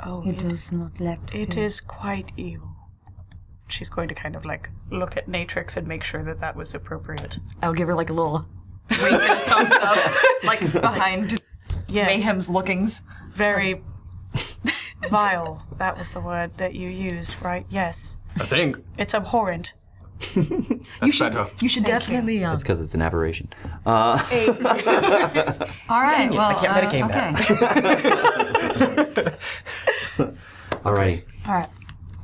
E: Oh,
C: It does not like. to
E: It
C: be-
E: is quite evil. She's going to kind of like look at Natrix and make sure that that was appropriate.
F: I'll give her like a little wink and thumbs up, like behind
E: Yes.
F: Mayhem's lookings.
E: Very vile. That was the word that you used, right? Yes.
G: I think.
E: It's abhorrent.
F: You should, you should
E: Thank
F: definitely. Um,
B: It's because it's an aberration. Uh,
C: All right.
G: Dang it, I
C: well,
G: can't
C: uh,
G: metagame that.
C: okay.
F: uh,
B: Alrighty.
C: All right.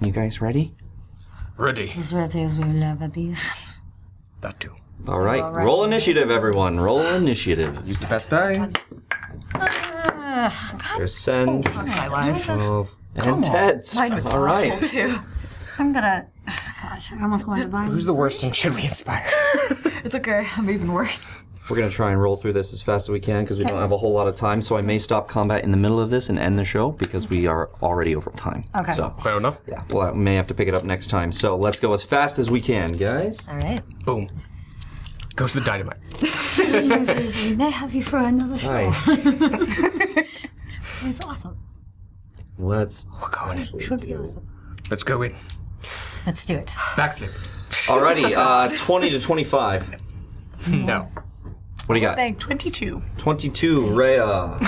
B: You guys ready?
G: Ready.
C: As ready as we will ever be.
G: That too.
B: All right.
C: All right.
B: Roll initiative, everyone. Roll initiative.
G: Use the best die.
B: There's send,
F: my life.
B: twelve, and Ted's.
F: Mine was
B: All right.
F: awful, too.
C: I'm gonna. Gosh, I almost wanted to buy.
G: Who's the worst and should we inspire?
F: It's okay. I'm even worse.
B: We're gonna try and roll through this as fast as we can because we don't have a whole lot of time. So I may stop combat in the middle of this and end the show because we are already over time.
C: Okay.
B: So
G: Fair enough.
B: yeah, well, I may have to pick it up next time. So let's go as fast as we can, guys.
F: All right.
G: Boom. Goes the dynamite.
C: We may have you for another show.
B: Nice.
C: It's awesome.
B: Let's.
G: We're going in.
C: Should be awesome.
G: Let's go in.
C: Let's do it.
G: Backflip.
B: Alrighty. Uh, Twenty to twenty-five.
G: No.
B: What do you got?
E: 22.
B: Twenty-two. Rhea.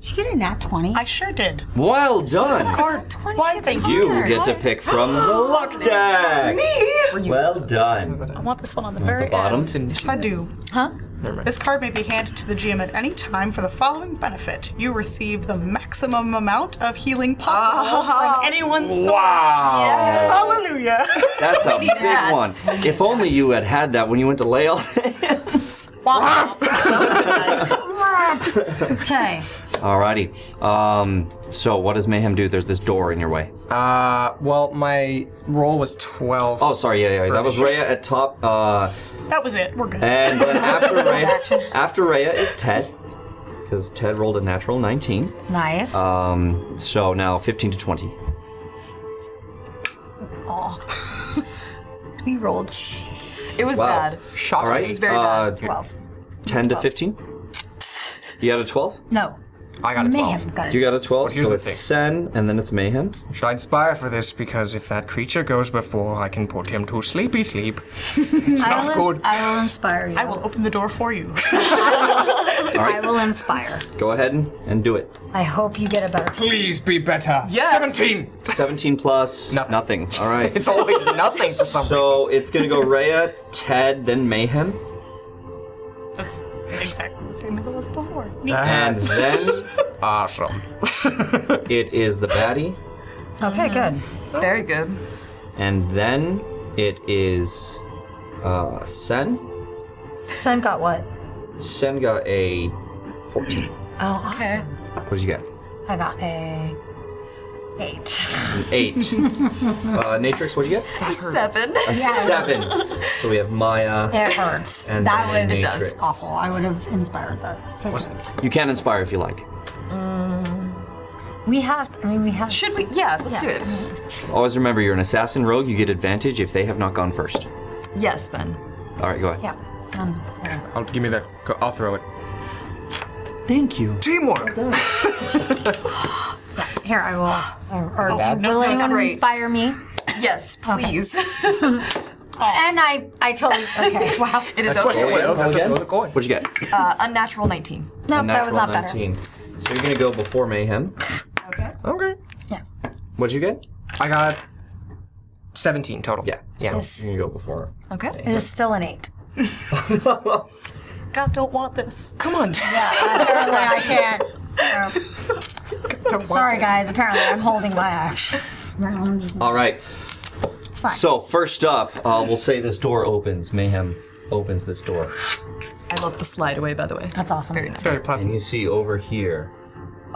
C: She get a nat twenty.
E: I sure did.
B: Well done.
E: Why, thank you.
B: You get to pick from the luck deck.
F: Me?
B: Well done.
E: I want this one on the very
B: The bottom.
E: end. Yes, I do.
C: Huh?
E: This card may be handed to the GM at any time for the following benefit. You receive the maximum amount of healing
C: Ah,
E: possible from anyone's source.
B: Wow.
E: Hallelujah.
B: That's a big
F: that.
B: one. If only you had had that when you went to lay all.
C: Okay.
B: Alrighty. Um, so what does Mayhem do? There's this door in your way.
G: Uh, well, my roll was 12.
B: Oh, sorry. Yeah, yeah. yeah. That was Rhea at top. Uh,
E: that was it. We're good.
B: and then after Rhea, after Rhea is Ted, because Ted rolled a natural 19.
C: Nice.
B: Um, so now 15 to 20.
F: We rolled. It was
B: Wow.
F: bad.
G: Shocking.
B: All right.
F: It was very
B: uh,
F: bad. 12.
B: 10 to 15. You got a 12.
C: no.
G: I got a 12.
C: Mayhem got
B: You
C: it.
B: got a 12.
G: But here's
B: so
G: the
B: it's
G: thing.
B: Sen, and then it's Mayhem.
G: Should I inspire for this? Because if that creature goes before, I can put him to sleepy sleep.
C: I will,
G: good.
C: ins- I will inspire you.
E: I will open the door for you.
C: I will inspire.
B: Go ahead and, and do it.
C: I hope you get a better.
G: Please be better.
F: Yes.
G: 17.
B: 17 plus
G: Nothing.
B: nothing. All right.
G: It's always nothing for some reason.
B: So it's gonna go Rhea, Ted, then Mayhem,
E: That's exactly the same as it was before.
B: and
G: That's
B: then
G: awesome.
B: it is the baddie,
C: Okay, good.
F: Very good.
B: and then it is
Q: Uh, Sen?
C: Son got what?
Q: Sen got a 14.
C: Oh, okay.
Q: What did you get?
C: I got a eight.
Q: An 8. uh, Natrix, what did you get?
F: Seven.
Q: A 7. So we have Maya.
C: It hurts.
Q: And
C: that
Q: then
C: was
Q: Natrix.
C: just awful. I would have inspired that.
B: You can inspire if you like.
C: We have. I mean, we have.
F: Should we? Yeah, let's do
C: Yeah.
F: it.
B: Always remember you're an assassin rogue. You get advantage if they have not gone first.
F: Yes, then.
B: All right, go ahead.
C: Yeah. Um,
G: I'll give me that. Go- I'll throw it.
N: Thank you.
D: Teamwork.
C: here I will. s- Or, or
N: bad?
C: will
F: it's
C: anyone
F: great.
C: inspire me?
F: Yes, please.
C: oh. And I, I totally. Okay. Wow.
F: it is
D: That's what
F: okay.
D: someone else has to
Q: Again?
D: throw the coin.
B: What'd you get?
F: Uh, unnatural 19.
C: No,
Q: A
C: that
Q: natural
C: was not better.
Q: 19. So you're going to go before Mayhem.
F: Okay.
D: Okay.
Q: What'd you get?
D: I got 17 total.
Q: Yeah.
D: Yeah.
C: Yes.
Q: You're going to go before.
F: Okay.
C: It is still an eight.
E: God, don't want this.
D: Come on.
C: Apparently, I can't. Oh. Sorry, guys. Apparently, I'm holding my action. I'm just-
Q: All right.
C: It's fine.
Q: So first up, uh, we'll say this door opens. Mayhem opens this door,
F: I love the slide away, by the way.
C: That's awesome.
F: Very nice.
D: Very pleasant.
Q: and you see over here.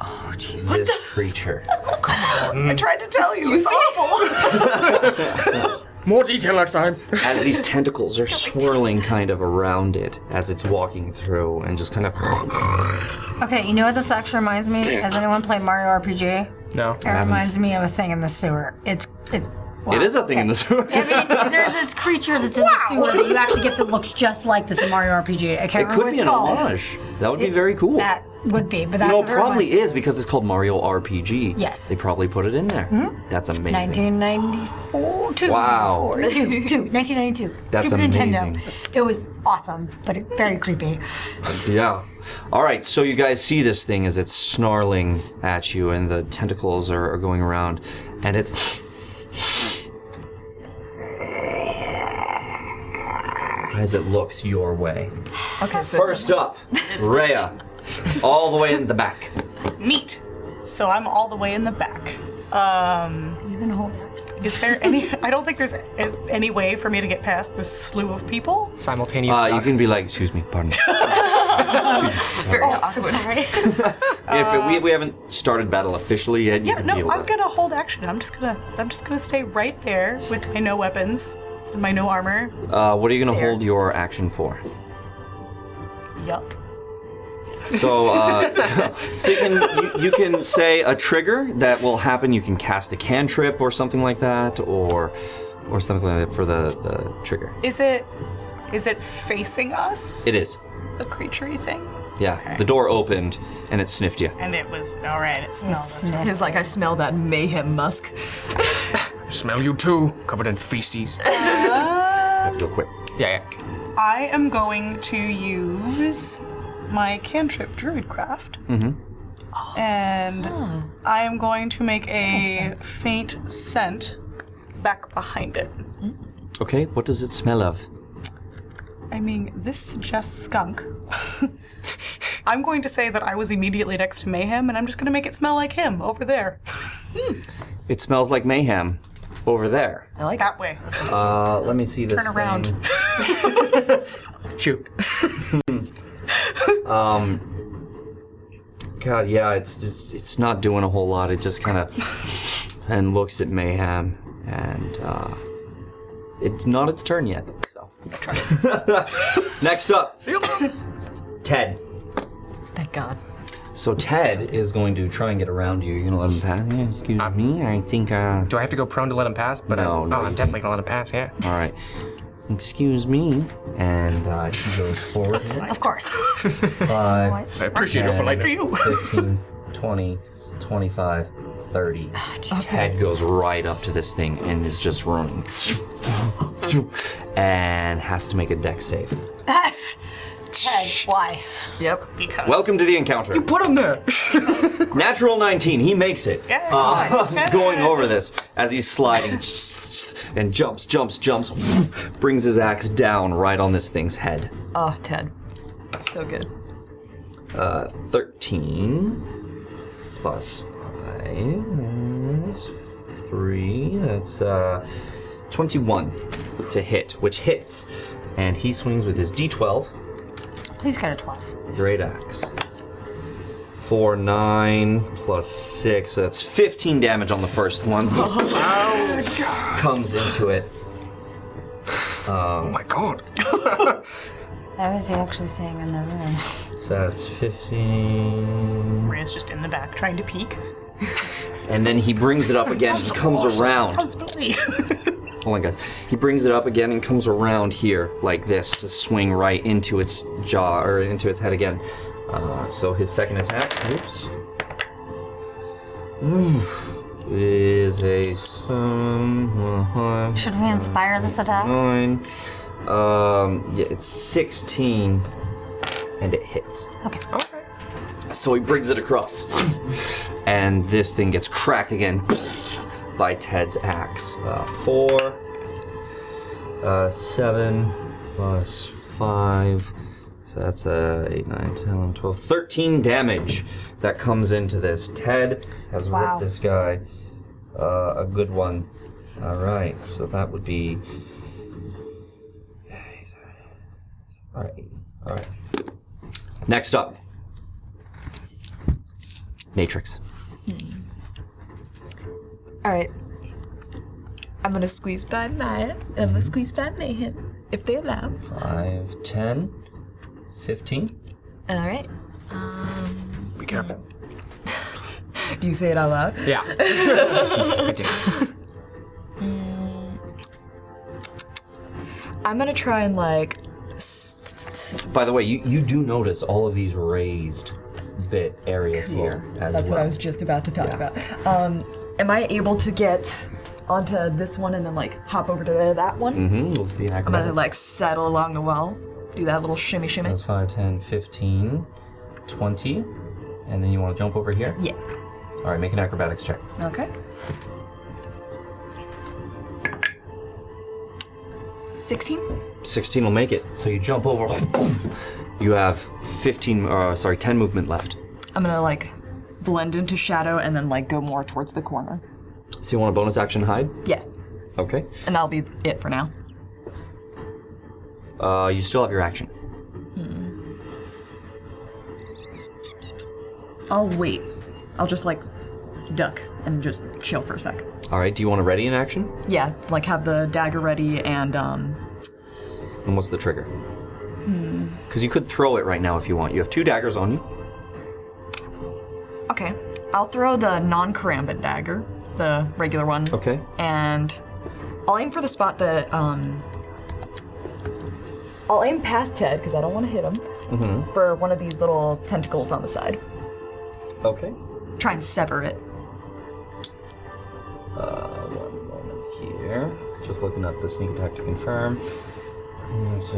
B: Oh,
Q: This creature.
C: Mm.
F: I tried to tell you, it's awful.
D: More detail next time.
Q: As these tentacles are swirling kind of around it as it's walking through and just kind of.
C: Okay, you know what this actually reminds me? Has anyone played Mario RPG?
D: No.
C: It reminds me of a thing in the sewer. It's it. Wow.
B: It is a thing in this room.
C: I mean, there's this creature that's in the sewer that you actually get that looks just like this in Mario RPG. I can't
B: It
C: remember
B: could
C: what
B: be
C: it's
B: an
C: called.
B: homage. That would be very cool.
C: That would be, but that's
B: no,
C: what
B: it
C: it reminds
B: probably
C: me.
B: is because it's called Mario RPG.
C: Yes. Hmm?
B: They probably put it in there. That's amazing.
C: 1994, two,
B: Wow.
C: four, two, two, 1992.
B: That's
C: Super
B: amazing.
C: Nintendo. It was awesome, but it, very creepy.
B: Yeah. All right, so you guys see this thing as it's snarling at you, and the tentacles are, are going around, and it's.
Q: As it looks your way.
F: okay, so
B: First up, Rhea, all the way in the back.
E: Neat. So I'm all the way in the back. Um,
C: You're gonna hold that.
E: Is there any? I don't think there's a- any way for me to get past this slew of people.
D: Simultaneous.
B: Uh, you
D: doc.
B: can be like, excuse me, pardon me.
F: very
E: Oh,
F: awkward.
B: if we, we haven't started battle officially yet, you
E: Yeah,
B: can
E: no,
B: be able
E: I'm
B: to.
E: gonna hold action. I'm just gonna, I'm just gonna stay right there with my no weapons and my no armor.
B: Uh, what are you going to hold your action for?
E: Yup.
B: So, uh, so, so you can you, you can say a trigger that will happen. You can cast a cantrip or something like that, or or something like that for the, the trigger.
E: Is it, is it facing us?
B: It is.
E: The creaturey thing.
B: Yeah. The door opened and it sniffed you.
E: And it was all right. It smells.
C: Sniff.
F: He's like, I smell that mayhem musk.
G: Smell you too, covered in feces.
B: Real quick.
D: yeah, yeah.
E: I am going to use my cantrip druidcraft.
I: Oh.
E: Mm-hmm. And
I: Ah.
E: I am going to make a faint scent back behind it.
B: Okay. What does it smell of?
E: I mean, this suggests skunk. I'm going to say that I was immediately next to Mayhem, and I'm just going to make it smell like him over there.
B: It smells like mayhem over there.
E: that way.
Q: Uh, let me see this.
E: Turn around.
Q: thing.
D: Shoot.
B: Um, God, yeah, it's it's, it's not doing a whole lot. It just kind of and looks at mayhem, and uh, it's not its turn yet. So next up,
Q: Ted.
F: Thank God.
Q: So Ted is going to try and get around you. You're going to let him pass? Yeah, excuse me. I think. Uh,
D: Do I have to go prone to let him pass? But
Q: No,
D: I'm,
Q: no,
D: oh,
Q: you
D: I'm definitely gonna let him pass. Yeah.
Q: all right. Excuse me. And uh, he goes forward.
C: Of course.
Q: Five,
D: I appreciate your
Q: 10,
D: politeness.
Q: 15, 20, 25, 30.
B: Ted goes right up to this thing and is just running, and has to make a deck save.
C: Ted, why?
F: Yep.
B: Welcome to the encounter.
D: Put him there.
B: Natural 19, he makes it. Uh, he's going over this as he's sliding and jumps, jumps, jumps, brings his axe down right on this thing's head.
F: Oh, Ted. So good.
B: 13 Uh, plus 5 is 3. That's uh, 21. to hit, which hits. And he swings with his d12,
I: Please get a 12.
B: great axe. 4, 9, plus 6, so that's 15 damage on the first one. Comes into it. Um,
D: Oh my god.
I: That was the actual saying in the room.
B: So that's 15.
E: Rhea's just in the back trying to peek.
B: And then he brings it up again and comes around.
E: Sounds bloody.
B: Hold on, guys. He brings it up again and comes around here like this to swing right into its jaw or into its head again. Uh, so his second attack, oops, is a um,
I: Should we inspire this attack?
B: nine. Um, yeah, it's sixteen, and it hits.
I: Okay.
B: So he brings it across, and this thing gets cracked again by Ted's axe. Uh, four, uh, seven, plus five. So that's uh, 8, 9, 10, 11, 12, 13 damage that comes into this. Ted has
I: Wow.
B: ripped this guy uh, a good one. All right, so that would be. All right, all right. Next up, Natrix.
F: All right. I'm gonna squeeze by Maya. and I'm gonna squeeze by Mayhem if they allow.
B: 5, 10, 15.
F: All right.
D: Be careful.
F: Do you say it out loud?
D: Yeah. I do.
F: I'm gonna try and like. s- s- s-
B: By the way, you, you do notice all of these raised bit areas here as
F: That's
B: well.
F: what I was just about to talk about. Um, am I able to get onto this one and then like hop over to that one?
B: Mm-hmm. We'll be
F: I'm gonna like settle along the wall, do that little shimmy shimmy.
B: That's 5, 10, 15, 20. And then you want to jump over here?
F: Yeah.
B: All right, make an acrobatics check.
F: Okay. Sixteen.
B: 16 will make it. So you jump over. You have 15, uh, sorry, 10 movement left.
F: I'm gonna like blend into shadow and then like go more towards the corner.
B: So you want a bonus action hide?
F: Yeah,
B: Okay.
F: and that'll be it for now.
B: Uh, you still have your action.
F: I'll wait. I'll just like duck and just chill for a sec.
B: All right, do you want to ready an action?
F: Yeah, like have the dagger ready and um hmm.
B: And what's the trigger? Because you could throw it right now if you want. You have two daggers on you.
F: okay. I'll throw the non-karambit dagger, the regular one.
B: Okay.
F: And I'll aim for the spot that um I'll aim past Ted because I don't want to hit him for one of these little tentacles on the side.
B: Okay.
F: Try and sever it.
B: Uh, one moment here. Just looking up the sneak attack to confirm. If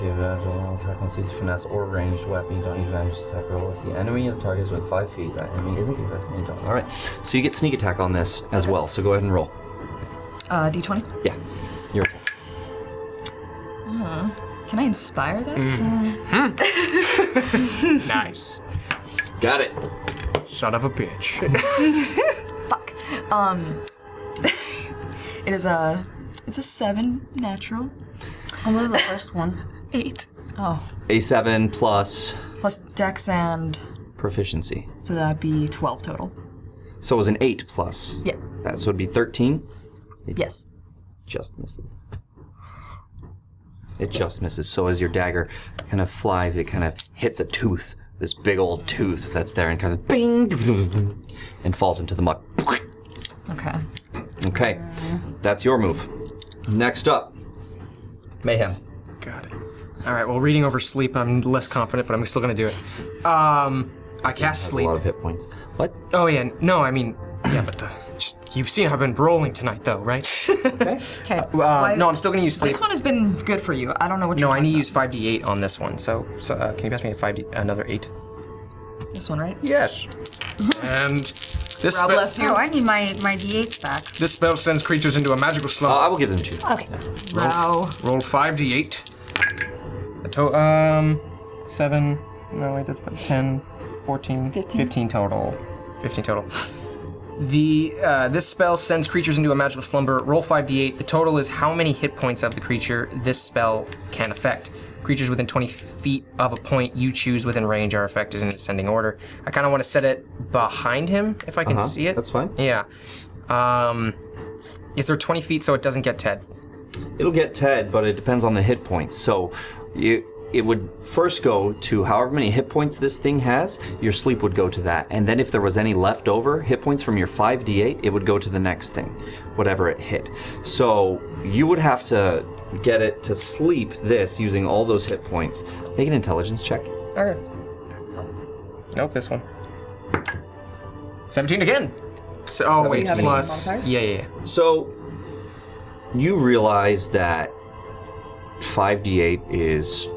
B: you have agile attack on sees finesse or ranged weapon, you don't use advantage to attack roll. If the enemy of the target is within five feet, that enemy isn't confessing you don't. All right. So you get sneak attack on this as well. So go ahead and roll.
F: Uh D20.
B: Yeah. Your attack.
F: Uh-huh. Can I inspire that?
D: Mm.
F: Hmm.
D: Nice.
B: Got it.
D: Son of a bitch.
F: Fuck. Um, it is a it's a seven natural
I: What was the first one?
F: eight
I: Oh,
B: A7 plus
F: plus dex and
B: proficiency.
F: so that'd be twelve total.
B: So it was an 8 plus.
F: Yeah.
B: That so would be 13.
F: Yes.
B: just misses. It just misses. So as your dagger kind of flies, it kind of hits a tooth, this big old tooth that's there, and kind of bing, and falls into the muck.
F: Okay.
D: Uh,
B: Okay, that's your move. Next up, mayhem.
D: God. All right. Well, reading over sleep, I'm less confident, but I'm still gonna do it. Um, I cast
B: Has
D: sleep.
B: A lot of hit points. What?
D: Oh yeah. No, I mean, yeah, but the, just you've seen how I've been rolling tonight, though, right?
F: Okay.
D: Uh, no, I'm still gonna use sleep.
F: This one has been good for you. I don't know what.
D: No,
F: you're
D: I need to use 5d8 on this one. So, so uh, can you pass me a 5d another eight?
F: talking- This one, right?
D: Yes. and this
F: God
D: spe-
F: bless you.
I: oh I need my, my D8 back.
D: this spell sends creatures into a magical slumber.
B: Uh, I will give them to you.
I: Okay.
F: Wow.
D: Roll 5d8. A to- um, 7. No, wait, that's fi- 10, 14, 15, total. 15 total. The uh, this spell sends creatures into a magical slumber. Roll 5d8. The total is how many hit points of the creature this spell can affect. Creatures within 20 feet of a point you choose within range are affected in ascending order. I kind of want to set it behind him if I can
B: Uh-huh,
D: see it.
B: that's fine.
D: Yeah. Um, is there 20 feet so it doesn't get Ted?
B: It'll get Ted, but it depends on the hit points. So you it would first go to however many hit points this thing has, your sleep would go to that. And then if there was any left over hit points from your 5d8, it would go to the next thing, whatever it hit. So you would have to get it to sleep this using all those hit points. Make an intelligence check.
D: All right. Nope, this one. 17 again. So, oh,
B: Do
D: wait,
B: you have any
D: plus.
B: modifiers?
D: Yeah, yeah, yeah.
B: So you realize that 5d8 is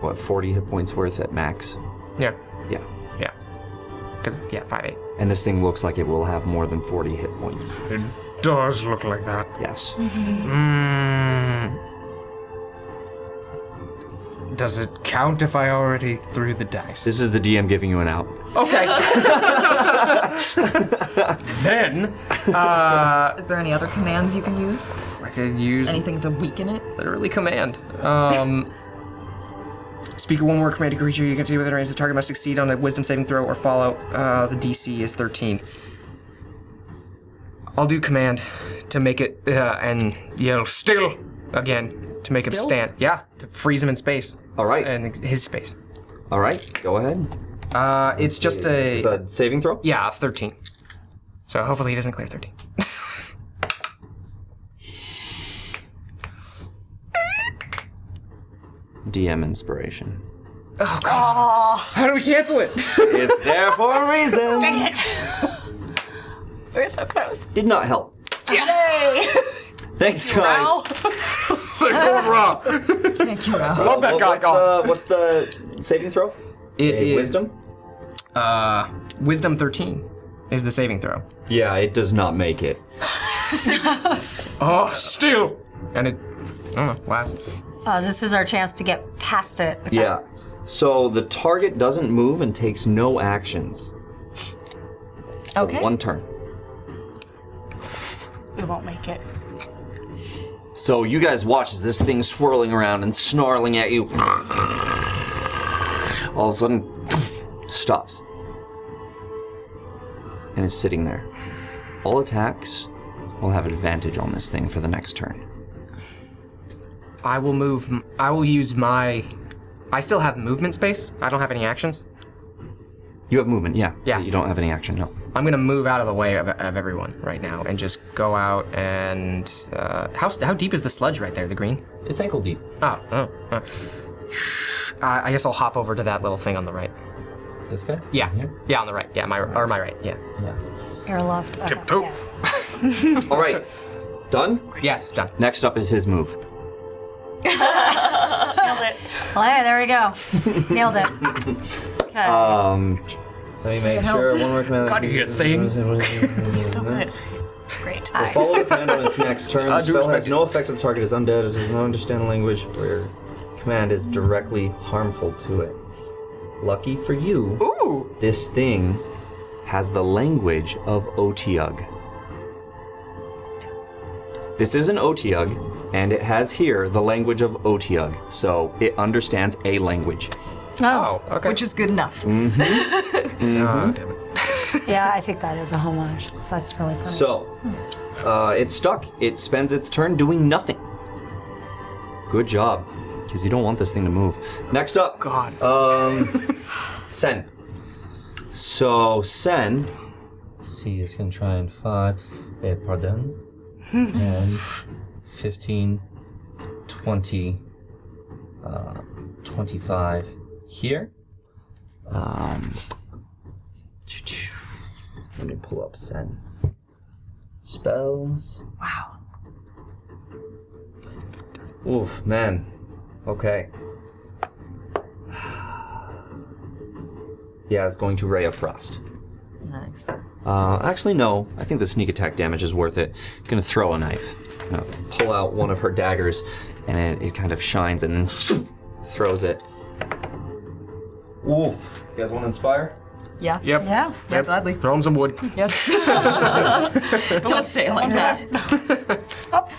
B: what 40 hit points worth at max.
D: Yeah.
B: Yeah.
D: Yeah. Because, yeah, 5'8.
B: And this thing looks like it will have more than 40 hit points.
G: It does look like that.
B: Yes.
D: Mm. Does it count if I already threw the dice?
B: This is the DM giving you an out.
D: Then, uh,
F: Is there any other commands you can use?
D: I could use
F: Anything to weaken it?
D: literally command. Um, speak one more command to creature you can see within range. The target must succeed on a Wisdom saving throw or follow. Uh, the DC is 13. I'll do command to make it uh, and yell still again to make him
F: Still?
D: stand. Yeah, to freeze him in space.
B: All right.
D: and his space.
B: All right, go ahead.
D: Uh, it's just a
B: Is that saving throw?
D: yeah, 13. So hopefully he doesn't clear 13.
B: DM inspiration. Oh,
D: How do we cancel it?
B: it's there for a reason.
F: We're so close.
B: Did not help.
F: Yay!
B: Thanks, guys.
F: Thank you, Rob.
D: Love that
B: What-
D: guy.
B: what's, the, what's the saving throw?
D: It
B: A
D: is-
B: Wisdom?
D: Uh, wisdom 13 is the saving throw.
B: Yeah, it does not make it.
D: Oh, still! And it, I don't know, last.
C: Uh,
I: Oh, this is our chance to get past it. without-
B: Yeah. So the target doesn't move and takes no actions. for
F: Okay.
B: One turn.
E: We won't make it.
B: So you guys watch as this thing swirling around and snarling at you. All of a sudden, stops. And is sitting there. All attacks will have advantage on this thing for the next turn.
D: I will move, m- I will use my, I still have movement space. I don't have any actions.
B: You have movement, yeah.
D: Yeah.
B: but You don't have any action, no.
D: I'm gonna move out of the way of, of everyone right now and just go out and, uh, how, s- how deep is the sludge right there, the green?
B: It's ankle deep.
D: Oh, oh, oh. Uh, I guess I'll hop over to that little thing on the right.
B: This guy?
D: Yeah, yeah, on the right. Yeah, my or my right. Yeah.
I: You're left. Okay,
G: Tiptoe.
I: yeah.
B: All right. Done?
D: Yes, done.
B: Next up is his move.
E: Nailed it.
I: Well, hey, there we go. Nailed
E: Uh,
I: it. Okay.
B: Um, let me make sure. One more command.
G: God, you thing.
E: So good. Great.
B: Will follow the command on its next turn. The
D: I do
B: spell
D: respect
B: has no effect if the target is undead. It does not understand language where command is directly harmful to it. Lucky for you,
D: Ooh.
B: this thing has the language of Otiug. This is an Otiug, and it has here the language of Otiug, so it understands a language. Mm-hmm.
D: Oh, okay.
F: Which is good enough.
D: Oh, damn it.
I: yeah, I think that is a homage. So that's really funny.
B: So, uh, it's stuck. It spends its turn doing nothing. Good job, because you don't want this thing to move. Next up,
D: God.
B: Um, Sen. So Sen. Let's see, it's gonna try and five. Eh, pardon. and 15, 20, uh, 25 here. Um, let me pull up Sen. Spells. Wow. Oof, man. Okay. Yeah, it's going to Ray of Frost.
F: Nice.
B: Uh, actually, no. I think the sneak attack damage is worth it. Gonna throw a knife. Gonna pull out one of her daggers, and it, it kind of shines and then throws it. Oof. You guys want to inspire?
F: Yeah.
D: Yep.
F: Yeah. Yeah, gladly.
D: Throw him some wood.
F: Yes. Don't say it like that.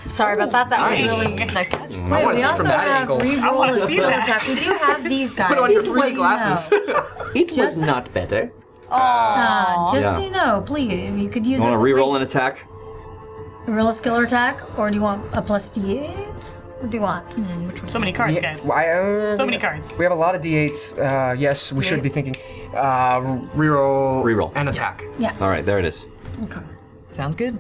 I: Sorry about that. That
F: Nice.
I: was really
F: nice catch.
D: Mm, I wanna see from that angle. I wanna
I: reroll
D: see
I: skill
D: that.
I: attack. We do have these guys.
D: Put on your
I: Just
D: three
I: so
D: glasses.
I: you know.
B: It
I: Just-
B: was not better.
C: Uh, just so
X: Yeah.
C: you know, please, you could use
X: You want
C: this
X: to reroll an attack?
C: roll a skill or attack, or do you want a plus D8? What do you want?
Y: So many cards, guys. So many cards.
D: uh, We have a lot of d8s. Uh, yes, we should be thinking. Uh, reroll.
X: Reroll.
D: And attack.
X: All right, there it is.
F: Sounds good.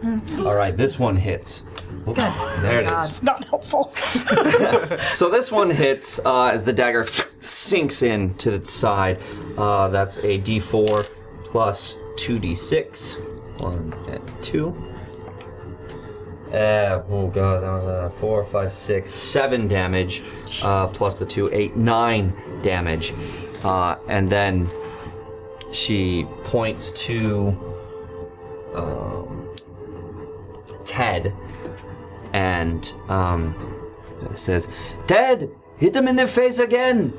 F: Hmm.
B: All right, this one hits. Oop, there it is.
F: It's not helpful.
B: So this one hits uh, as the dagger sinks in to its side. Uh, that's a d4 plus 2d6. One and two. Uh, oh god, that was a four, five, six, seven damage, uh, plus the two, eight, nine damage. Uh, and then she points to um, Ted and um, says, Ted, hit him in the face again!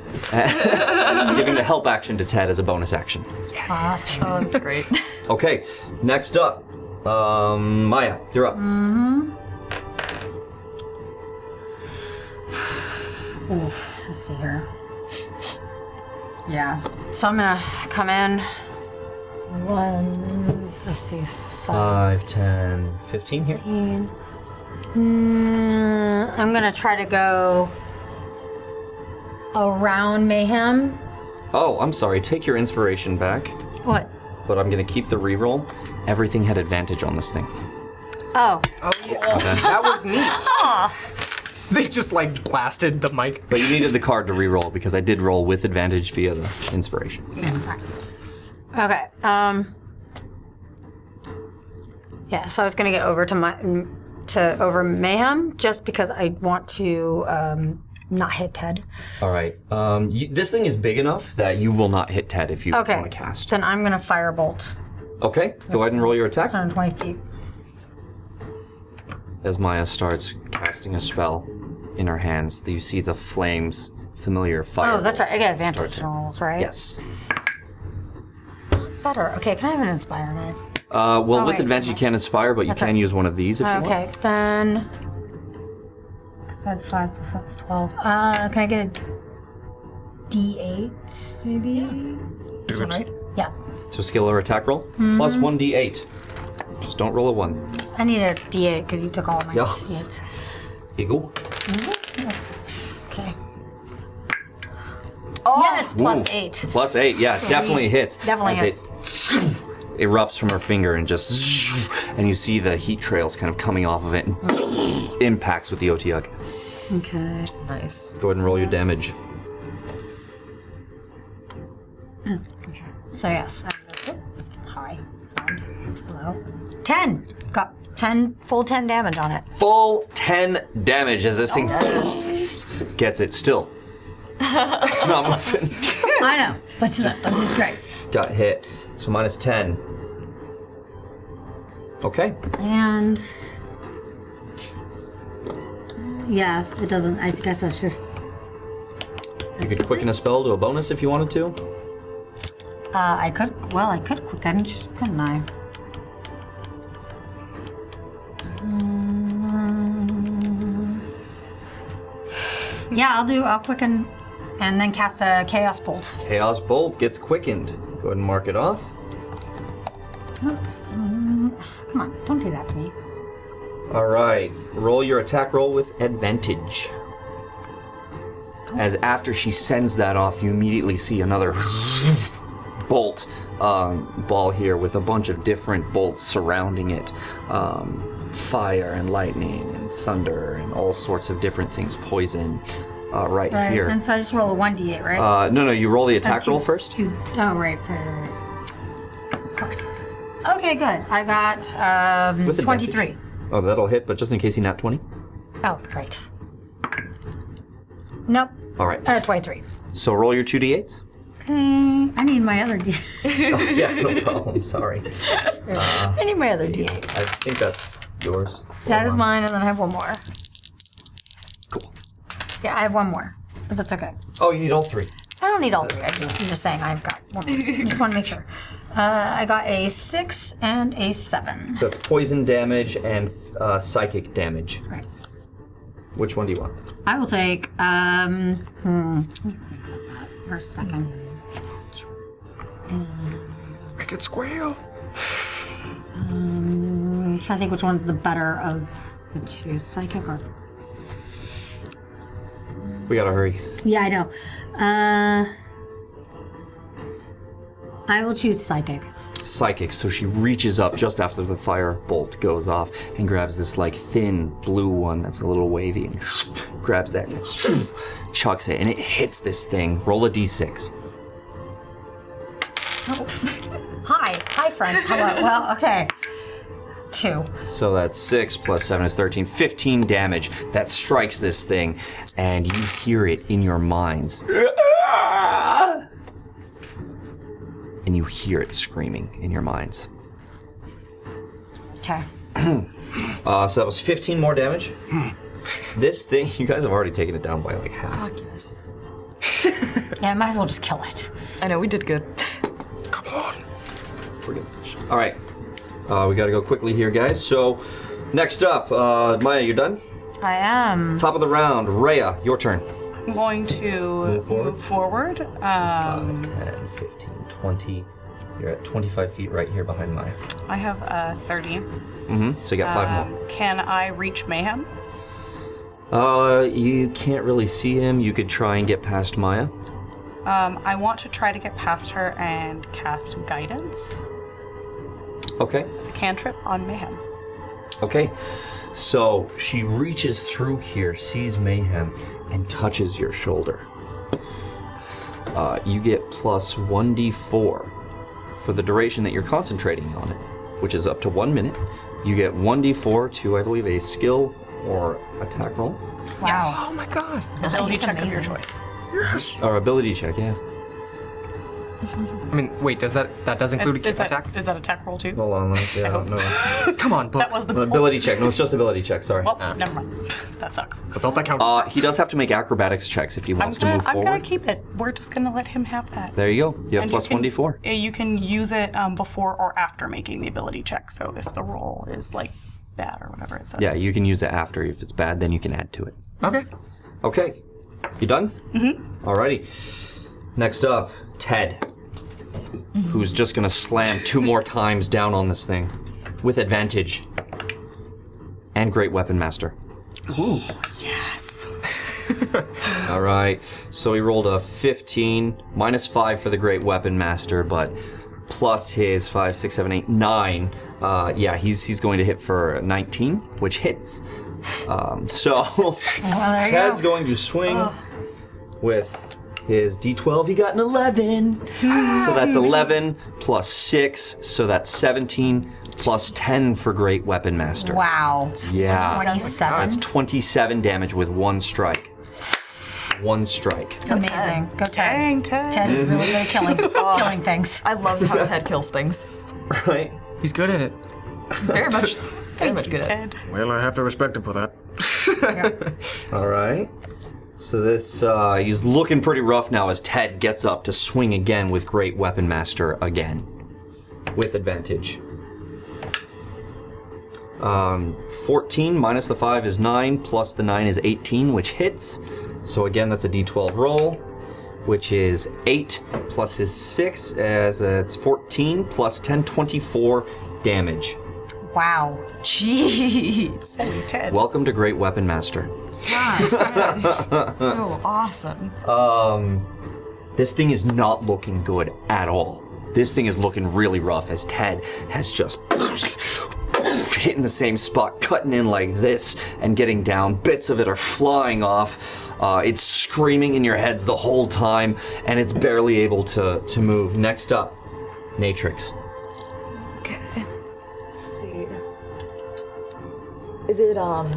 B: Giving the help action to Ted as a bonus action.
F: oh, that's great.
B: Okay, next up, um, Maya, you're up.
I: Mm-hmm. Oof, let's see here. Yeah. So I'm gonna come in. One, let's see,
B: Five, ten, fifteen here.
I: 15. Mm, I'm gonna try to go around Mayhem.
B: Oh, I'm sorry, take your inspiration back,
I: What?
B: but I'm gonna keep the reroll. Everything had advantage on this thing.
I: Oh,
D: that was neat. they just like blasted the mic.
B: But you needed the card to reroll because I did roll with advantage via the inspiration.
I: okay. Um. Yeah, so I was gonna get over to my to over Mayhem just because I want to um, not hit Ted.
B: All right, um, you, this thing is big enough that you will not hit Ted if you
I: Okay.
B: want to cast.
I: Then I'm gonna firebolt
B: Okay, go ahead and roll your attack.
I: 120 feet.
B: As Maya starts casting a spell in her hands, you see the flames, familiar fire.
I: Oh, that's right. I get advantage rolls, right?
B: Yes.
I: Better. Okay, can I have an inspire guys?
B: Uh, well,
I: Oh,
B: with
I: wait,
B: advantage you can't inspire, but you
I: That's
B: can
I: right. Oh,
B: use one of these if you want.
I: Okay, then. Because I had 5 plus that's 12. Uh, can I get a d8 maybe?
F: this one, right?
I: Yeah.
B: So skill or attack roll,
I: Mm-hmm.
B: plus one d8. Just don't roll a one.
I: I need a d8 because you took all my
B: Yeah.
I: d8s.
B: Here you go.
I: Mm-hmm. Okay. yes, plus
B: Oh. Ooh.
I: 8.
B: Plus eight, yeah,
I: Sweet.
B: definitely hits.
I: Definitely
B: as
I: hits.
B: It erupts from her finger and just, and you see the heat trails kind of coming off of it
I: Mm.
B: and impacts with the Otiug.
I: Okay.
F: Nice.
B: Go ahead and roll your damage.
I: Mm. So, yes. I just, oop, hi. Friend. Hello. 10. Got 10, full 10 damage on it.
B: Full 10 damage as this thing gets it still. it's not muffin.
I: I know, but this is, this is great.
B: Got hit. So minus 10. Okay.
C: And yeah, it doesn't. I guess that's just
B: You could quicken a spell to a bonus if you wanted to.
I: Uh, I could, well, I could quick edge, couldn't I? Mm. Yeah, I'll do, I'll quicken and then cast a Chaos Bolt.
B: Chaos Bolt gets quickened. Go ahead and mark it off.
I: Oops. Mm, Come on, don't do that to me.
B: All right. Roll your attack roll with advantage. As after she sends that off, you immediately see another bolt um, ball here with a bunch of different bolts surrounding it. Um, fire and lightning and thunder and all sorts of different things. Poison uh, right,
I: Right,
B: here.
I: and so I just roll a 1d8, right?
B: Uh, no, no, you roll the attack
I: two-
B: roll first.
I: two- oh, right, right, right, right. Of course. Okay, good. I got um,
B: With advantage.
I: 23.
B: Oh, that'll hit, but just in case you not 20.
I: Oh, right. Nope,
B: All right.
I: uh, 23.
B: So roll your 2d8s.
C: Mm, I need my other D.
B: Oh, yeah, no problem. Sorry. Uh,
I: I need my other D8.
B: I think that's yours.
I: That is mine, and then I have one more.
B: Cool.
I: Yeah, I have one more, but that's okay.
B: Oh, you need all three.
I: I don't don't need all three. I just, I'm just saying I've got one. I just want to make sure. Uh, I got a six and a seven.
B: So it's poison damage and uh, psychic damage. Right. Which one do you want?
Z: I will take. Um, hmm, let me think about that for a second.
D: Make it squeal.
Z: Um, I'm trying to think which one's the better of the two, psychic or
B: We gotta hurry.
Z: Yeah, I know. Uh, I will choose psychic.
B: Psychic, so she reaches up just after the fire bolt goes off and grabs this like thin blue one that's a little wavy and grabs that and chucks it and it hits this thing. Roll a d6.
I: Oh. Hi, hi, friend. Hello. Well, okay. Two.
B: So that's 6 plus 7 is 13. 15 damage that strikes this thing, and you hear it in your minds. And you hear it screaming in your minds.
I: Okay.
B: Uh, so that was 15 more damage. This thing, you guys have already taken it down by like half.
F: Fuck yes.
I: Yeah, might as well just kill it.
F: I know, we did good.
B: We're good. All right. Uh, we gotta go quickly here, guys. So, next up, uh, Maya, you're done?
I: I
F: Mm.
I: am.
B: Top of the round, Rhea, your turn.
E: I'm going to move
B: forward?
E: forward. Um,
B: 10, 15, 20. You're at 25 feet right here behind Maya.
E: I have uh, 30.
B: Mm-hmm. So you got five
F: Uh,
B: more.
E: Um, Can I reach Mayhem?
B: Uh, you can't really see him. You could try and get past Maya.
E: Um, I want to try to get past her and cast Guidance.
B: Okay.
E: It's a cantrip on Mayhem.
B: Okay. So she reaches through here, sees mayhem, and touches your shoulder. Uh, you get plus 1d4 for the duration that you're concentrating on it, which is up to one minute. You get 1d4 to, I believe, a skill or attack roll
I: Wow.
D: Oh my god.
E: Ability
I: That's
E: check of your
I: amazing.
E: choice.
D: Yes.
B: or ability check, yeah.
D: I mean, wait, does that that does include a
E: Is
D: kick
E: that,
D: attack?
E: is that attack roll too?
B: Hold on, like, yeah, I don't know.
D: Come on, book.
E: That was the
B: ability check. No, it's just ability check. Sorry.
E: Oh, well, never mind. That sucks.
D: I thought that counted.
B: Uh, he does have to make acrobatics checks if he
E: I'm
B: wants to
E: gonna,
B: move
E: I'm
B: forward.
E: gonna keep it. We're just gonna let him have that.
B: There you go. You have
E: And
B: plus
E: you can-
B: 1d4.
E: yeah, You can use it um, before or after making the ability check. So if the roll is like bad or whatever it says.
B: Yeah, you can use it after. If it's bad, then you can add to it.
D: okay.
B: Okay. You done? Mm-hmm. Alrighty. Next up, Ted, who's just gonna slam two more times down on this thing with advantage and great weapon master.
E: Yes.
B: All right. So he rolled a 15, minus 5 for the Great Weapon Master, but plus his 5, 6, 7, 8, 9. Uh, yeah, he's, he's going to hit for 19, which hits. Um, so
I: Well, there you
B: Tad's
I: go. Oh.
B: going to swing with his d12. He got an 11.
I: Oh,
B: so that's 11 plus 6. So that's 17 plus 10 for Great Weapon Master.
I: Wow.
B: Yeah.
I: Twenty-seven.
B: That's 27 damage with one strike. One strike.
I: It's amazing. Go Ted.
E: Dang, Ted.
I: Ted is really good at killing, killing things.
F: I love how Ted kills things.
B: Right?
D: He's good at it.
F: He's very much, very much good at it.
E: Ted.
G: Well, I have to respect him for that.
B: All right. So this, uh, he's looking pretty rough now as Ted gets up to swing again with Great Weapon Master again. With advantage. Um, 14 minus the 5 is 9, plus the 9 is 18, which hits. So again, that's a d12 roll, which is 8 plus his 6, as it's 14 plus 10, 24 damage.
I: Wow.
F: Jeez.
E: Holy Ted.
B: Welcome to Great Weapon Master.
F: So awesome.
B: Um, This thing is not looking good at all. This thing is looking really rough as Ted has just hitting the same spot, cutting in like this and getting down. Bits of it are flying off. Uh, it's screaming in your heads the whole time, and it's barely able to, to move. Next up, Natrix.
F: Okay. Let's see. Is it um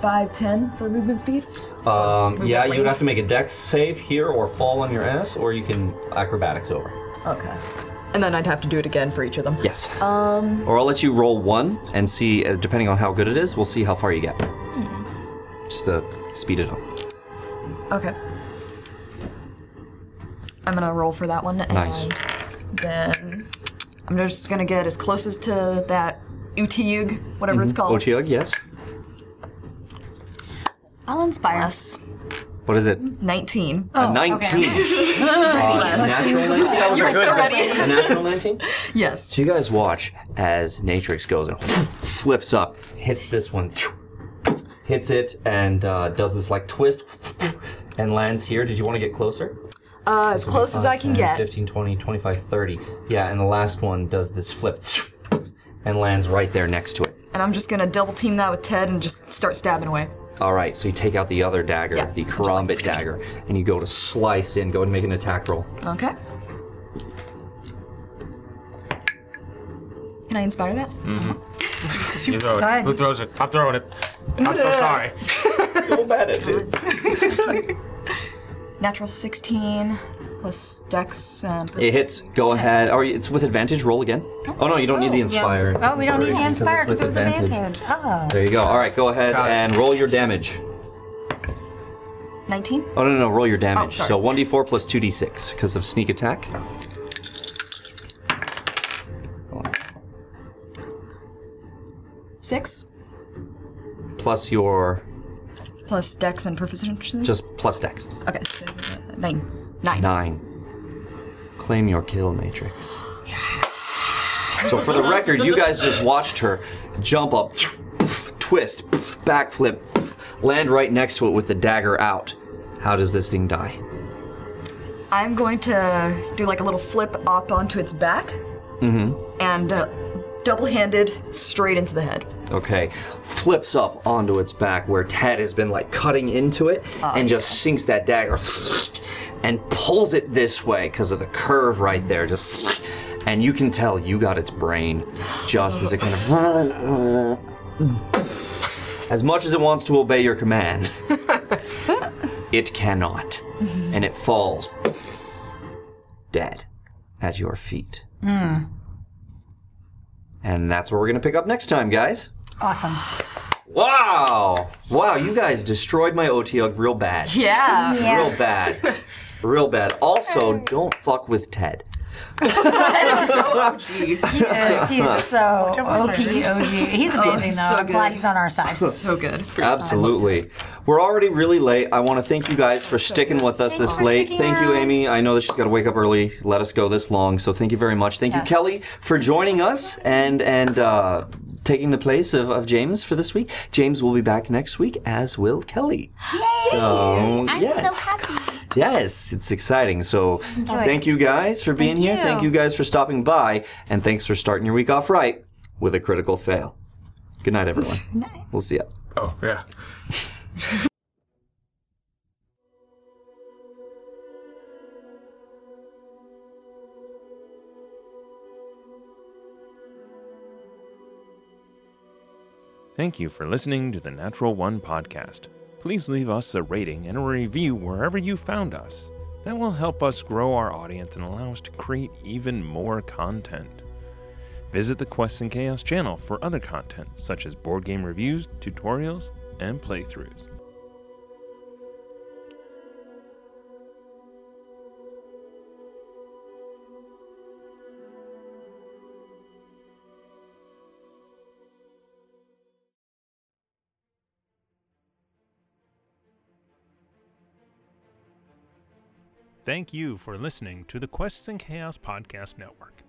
F: five ten for movement speed?
B: Um, yeah,
F: that
B: you'd
F: way.
B: have to make a dex save here or fall on your ass, or you can acrobatics over.
F: Okay. And then I'd have to do it again for each of them.
B: Yes. Um. Or I'll let you roll one and see, uh, depending on how good it is, we'll see how far you get.
Q: Oh.
B: Just to speed it up.
F: Okay. I'm gonna roll for that one.
Q: Nice.
F: And then I'm just gonna get as close as to that Utiug, whatever it's
Q: Mm-hmm.
B: Mhm.
F: called.
B: Otiug, yes.
F: I'll inspire Oh, us.
B: What is it?
F: 19.
B: A 19.
Q: natural 19? That was a
F: Yes,
Q: good one.
F: already.
Q: A natural 19?
F: Yes.
Q: So you guys watch as Natrix goes and flips up, hits this one, hits it, and uh, does this like twist and lands here. Did you want to get closer?
F: Uh, as close as I can
Q: 5, 10,
F: get.
Q: 15, 20, 25, 30. Yeah, and the last one does this flip and lands right there next to it.
F: And I'm just gonna double team that with Ted and just start stabbing away.
Q: All right, so you take out the other dagger,
F: Yeah.
Q: the karambit dagger, and you go to slice in. Go ahead and make an attack roll.
F: Okay. Can I inspire that?
B: Mm-hmm.
D: You throw it.
F: Good.
D: Who throws it? I'm throwing it. I'm so sorry.
Q: so bad at it.
F: Natural 16 plus Dex and.
B: It hits. Go ahead. Or it's with advantage. Roll again. Oh, no, you don't need the inspire.
C: Oh, we don't need the inspire because it was
B: advantage.
C: advantage. Oh.
B: There you go. All right, go ahead
C: Got it.
B: and roll your damage.
F: 19?
B: Oh, no, no, no roll your
F: Oh,
B: damage.
F: sorry.
B: so 1d4 plus 2d6 because of sneak attack.
F: Six
B: Plus your.
F: plus Dex and proficiency.
B: Just plus dex.
F: Okay, so uh, nine. Nine.
B: Nine. Claim your kill, Natrix. So for the record, you guys just watched her jump up, twist, backflip, land right next to it with the dagger out. How does this thing die?
F: I'm going to do like a little flip up onto its back
B: Mm-hmm.
F: and uh, double handed straight into the head.
B: Okay. Flips up onto its back where Ted has been like cutting into it and just sinks that dagger and pulls it this way because of the curve right there. Just and you can tell you got its brain just as it kind of as much as it wants to obey your command, it cannot.
N: Mhm.
B: And it falls dead at your feet.
C: Mm.
B: And that's where we're going to pick up next time, guys.
C: Awesome.
B: Wow! Wow, you guys destroyed my OTUG real bad.
F: Yeah. Yeah.
B: Real bad. Real bad. Also, don't fuck with Ted.
C: that
F: is so OG.
C: He is. He is so OP OG. He's
F: Oh,
C: amazing,
F: he's
C: though.
F: so
C: I'm glad
F: good.
C: he's on our side.
F: So good.
B: Absolutely. We're already really late. I want to thank you guys for sticking with us this late. Thank you, Amy. I know that she's got to wake up early. Let us go this long. So thank you very much. Thank
N: Yes.
B: you, Kelly, for joining us and and uh, taking the place of, of James for this week. James will be back next week, as will Kelly. So,
I: I'm
B: yeah.
I: so happy.
B: Yes, it's exciting. So
I: enjoy.
B: thank you guys for being here. Thank you guys for stopping by. And thanks for starting your week off right with a critical fail. Good night, everyone. We'll see you.
G: Oh, yeah.
A: Thank you for listening to the Natural One podcast. Please leave us a rating and a review wherever you found us. That will help us grow our audience and allow us to create even more content. Visit the Quests and Chaos channel for other content such as board game reviews, tutorials, and playthroughs. Thank you for listening to the Quests and Chaos Podcast Network.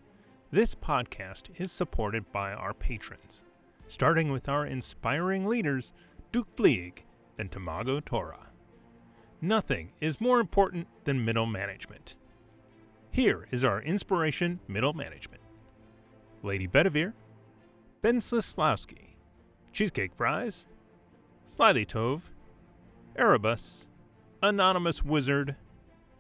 A: This podcast is supported by our patrons, starting with our inspiring leaders, Duke Fleeg and Tamago Tora. Nothing is more important than middle management. Here is our inspiration middle management Lady Bedivere, Ben Slislawski, Cheesecake Fries, Slyly Tove, Erebus, Anonymous Wizard,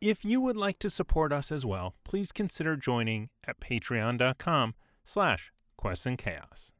A: If you would like to support us as well, please consider joining at patreon.com slash quests and chaos.